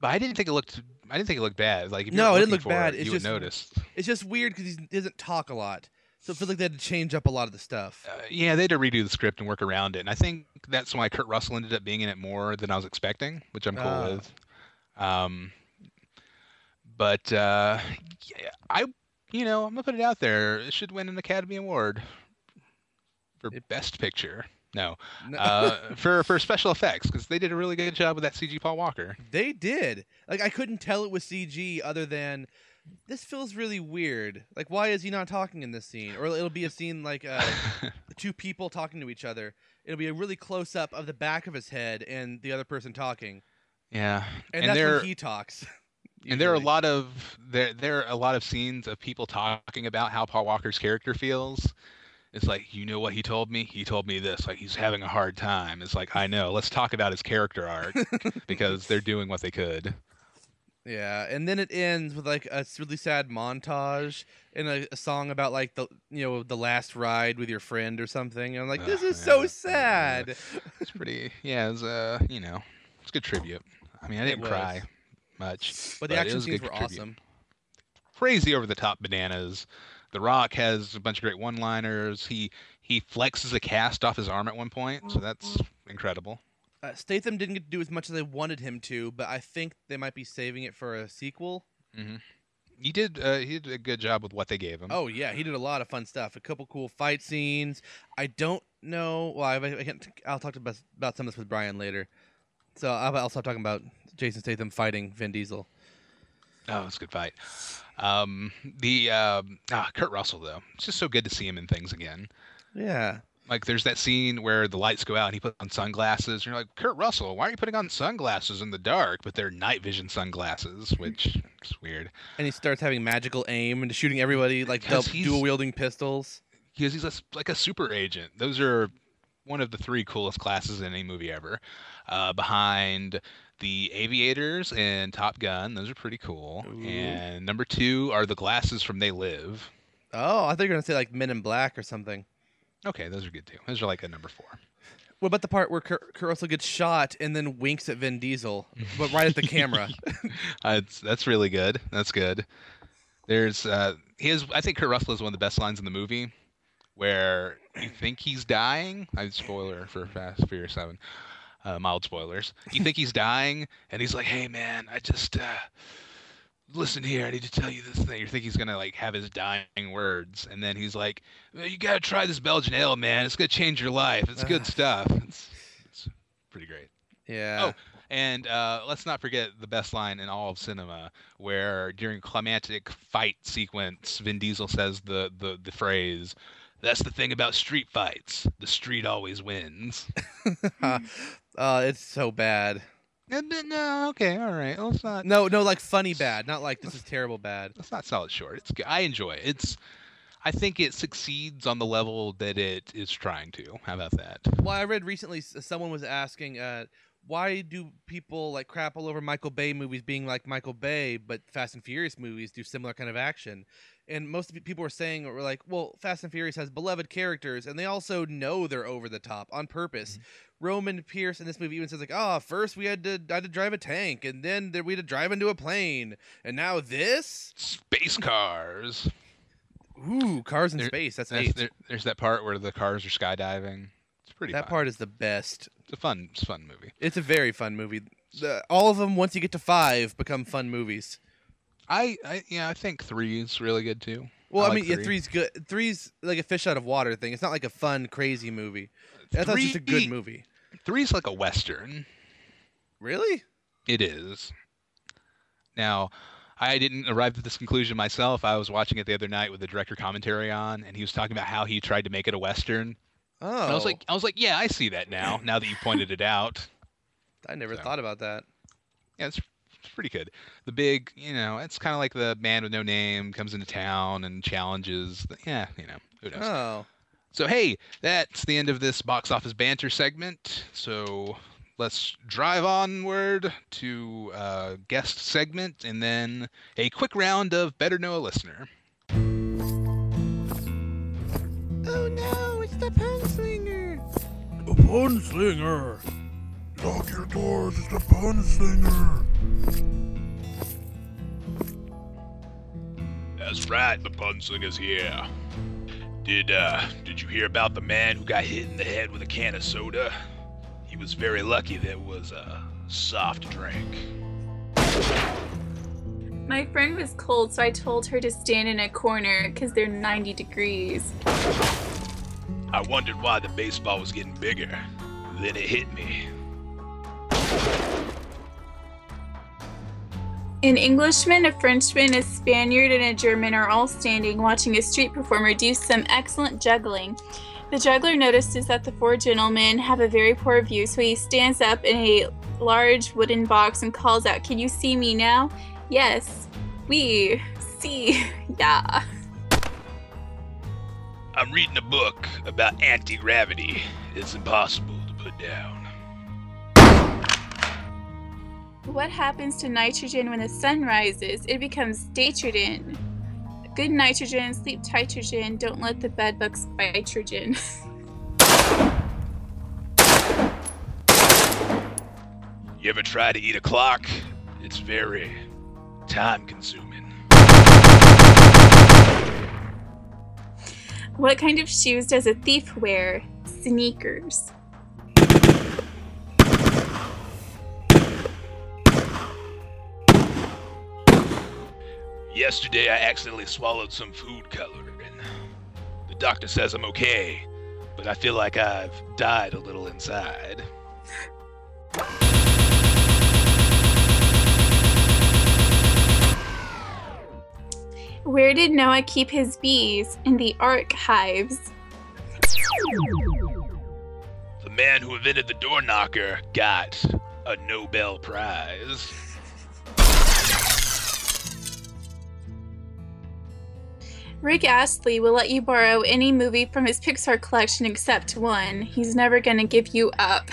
Speaker 1: But I didn't think it looked I didn't think it looked bad. Like if you
Speaker 2: No,
Speaker 1: were
Speaker 2: it didn't
Speaker 1: looking
Speaker 2: look
Speaker 1: for
Speaker 2: bad.
Speaker 1: It,
Speaker 2: It's
Speaker 1: you
Speaker 2: just-
Speaker 1: would notice.
Speaker 2: it's just weird because he doesn't talk a lot so it feels like they had to change up a lot of the stuff
Speaker 1: Uh, yeah, they had to redo the script and work around it. And I think that's why Kurt Russell ended up being in it more than I was expecting, which I'm cool
Speaker 2: Ah.
Speaker 1: with. Um, but uh, yeah, I, you know, I'm gonna put it out there. It should win an Academy Award for Best Picture. No,
Speaker 2: No.
Speaker 1: uh, for for special effects because they did a really good job with that CG Paul Walker.
Speaker 2: They did. Like I couldn't tell it was CG other than this feels really weird. Like why is he not talking in this scene? Or it'll be a scene like uh, two people talking to each other. It'll be a really close up of the back of his head and the other person talking,
Speaker 1: Yeah,
Speaker 2: and,
Speaker 1: and
Speaker 2: that's
Speaker 1: they're-
Speaker 2: when he talks.
Speaker 1: And there are a
Speaker 2: usually.
Speaker 1: lot of there there are a lot of scenes of people talking about how Paul Walker's character feels. It's like, you know what he told me? He told me this. Like he's having a hard time. It's like, I know. Let's talk about his character arc because they're doing what they could.
Speaker 2: Yeah, and then it ends with like a s- really sad montage and a, a song about like the you know the last ride with your friend or something. And I'm like,
Speaker 1: Ugh,
Speaker 2: this is
Speaker 1: yeah,
Speaker 2: so
Speaker 1: yeah.
Speaker 2: sad.
Speaker 1: It's pretty yeah, it's uh, you know, it's a good tribute. I mean, I didn't
Speaker 2: was.
Speaker 1: cry much,
Speaker 2: But the
Speaker 1: it
Speaker 2: action
Speaker 1: was a
Speaker 2: scenes
Speaker 1: good
Speaker 2: were
Speaker 1: tribute.
Speaker 2: awesome.
Speaker 1: crazy over the top bananas. The Rock has a bunch of great one liners. He he flexes a cast off his arm at one point, so that's incredible.
Speaker 2: Uh, Statham didn't get to do as much as they wanted him to, but I think they might be saving it for a sequel.
Speaker 1: He did uh, he did a good job with what they gave him.
Speaker 2: Oh yeah, he did a lot of fun stuff. A couple cool fight scenes. I don't know. Well, I, I can't. I'll talk about about some of this with Brian later. So I'll, I'll stop talking about Jason Statham fighting Vin Diesel.
Speaker 1: Oh, it's a good fight. Um, the um, ah, Kurt Russell though, it's just so good to see him in things again.
Speaker 2: Yeah,
Speaker 1: Like there's that scene where the lights go out and he puts on sunglasses, and you're like, Kurt Russell, why are you putting on sunglasses in the dark? But they're night vision sunglasses, which is weird
Speaker 2: and he starts having magical aim and shooting everybody like
Speaker 1: Because he's-
Speaker 2: dual wielding pistols.
Speaker 1: because he's a s like a super agent. Those are one of the three coolest classes in any movie ever, uh, behind the Aviators and Top Gun. Those are pretty cool. And number two are the glasses from They Live.
Speaker 2: Oh, I thought you were gonna say like Men in Black or something.
Speaker 1: Okay, those are good too. Those are like a number four.
Speaker 2: What about the part where Kurt, Kurt Russell gets shot and then winks at Vin Diesel, but right at the camera?
Speaker 1: Uh, it's, that's really good. That's good. There's uh, he has. I think Kurt Russell is one of the best lines in the movie, where you think he's dying. I spoiler for Fast Furious Seven. Uh, mild spoilers. You think he's dying, and he's like, "Hey man, I just uh, listen here. I need to tell you this thing." You think he's gonna like have his dying words, and then he's like, "Well, "You gotta try this Belgian ale, man. It's gonna change your life. It's good
Speaker 2: Ugh.
Speaker 1: stuff. It's, it's pretty great."
Speaker 2: yeah.
Speaker 1: Oh, And uh, let's not forget the best line in all of cinema, where during climactic fight sequence, Vin Diesel says the the, the phrase, "That's the thing about street fights: the street always wins."
Speaker 2: uh, it's so bad.
Speaker 1: No, uh, okay, all right. Let's not.
Speaker 2: No, no, like funny bad, not like this is terrible bad.
Speaker 1: That's not solid short. It's good. I enjoy it. It's. I think it succeeds on the level that it is trying to. How about that?
Speaker 2: Well, I read recently s- someone was asking, uh, why do people like crap all over Michael Bay movies being like Michael Bay, but Fast and Furious movies do similar kind of action? And most people were saying, were like, well, Fast and Furious has beloved characters, and they also know they're over the top on purpose.
Speaker 1: Mm-hmm.
Speaker 2: Roman Pierce in this movie even says like, "Ah, first we had to I had to drive a tank, and then there, we had to drive into a plane, and now this
Speaker 1: space cars."
Speaker 2: Ooh, cars in space. That's, eight.
Speaker 1: there- there's that part where the cars are skydiving. It's pretty.
Speaker 2: That
Speaker 1: fun.
Speaker 2: part is the best.
Speaker 1: It's a fun, it's a fun movie.
Speaker 2: It's a very fun movie. The, all of them, once you get to five, become fun movies.
Speaker 1: I, I yeah, I think three is really good too.
Speaker 2: Well, I,
Speaker 1: like
Speaker 2: mean, yeah,
Speaker 1: three.
Speaker 2: three's good. Three's like a fish out of water thing. It's not like a fun, crazy movie. I thought it's just a
Speaker 1: Three- E.
Speaker 2: good movie.
Speaker 1: Three's like a western.
Speaker 2: Really?
Speaker 1: It is. Now, I didn't arrive at this conclusion myself. I was watching it the other night with the director commentary on, and he was talking about how he tried to make it a western.
Speaker 2: Oh,
Speaker 1: And I was like, I was like, yeah, I see that now. Now that you pointed it out,
Speaker 2: I never
Speaker 1: so.
Speaker 2: thought about that.
Speaker 1: yeah, it's, it's pretty good. The big, you know, it's kind of like the man with no name comes into town and challenges. The, yeah, you know, who knows.
Speaker 2: Oh,
Speaker 1: So hey, that's the end of this box office banter segment. So let's drive onward to uh, guest segment and then a quick round of better know a listener.
Speaker 4: Oh no, it's the punslinger.
Speaker 11: The Punslinger! Lock your doors, it's the Punslinger!
Speaker 10: That's right, the punslinger's here. Did uh did you hear about the man who got hit in the head with a can of soda? He was very lucky that was a soft drink.
Speaker 3: My friend was cold, so I told her to stand in a corner because they're 90 degrees.
Speaker 10: I wondered why the baseball was getting bigger. Then it hit me.
Speaker 3: An Englishman, a Frenchman, a Spaniard, and a German are all standing watching a street performer do some excellent juggling. The juggler notices that the four gentlemen have a very poor view, so he stands up in a large wooden box and calls out, Can you see me now? Yes, we see, yeah.
Speaker 10: I'm reading a book about anti-gravity. It's impossible to put down.
Speaker 3: What happens to nitrogen when the sun rises? It becomes datrogen. Good nitrogen, sleep titrogen, don't let the bed bugs bite trogen.
Speaker 10: You ever try to eat a clock? It's very time consuming.
Speaker 3: what kind of shoes does a thief wear? Sneakers.
Speaker 10: Yesterday, I accidentally swallowed some food coloring. The doctor says I'm okay, but I feel like I've died a little inside.
Speaker 3: Where did Noah keep his bees? In the archives.
Speaker 10: The man who invented the door knocker got a Nobel Prize.
Speaker 3: Rick Astley will let you borrow any movie from his Pixar collection except one. He's never gonna give you up.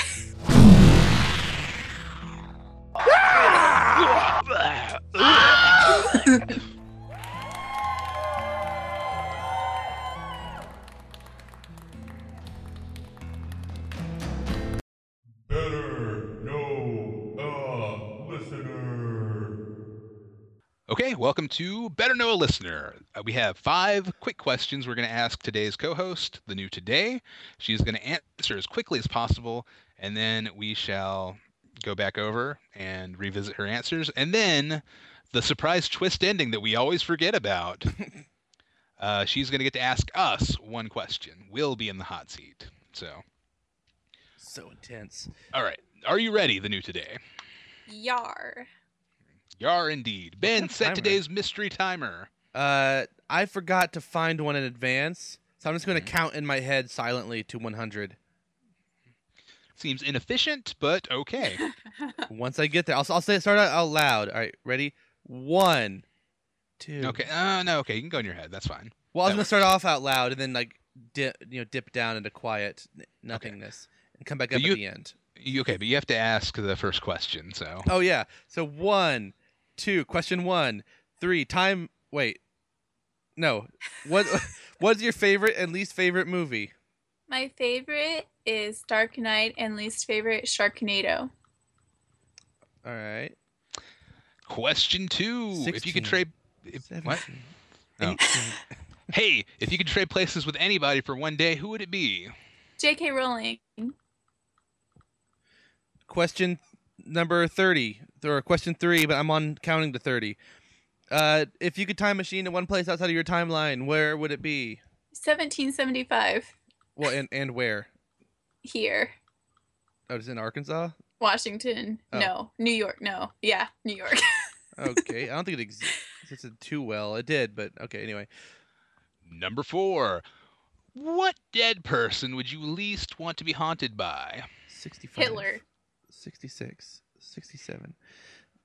Speaker 1: Okay, welcome to Better Know a Listener. Uh, We have five quick questions we're going to ask today's co host, the new today. She's going to answer as quickly as possible, and then we shall go back over and revisit her answers. And then the surprise twist ending that we always forget about. uh, she's going to get to ask us one question. We'll be in the hot seat. So,
Speaker 2: so intense.
Speaker 1: all right. Are you ready, the new today?
Speaker 3: Yar.
Speaker 1: Yar indeed. Ben, set
Speaker 2: timer?
Speaker 1: today's mystery timer.
Speaker 2: Uh, I forgot to find one in advance, so I'm just
Speaker 1: Mm-hmm.
Speaker 2: going to count in my head silently to 100.
Speaker 1: Seems inefficient, but okay.
Speaker 2: Once I get there, I'll, I'll say start out out loud. All right, ready? One, two.
Speaker 1: Okay. Uh, no. Okay. You can go in your head. That's fine.
Speaker 2: Well, I was
Speaker 1: That
Speaker 2: gonna start off out loud and then like dip, you know, dip down into quiet n- nothingness and come back
Speaker 1: But
Speaker 2: up
Speaker 1: you-
Speaker 2: at the end.
Speaker 1: You, okay, but you have to ask the first question. So.
Speaker 2: Oh yeah. So one, two. Question one, three. Time. Wait. No. What? what's your favorite and least favorite movie?
Speaker 3: My favorite is Dark Knight and least favorite Sharknado.
Speaker 2: All right.
Speaker 1: Question two. if you could trade. If, what? Oh. hey, if you could trade places with anybody for one day, who would it be?
Speaker 3: J.K. Rowling.
Speaker 2: Question number thirty, or question three, but I'm on counting to thirty. Uh, if you could time machine to one place outside of your timeline, where would it be?
Speaker 3: 1775
Speaker 2: Well, and and where?
Speaker 3: here.
Speaker 2: Oh, it's in Arkansas.
Speaker 3: Washington.
Speaker 2: Oh.
Speaker 3: No. New York. No. Yeah, New York.
Speaker 2: okay, I don't think it existed too well. It did, but okay. Anyway,
Speaker 1: Number four. What dead person would you least want to be haunted by?
Speaker 2: 65.
Speaker 3: Hitler.
Speaker 2: 66, 67.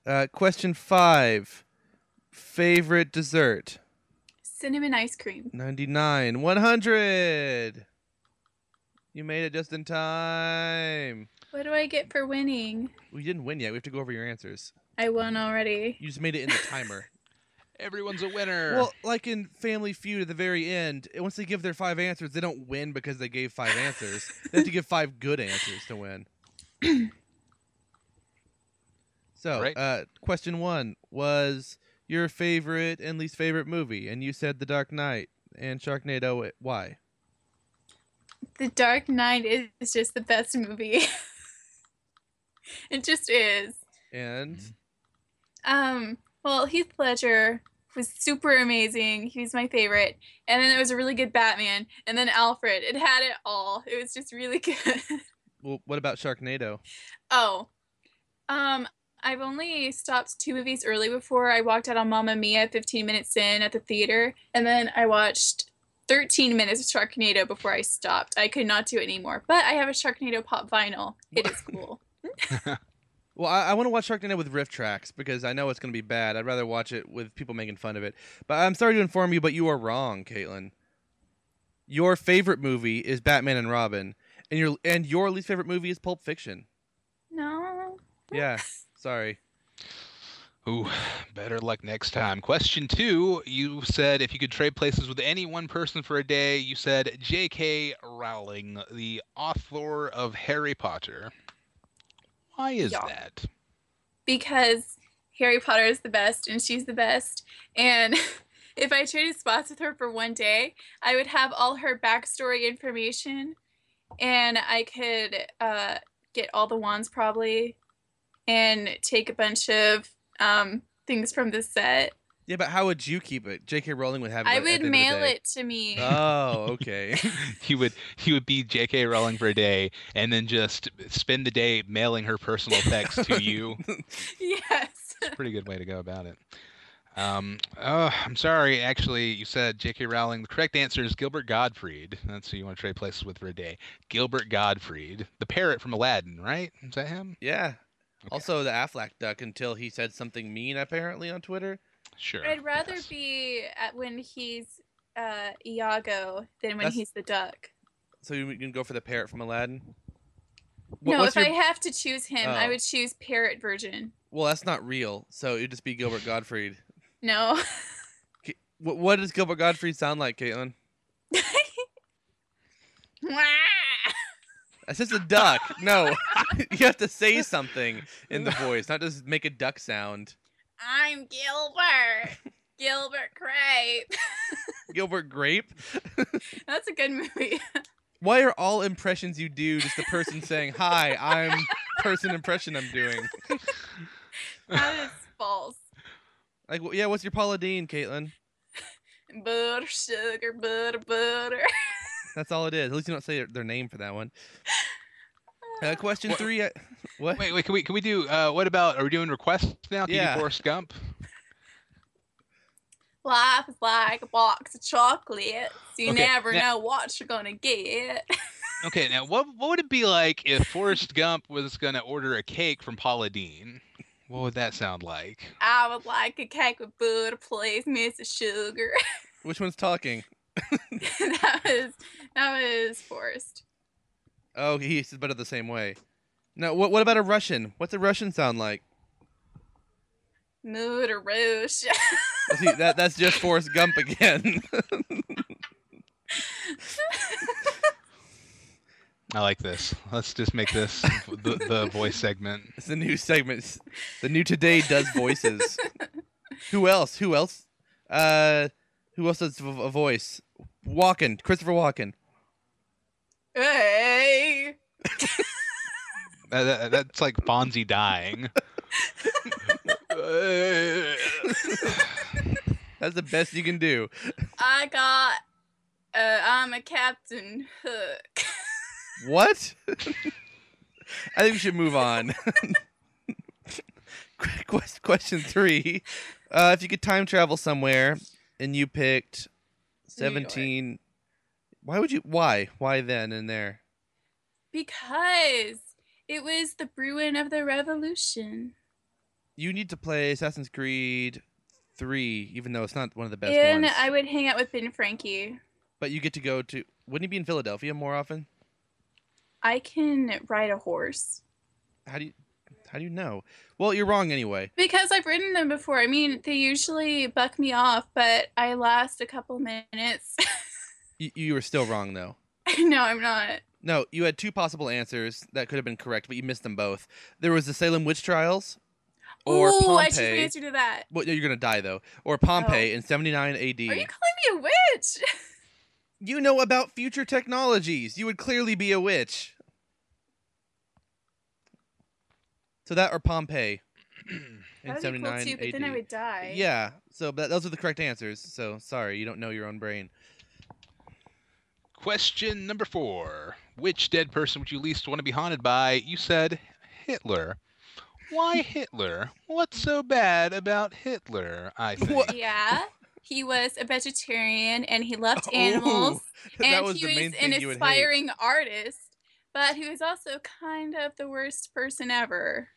Speaker 2: Uh, question five. Favorite dessert?
Speaker 3: Cinnamon ice cream.
Speaker 2: 99, 100. You made it just in time.
Speaker 3: What do I get for winning?
Speaker 2: We didn't win yet. We have to go over your answers.
Speaker 3: I won already.
Speaker 2: You just made it in the timer.
Speaker 1: Everyone's a winner.
Speaker 2: well, like in Family Feud at the very end, eh, once they give their five answers, they don't win because they gave five answers. They have to give five good answers to win. So,
Speaker 1: Right.
Speaker 2: uh, question one was your favorite and least favorite movie, and you said The Dark Knight and Sharknado. eh, Why?
Speaker 3: The Dark Knight is just the best movie. it just is.
Speaker 2: And
Speaker 3: Um, well, Heath Ledger was super amazing. He was my favorite. And then it was a really good Batman. And then Alfred. It had it all. It was just really good.
Speaker 2: well, what about Sharknado?
Speaker 3: oh. Um, I've only stopped two movies early before. I walked out on Mamma Mia 15 minutes in at the theater. And then I watched 13 minutes of Sharknado before I stopped. I could not do it anymore. But I have a Sharknado pop vinyl. It is cool.
Speaker 2: Well, I, I want to watch Sharknado with riff tracks because I know it's going to be bad. I'd rather watch it with people making fun of it. But I'm sorry to inform you, but you are wrong, Caitlin. Your favorite movie is Batman and Robin, and your and your least favorite movie is Pulp Fiction.
Speaker 3: no.
Speaker 2: Yeah, sorry.
Speaker 1: Ooh, better luck next time. Question two. You said if you could trade places with any one person for a day, you said J.K. Rowling, the author of Harry Potter. Why is
Speaker 3: Yeah.
Speaker 1: that?
Speaker 3: because Harry Potter is the best and she's the best. And if I traded spots with her for one day, I would have all her backstory information and I could uh, get all the wands probably and take a bunch of um, things from the set.
Speaker 2: Yeah, but how would you keep it? J.K. Rowling would have. it
Speaker 3: I
Speaker 2: at the
Speaker 3: would
Speaker 2: end of the
Speaker 3: mail
Speaker 2: day.
Speaker 3: it to me.
Speaker 2: Oh, okay.
Speaker 1: He would he would be J.K. Rowling for a day, and then just spend the day mailing her personal text to you.
Speaker 3: yes.
Speaker 1: Pretty good way to go about it. Um, oh, I'm sorry. Actually, you said J.K. Rowling. The correct answer is Gilbert Gottfried. That's who you want to trade places with for a day. Gilbert Gottfried, the parrot from Aladdin, right? Is that him?
Speaker 2: yeah. Also, the Affleck duck until he said something mean apparently on Twitter.
Speaker 1: Sure.
Speaker 3: I'd rather be at when he's uh, Iago than when
Speaker 2: That's-
Speaker 3: he's the duck.
Speaker 2: So you can go for the parrot from Aladdin. What-
Speaker 3: No,
Speaker 2: what's
Speaker 3: if I
Speaker 2: your-
Speaker 3: have to choose him, I
Speaker 2: Oh.
Speaker 3: would choose parrot version.
Speaker 2: Well, that's not real. So it'd just be Gilbert Gottfried.
Speaker 3: No.
Speaker 2: K- What, what does Gilbert Gottfried sound like, Caitlin? That's just a duck. No, you have to say something in the voice, not just make a duck sound.
Speaker 3: I'm Gilbert. Gilbert Grape.
Speaker 2: Gilbert Grape.
Speaker 3: That's a good movie.
Speaker 2: Why are all impressions you do just the person saying hi? I'm person impression I'm doing.
Speaker 3: that is false.
Speaker 2: Like, wh- yeah, what's your Paula Dean, Caitlin?
Speaker 3: Butter, sugar, butter, butter.
Speaker 2: That's all it is. At least you don't say their- their name for that one. Uh, question three. I, what?
Speaker 1: Wait, wait. Can we can we do? Uh, what about? Are we doing requests now? Can you do
Speaker 2: Yeah.
Speaker 1: Forrest Gump?
Speaker 3: Life is like a box of chocolates. You
Speaker 1: Okay,
Speaker 3: never
Speaker 1: now-
Speaker 3: know what you're gonna get.
Speaker 1: Okay. Now, what what would it be like if Forrest Gump was gonna order a cake from Paula Dean? What would that sound like?
Speaker 3: I would like a cake with butter, please, Mrs. Sugar.
Speaker 2: Which one's talking?
Speaker 3: that was that was forced.
Speaker 2: Oh, he says, but the same way. No. What? What about a Russian? What's a Russian sound like?
Speaker 3: Mood or rouge.
Speaker 2: Well, See, that that's just Forrest Gump again.
Speaker 1: I like this. Let's just make this the, the voice segment.
Speaker 2: it's the new segment. The new today does voices. who else? Who else? Uh, who else does a voice? Walken, Christopher Walken.
Speaker 3: hey.
Speaker 1: That, that- that's like Fonzie dying.
Speaker 2: That's the best you can do.
Speaker 3: I got uh, I'm a Captain Hook.
Speaker 2: What? I think we should move on. Qu- quest- Question three: uh, If you could time travel somewhere and you picked seventeen, why would you? Why? Why then and there?
Speaker 3: Because it was the Bruin of the Revolution.
Speaker 2: You need to play Assassin's Creed three, even though it's not one of the best
Speaker 3: and
Speaker 2: ones.
Speaker 3: I would hang out with Ben Frankie.
Speaker 2: But you get to go to. Wouldn't you be in Philadelphia more often?
Speaker 3: I can ride a horse.
Speaker 2: How do you? How do you know? Well, you're wrong anyway.
Speaker 3: Because I've ridden them before. I mean, they usually buck me off, but I last a couple minutes.
Speaker 2: You, you were still wrong though.
Speaker 3: no, I'm not.
Speaker 2: No, you had two possible answers that could have been correct, but you missed them both. There was the Salem witch trials, or
Speaker 3: Ooh,
Speaker 2: Pompeii.
Speaker 3: I should answer to that.
Speaker 2: Well, no, you're gonna die though. Or Pompeii in 79 AD.
Speaker 3: Oh. Are you calling me a witch?
Speaker 2: You know about future technologies. You would clearly be a witch. So that or Pompeii in
Speaker 3: That'd be cool
Speaker 2: 79
Speaker 3: too, but
Speaker 2: AD.
Speaker 3: then I would die.
Speaker 2: Yeah. So but those are the correct answers. So sorry, you don't know your own brain.
Speaker 1: Question number four. Which dead person would you least want to be haunted by? You said Hitler. Why Hitler? What's so bad about Hitler? I think.
Speaker 3: Yeah. He was a vegetarian and he loved
Speaker 2: Oh.
Speaker 3: animals.
Speaker 2: that
Speaker 3: and
Speaker 2: was
Speaker 3: he
Speaker 2: the main
Speaker 3: was an
Speaker 2: thing you would hate.
Speaker 3: aspiring artist, but he was also kind of the worst person ever.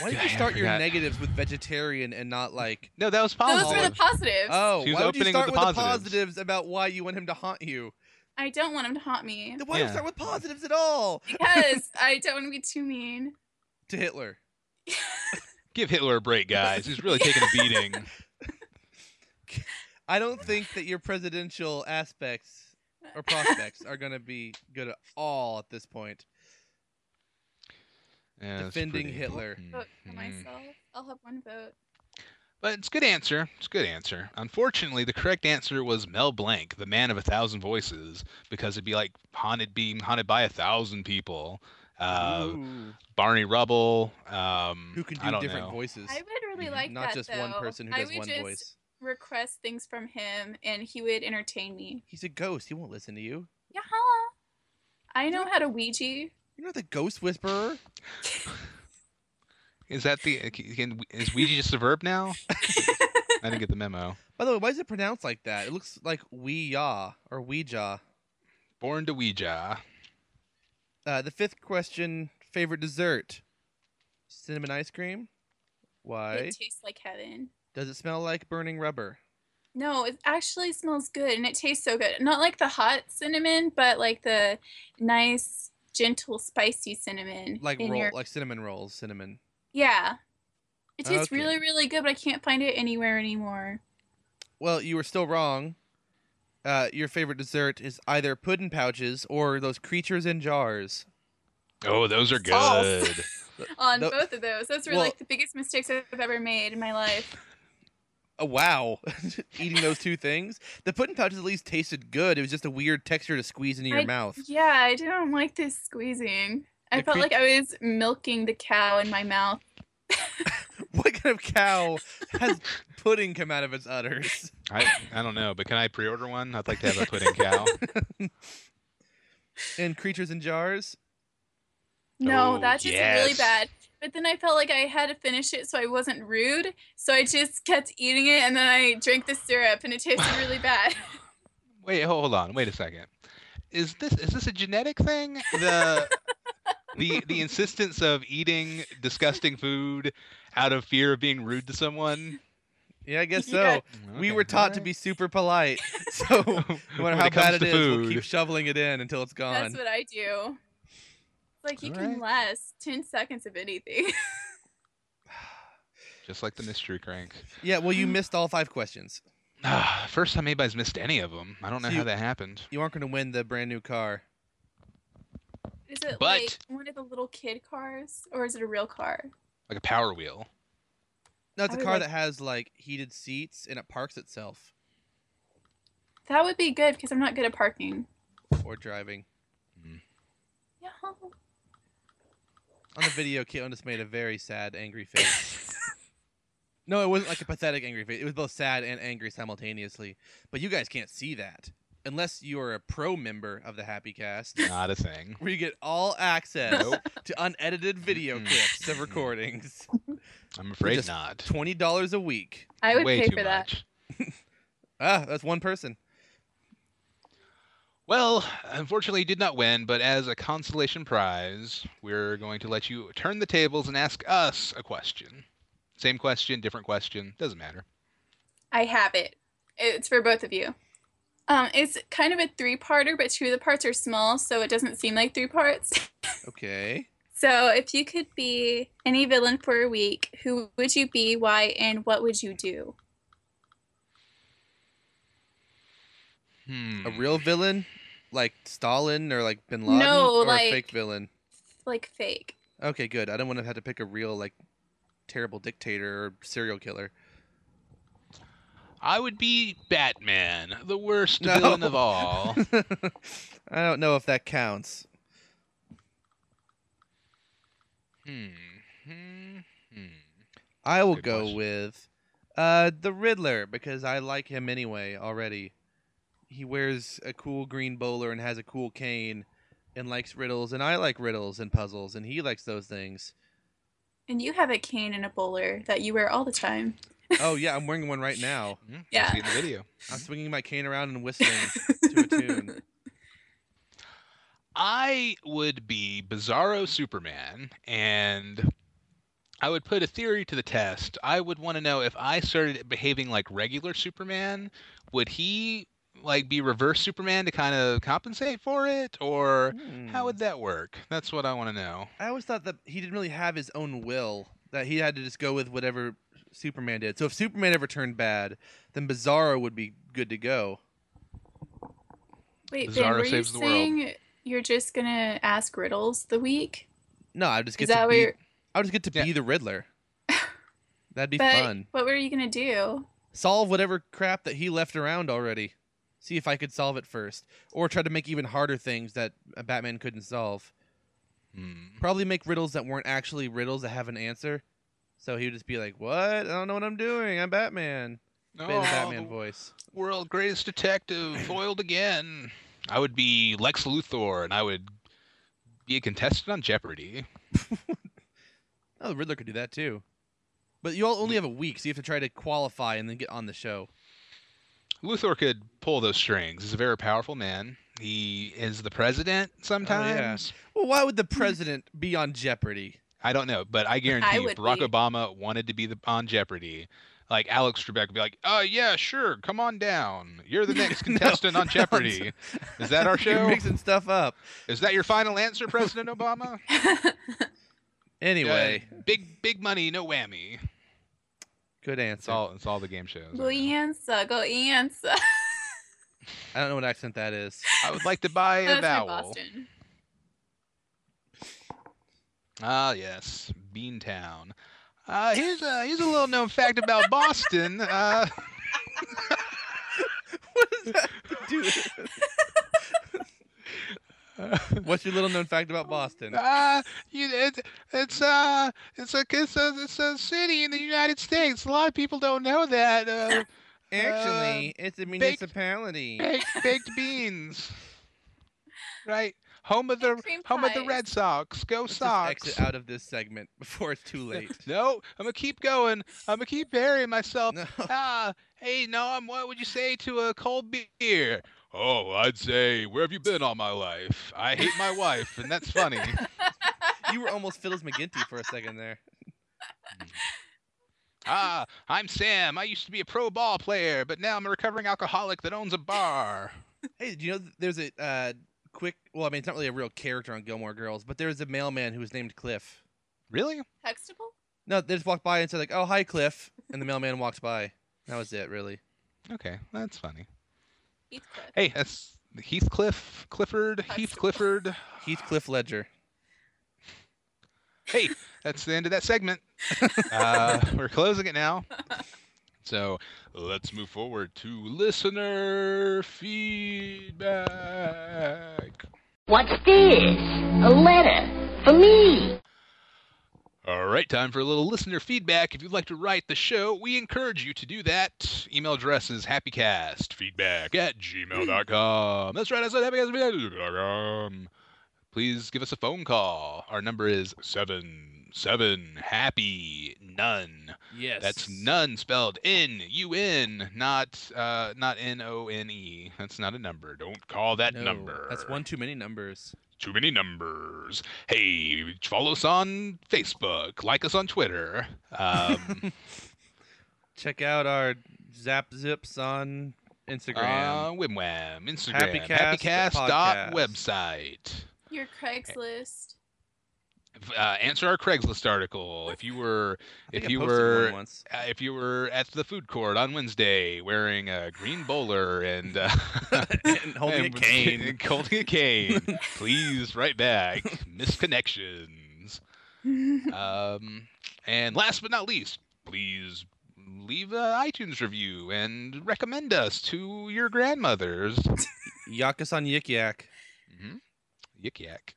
Speaker 2: Why did
Speaker 1: Yeah,
Speaker 2: you
Speaker 1: I
Speaker 2: start your
Speaker 1: forgot.
Speaker 2: negatives with vegetarian and not like
Speaker 1: No, that was
Speaker 3: Those
Speaker 1: positive.
Speaker 3: were the positives.
Speaker 2: Oh,
Speaker 1: She was
Speaker 2: why would you
Speaker 1: opening
Speaker 2: start
Speaker 1: with
Speaker 2: with,
Speaker 1: the
Speaker 2: the
Speaker 1: positives.
Speaker 2: positives about why you want him to haunt you?
Speaker 3: I don't want him to haunt me
Speaker 2: Then Why do you
Speaker 1: Yeah.
Speaker 2: start with positives at all?
Speaker 3: because I don't want to be too mean.
Speaker 2: To Hitler.
Speaker 1: Give Hitler a break, guys. He's really taking a beating.
Speaker 2: I don't think that your presidential aspects or prospects are going to be good at all at this point.
Speaker 1: Yeah, that's
Speaker 2: Defending
Speaker 1: pretty-
Speaker 2: Hitler.
Speaker 1: Mm,
Speaker 3: Vote for
Speaker 1: mm.
Speaker 3: myself. I'll have one vote.
Speaker 1: But it's a good answer. It's a good answer. Unfortunately, the correct answer was Mel Blanc, the man of a thousand voices, because it'd be like haunted being haunted by a thousand people. Uh,
Speaker 2: Ooh.
Speaker 1: Barney Rubble. Um,
Speaker 2: Who can
Speaker 1: I
Speaker 2: do
Speaker 1: don't
Speaker 2: different
Speaker 1: know.
Speaker 2: voices?
Speaker 3: I would really like
Speaker 2: hmm, Not
Speaker 3: that
Speaker 2: just
Speaker 3: though.
Speaker 2: one person who
Speaker 3: I
Speaker 2: does
Speaker 3: would
Speaker 2: one
Speaker 3: just
Speaker 2: voice.
Speaker 3: request things from him, and he would entertain me.
Speaker 2: He's a ghost. He won't listen to you.
Speaker 3: Yeah, I know how to Ouija.
Speaker 2: You're not the ghost whisperer.
Speaker 1: Is that the uh, can, is Ouija just a verb now? I didn't get the memo.
Speaker 2: By the way, why is it pronounced like that? It looks like Ouija or Ouija.
Speaker 1: Born to Ouija.
Speaker 2: Uh, the fifth question favorite dessert? Cinnamon ice cream? Why?
Speaker 3: It tastes like heaven.
Speaker 2: Does it smell like burning rubber?
Speaker 3: No, it actually smells good and it tastes so good. Not like the hot cinnamon, but like the nice, gentle, spicy cinnamon.
Speaker 2: Like
Speaker 3: in
Speaker 2: roll,
Speaker 3: your-
Speaker 2: like cinnamon rolls, cinnamon.
Speaker 3: yeah. It tastes
Speaker 2: Okay.
Speaker 3: really, really good, but I can't find it anywhere anymore.
Speaker 2: Well, you were still wrong. Uh, your favorite dessert is either puddin pouches or those creatures in jars.
Speaker 1: Oh, those are
Speaker 3: False.
Speaker 1: good.
Speaker 3: On
Speaker 2: Tho-
Speaker 3: both of those, those were
Speaker 2: Well-
Speaker 3: like the biggest mistakes I've ever made in my life.
Speaker 2: Oh, wow, eating those two things. The puddin pouches at least tasted good. It was just a weird texture to squeeze into your
Speaker 3: I-
Speaker 2: mouth.
Speaker 3: Yeah, I didn't like this squeezing. I
Speaker 2: The
Speaker 3: felt
Speaker 2: cre-
Speaker 3: like I was milking the cow in my mouth.
Speaker 2: What kind of cow has pudding come out of its udders?
Speaker 1: I I don't know, but can I pre-order one? I'd like to have a pudding cow.
Speaker 2: And creatures in jars.
Speaker 3: No,
Speaker 10: Oh,
Speaker 3: that just really
Speaker 10: yes.
Speaker 3: bad. But then I felt like I had to finish it so I wasn't rude. So I just kept eating it and then I drank the syrup and it tasted really bad.
Speaker 1: Wait, ho- hold on. Wait a second. Is this is this a genetic thing? The the the insistence of eating disgusting food out of fear of being rude to someone.
Speaker 2: Yeah, I guess so.
Speaker 1: Yeah.
Speaker 2: We were taught to be super polite, so no
Speaker 1: When
Speaker 2: matter
Speaker 1: it
Speaker 2: how
Speaker 1: comes
Speaker 2: bad it
Speaker 1: to
Speaker 2: is, we'll keep
Speaker 1: food.
Speaker 2: shoveling it in until it's gone.
Speaker 3: That's what I do. It's like you can last 10 seconds of anything.
Speaker 1: Just like the mystery crank.
Speaker 2: Yeah, well, you missed all five questions.
Speaker 1: First time anybody's missed any of them. I don't know
Speaker 2: So
Speaker 1: how
Speaker 2: you-
Speaker 1: that happened.
Speaker 2: You aren't going to win the brand new car.
Speaker 3: Is it
Speaker 1: But-
Speaker 3: like one of the little kid cars or is it a real car?
Speaker 1: Like a power wheel.
Speaker 2: No, it's
Speaker 3: I
Speaker 2: a
Speaker 3: would
Speaker 2: car
Speaker 3: like-
Speaker 2: that has like heated seats and it parks itself
Speaker 3: That would be good because I'm not good at parking.
Speaker 2: or driving.
Speaker 3: Yeah.
Speaker 2: On the video, Caitlin just made a very sad, angry face. no, it wasn't like a pathetic angry face. It was both sad and angry simultaneously. But you guys can't see that unless you are a pro member of the Happy Cast.
Speaker 1: Not a thing.
Speaker 2: Where you get all access to unedited video clips of recordings.
Speaker 1: I'm afraid
Speaker 2: just
Speaker 1: not.
Speaker 2: Twenty dollars a week.
Speaker 3: I would pay for that.
Speaker 2: Ah, that's one person.
Speaker 1: Well, unfortunately, you did not win, but as a consolation prize, we're going to let you turn the tables and ask us a question. Same question, different question, doesn't matter.
Speaker 3: I have it. It's for both of you. Um, it's kind of a three parter, but two of the parts are small, so it doesn't seem like three parts.
Speaker 2: Okay.
Speaker 3: so if you could be any villain for a week, who would you be, why, and what would you do?
Speaker 1: Hmm.
Speaker 2: A real villain, like Stalin or like Bin Laden,
Speaker 3: No,
Speaker 2: or a
Speaker 3: like-
Speaker 2: fake villain.
Speaker 3: Like fake.
Speaker 2: Okay, good. I don't want to have to pick a real like terrible dictator or serial killer.
Speaker 1: I would be Batman, the worst
Speaker 2: No.
Speaker 1: villain of all.
Speaker 2: I don't know if that counts.
Speaker 1: hmm. Hmm. Hmm.
Speaker 2: I will go with uh, the Riddler because I like him anyway already. He wears a cool green bowler and has a cool cane and likes riddles and I like riddles and puzzles and he likes those things.
Speaker 3: And you have a cane and a bowler that you wear all the time.
Speaker 2: Oh yeah, I'm wearing one right now.
Speaker 1: Hmm.
Speaker 3: Yeah.
Speaker 1: See the video.
Speaker 2: I'm swinging my cane around and whistling to a tune.
Speaker 1: I would be Bizarro Superman, and I would put a theory to the test. I would want to know if I started behaving like regular Superman, would he like be reverse Superman to kind of compensate for it, or how would that work? That's what I want to know.
Speaker 2: I always thought that he didn't really have his own will; that he had to just go with whatever Superman did. So if Superman ever turned bad, then Bizarro would be good to go.
Speaker 3: Wait, Ben,
Speaker 2: Bizarro
Speaker 3: were you
Speaker 2: saves the world.
Speaker 3: saying you're just gonna ask riddles the week?
Speaker 2: No, I just get
Speaker 3: Is that
Speaker 2: to
Speaker 3: what
Speaker 2: be.
Speaker 3: you're-
Speaker 2: I just get to be the Riddler. That'd be
Speaker 3: but
Speaker 2: fun.
Speaker 3: what were you gonna do?
Speaker 2: Solve whatever crap that he left around already. See if I could solve it first, or try to make even harder things that uh, Batman couldn't solve.
Speaker 1: Hmm.
Speaker 2: Probably make riddles that weren't actually riddles that have an answer. So he would just be like, "What? I don't know what I'm doing. I'm Batman." No,
Speaker 1: Oh.
Speaker 2: Batman voice.
Speaker 1: World greatest detective foiled again. I would be Lex Luthor, and I would be a contestant on Jeopardy.
Speaker 2: Oh, the Riddler could do that too. But you all only have a week, so you have to try to qualify and then get on the show.
Speaker 1: Luthor could pull those strings. He's a very powerful man. He is the president sometimes.
Speaker 2: Well, why would the president be on Jeopardy?
Speaker 1: I don't know, but I guarantee you,
Speaker 2: would
Speaker 1: if Barack
Speaker 2: be.
Speaker 1: Obama wanted to be the, on Jeopardy, like Alex Trebek would be like, "Oh yeah, sure, come on down. You're the next contestant on Jeopardy." Is that our
Speaker 2: You're
Speaker 1: show?
Speaker 2: mixing stuff up.
Speaker 1: Is that your final answer, President Obama?
Speaker 2: Anyway,
Speaker 1: Uh, big big money, no whammy.
Speaker 2: good
Speaker 1: It's
Speaker 2: answer.
Speaker 1: all it's all the game shows.
Speaker 3: Go answer, go answer.
Speaker 2: I don't know what accent that is.
Speaker 1: I would like to buy a
Speaker 3: That's my
Speaker 1: vowel.
Speaker 3: Boston.
Speaker 1: Ah, yes, Beantown. Uh, here's a here's a little known fact about Boston. Uh,
Speaker 2: Dude. What's your little known fact about Boston?
Speaker 1: uh, you, it, it's uh, it's a it's a it's a city in the United States. A lot of people don't know that. Uh,
Speaker 2: Actually, it's a municipality.
Speaker 1: baked, baked beans, right? Home of the home of the
Speaker 10: pies.
Speaker 1: Red Sox. Go
Speaker 2: Let's just
Speaker 1: Sox.
Speaker 2: exit out of this segment before it's too late.
Speaker 1: No, I'm gonna keep going. I'm gonna keep burying myself. Ah, hey, Noam, what would you say to a cold beer? Oh, I'd say, where have you been all my life? I hate my wife, and that's funny.
Speaker 2: you were almost Phyllis McGinty for a second there.
Speaker 1: Ah, I'm Sam. I used to be a pro ball player, but now I'm a recovering alcoholic that owns a bar.
Speaker 2: Hey, do you know th- there's a uh, quick? Well, I mean, it's not really a real character on Gilmore Girls, but there's a mailman who was named Cliff.
Speaker 1: Really?
Speaker 3: Huxtable?
Speaker 2: No, they just walked by and said like, "Oh, hi, Cliff," and the mailman walked by. That was it, really.
Speaker 1: Okay, that's funny.
Speaker 3: Heathcliff.
Speaker 1: Hey, that's Heathcliff, Clifford, Heath Clifford,
Speaker 2: Heathcliff Ledger.
Speaker 1: Hey, that's the end of that segment. uh, we're closing it now. So let's move forward to listener feedback.
Speaker 12: What's this? A letter for me.
Speaker 1: All right, time for a little listener feedback. If you'd like to write the show, we encourage you to do that. Email address is happycastfeedback at gmail.com. That's right, I said happycastfeedback.com. Please give us a phone call. Our number is 7 7 happy none.
Speaker 2: Yes.
Speaker 1: That's none spelled N U N, not uh, not N O N E. That's not a number. Don't call that
Speaker 2: No,
Speaker 1: number.
Speaker 2: That's one too many numbers.
Speaker 1: Too many numbers. Hey, follow us on Facebook. Like us on Twitter. Um,
Speaker 2: Check out our Zap Zips on Instagram.
Speaker 1: Uh, Wim Wham, Instagram.
Speaker 2: Happycast
Speaker 1: Happycast dot
Speaker 2: podcast.
Speaker 1: website.
Speaker 3: Your Craigslist.
Speaker 1: uh, answer our Craigslist article. If you were,
Speaker 2: think
Speaker 1: if
Speaker 2: I
Speaker 1: you
Speaker 2: posted
Speaker 1: were,
Speaker 2: one once.
Speaker 1: uh, if you were at the food court on Wednesday wearing a green bowler and, uh, and
Speaker 2: holding a
Speaker 1: with-
Speaker 2: cane.
Speaker 1: and holding a cane, please write back. Misconnections. Um, and last but not least, please leave a iTunes review and recommend us to your grandmothers.
Speaker 2: Yakus on Yik Yak.
Speaker 1: hmm Yik yak.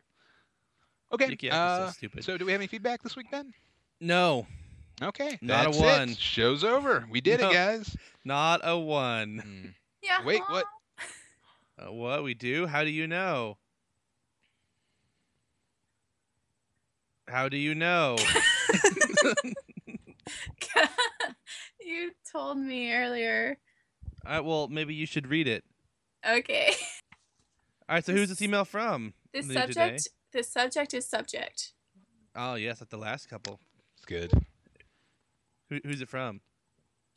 Speaker 1: Okay.
Speaker 2: Yik yak is so
Speaker 1: uh,
Speaker 2: stupid.
Speaker 1: So, do we have any feedback this week, Ben?
Speaker 2: No.
Speaker 1: Okay.
Speaker 2: Not
Speaker 1: that's
Speaker 2: a
Speaker 1: it.
Speaker 2: one.
Speaker 1: Show's over. We did
Speaker 2: No,
Speaker 1: it, guys. Mm,
Speaker 2: Not a one.
Speaker 3: Yeah.
Speaker 1: Wait, what?
Speaker 2: Uh, what we do? How do you know? How do you know?
Speaker 3: you told me earlier.
Speaker 2: uh, well, maybe you should read it.
Speaker 3: Okay.
Speaker 2: All right. So who's this email from?
Speaker 3: The
Speaker 2: Lou,
Speaker 3: subject
Speaker 2: today?
Speaker 3: the subject is subject.
Speaker 2: Oh yes, at the last couple.
Speaker 1: It's good.
Speaker 2: Who, who's it from?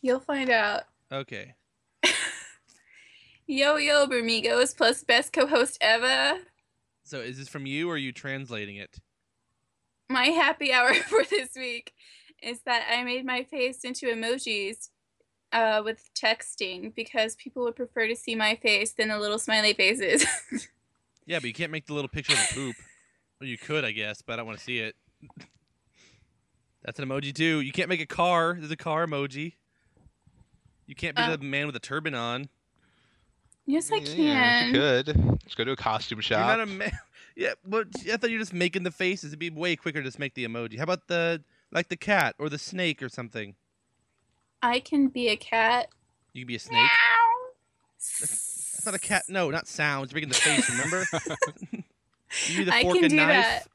Speaker 3: You'll find out.
Speaker 2: Okay.
Speaker 3: Yo yo Bermigos plus best co host ever.
Speaker 2: So is this from you, or are you translating it?
Speaker 3: My happy hour for this week is that I made my face into emojis uh, with texting because people would prefer to see my face than the little smiley faces.
Speaker 2: Yeah, but you can't make the little picture of the poop. Well, you could, I guess, but I don't want to see it. That's an emoji too. You can't make a car. There's a car emoji. You can't be
Speaker 3: Oh.
Speaker 2: the man with a turban on.
Speaker 3: yes, I
Speaker 1: Yeah,
Speaker 3: can.
Speaker 1: you could. Let's go to a costume shop.
Speaker 2: You're not a man. Yeah, but I thought you're just making the faces. It'd be way quicker to just make the emoji. How about the like the cat or the snake or something?
Speaker 3: I can be a cat.
Speaker 2: You could be a snake. That's not a cat. No, not sounds. You're making the face. Remember? you be the
Speaker 3: I
Speaker 2: fork
Speaker 3: can
Speaker 2: and
Speaker 3: do
Speaker 2: knife.
Speaker 3: that.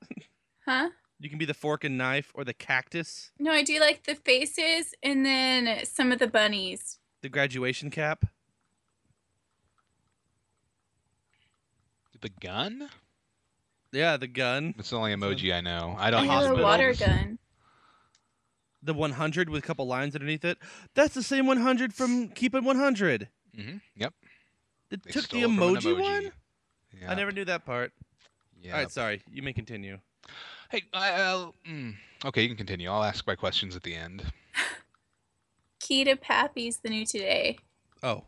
Speaker 3: Huh?
Speaker 2: You can be the fork and knife or the cactus,
Speaker 3: No, I do like the faces and then some of the bunnies.
Speaker 2: the graduation cap.
Speaker 1: The gun?
Speaker 2: Yeah, the gun.
Speaker 1: It's the only emoji I know. I don't.
Speaker 3: I have a water
Speaker 1: hospitals.
Speaker 3: gun.
Speaker 2: The 100 with a couple lines underneath it. That's the same 100 from Keep It 100.
Speaker 1: Mhm, Yep.
Speaker 2: It
Speaker 1: They
Speaker 2: took
Speaker 1: stole
Speaker 2: the
Speaker 1: it from an
Speaker 2: emoji,
Speaker 1: emoji.
Speaker 2: one.
Speaker 1: Yeah.
Speaker 2: I never knew that part. All
Speaker 1: Yep.
Speaker 2: right, sorry. You may continue.
Speaker 1: Hey, I, I'll, mm, okay, you can continue. I'll ask my questions at the end.
Speaker 3: Key to Pappy's the new today.
Speaker 2: Oh,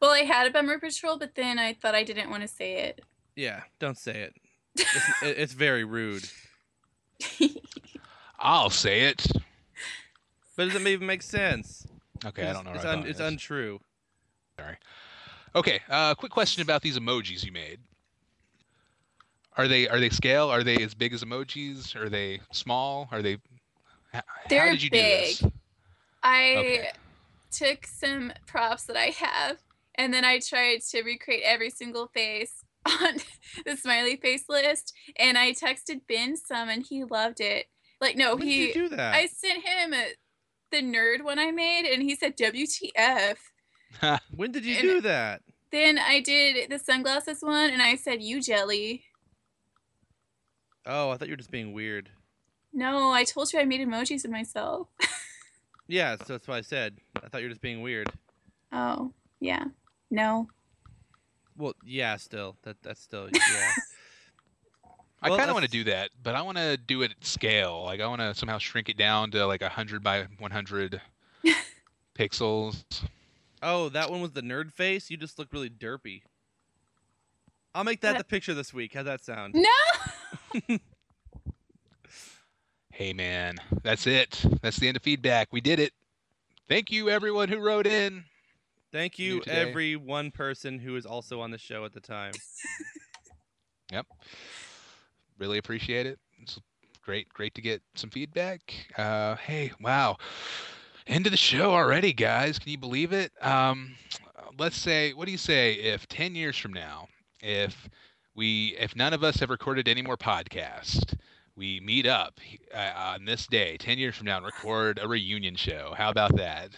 Speaker 3: Well, I had a bummer patrol, but then I thought I didn't want to say it.
Speaker 2: yeah. Don't say it. It's, it- it's very rude.
Speaker 1: I'll say it.
Speaker 2: But it doesn't even make sense.
Speaker 1: Okay, I
Speaker 2: It's-
Speaker 1: don't know.
Speaker 2: It's,
Speaker 1: what I
Speaker 2: un-
Speaker 1: thought it
Speaker 2: it's
Speaker 1: is.
Speaker 2: untrue.
Speaker 1: Sorry. Okay, uh, quick question about these emojis you made. Are they are they scale? Are they as big as emojis? Are they small? Are they? h-
Speaker 3: They're
Speaker 1: how did you
Speaker 3: big.
Speaker 1: do this?
Speaker 3: I
Speaker 1: Okay.
Speaker 3: took some props that I have and then I tried to recreate every single face on the smiley face list, and I texted Ben some, and he loved it. Like, no,
Speaker 2: When did
Speaker 3: Oh, he.
Speaker 2: you do that?
Speaker 3: I sent him a, the nerd one I made, and he said WTF.
Speaker 2: when did you
Speaker 3: And-
Speaker 2: do that?
Speaker 3: Then I did the sunglasses one, and I said you jelly.
Speaker 2: Oh, I thought you were just being weird.
Speaker 3: No, I told you I made emojis of myself.
Speaker 2: Yeah, so that's what I said. I thought you were just being weird.
Speaker 3: Oh, yeah. No.
Speaker 2: Well, yeah, still that that's still yeah.
Speaker 1: I
Speaker 2: Well,
Speaker 1: kind of want to
Speaker 2: that's-
Speaker 1: do that, but I want to do it at scale. Like I want to somehow shrink it down to like 100 by 100 pixels.
Speaker 2: Oh, that one was the nerd face. You just look really derpy. I'll make that the picture this week. How's that sound?
Speaker 3: No.
Speaker 1: Hey man, that's it. That's the end of feedback. We did it. Thank you everyone who wrote in.
Speaker 2: Thank you,
Speaker 1: today.
Speaker 2: every one person who is also on the show at the time.
Speaker 1: Yep. Really appreciate it. It's great, great to get some feedback. Uh, hey, wow. End of the show already, guys. Can you believe it? Um, let's say, what do you say if 10 years from now, if we, if none of us have recorded any more podcasts, we meet up uh, on this day, 10 years from now, and record a reunion show. How about that?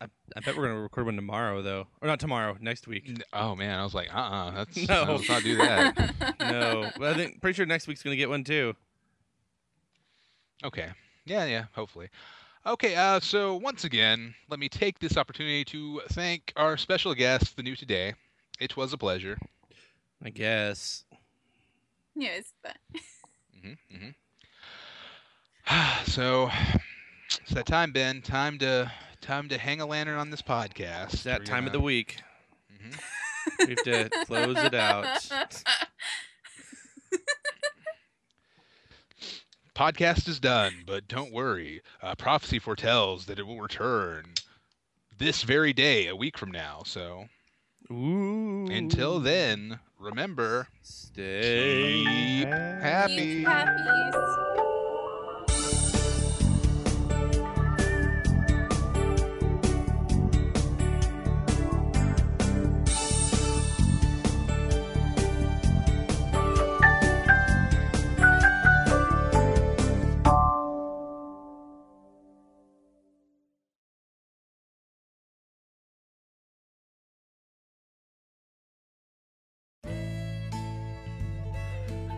Speaker 2: I bet we're gonna record one tomorrow, though, or not tomorrow, next week.
Speaker 1: Oh man, I was like, uh, uh that's
Speaker 2: No.
Speaker 1: let's not do that.
Speaker 2: no, but I think pretty sure next week's gonna get one too.
Speaker 1: Okay. Yeah, yeah, hopefully. Okay, uh, so once again, let me take this opportunity to thank our special guest, the new today. It was a pleasure.
Speaker 2: I guess.
Speaker 3: Yeah, it's fun.
Speaker 1: hmm hmm So it's that time, Ben. Time to time to hang a lantern on this podcast. It's
Speaker 2: that time of the week. We have to close it out.
Speaker 1: mm-hmm. Podcast is done, but don't worry. Uh, prophecy foretells that it will return this very day, a week from now. So
Speaker 2: Ooh.
Speaker 1: until then, remember,
Speaker 2: stay
Speaker 1: happy.
Speaker 3: Puppies.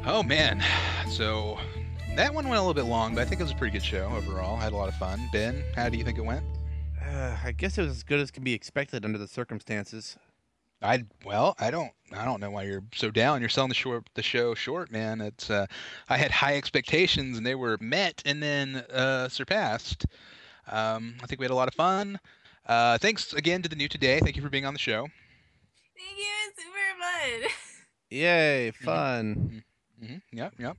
Speaker 1: Oh man, so that one went a little bit long, but I think it was a pretty good show overall. I had a lot of fun. Ben, how do you think it went?
Speaker 2: Uh, I guess it was as good as can be expected under the circumstances.
Speaker 1: I well, I don't, I don't know why you're so down. You're selling the short, the show short, man. It's, uh, I had high expectations and they were met and then uh, surpassed. Um, I think we had a lot of fun. Uh, thanks again to the new today. Thank you for being on the show.
Speaker 3: Thank you, it's super fun.
Speaker 2: Yay, fun.
Speaker 1: hmm Yep, yep.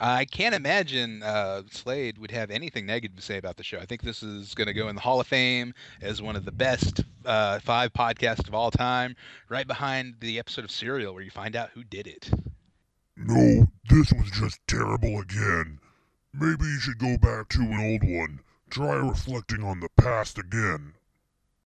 Speaker 1: I can't imagine uh, Slade would have anything negative to say about the show. I think this is going to go in the Hall of Fame as one of the best uh, five podcasts of all time, right behind the episode of Serial where you find out who did it.
Speaker 11: No, this was just terrible again. Maybe you should go back to an old one. Try reflecting on the past again.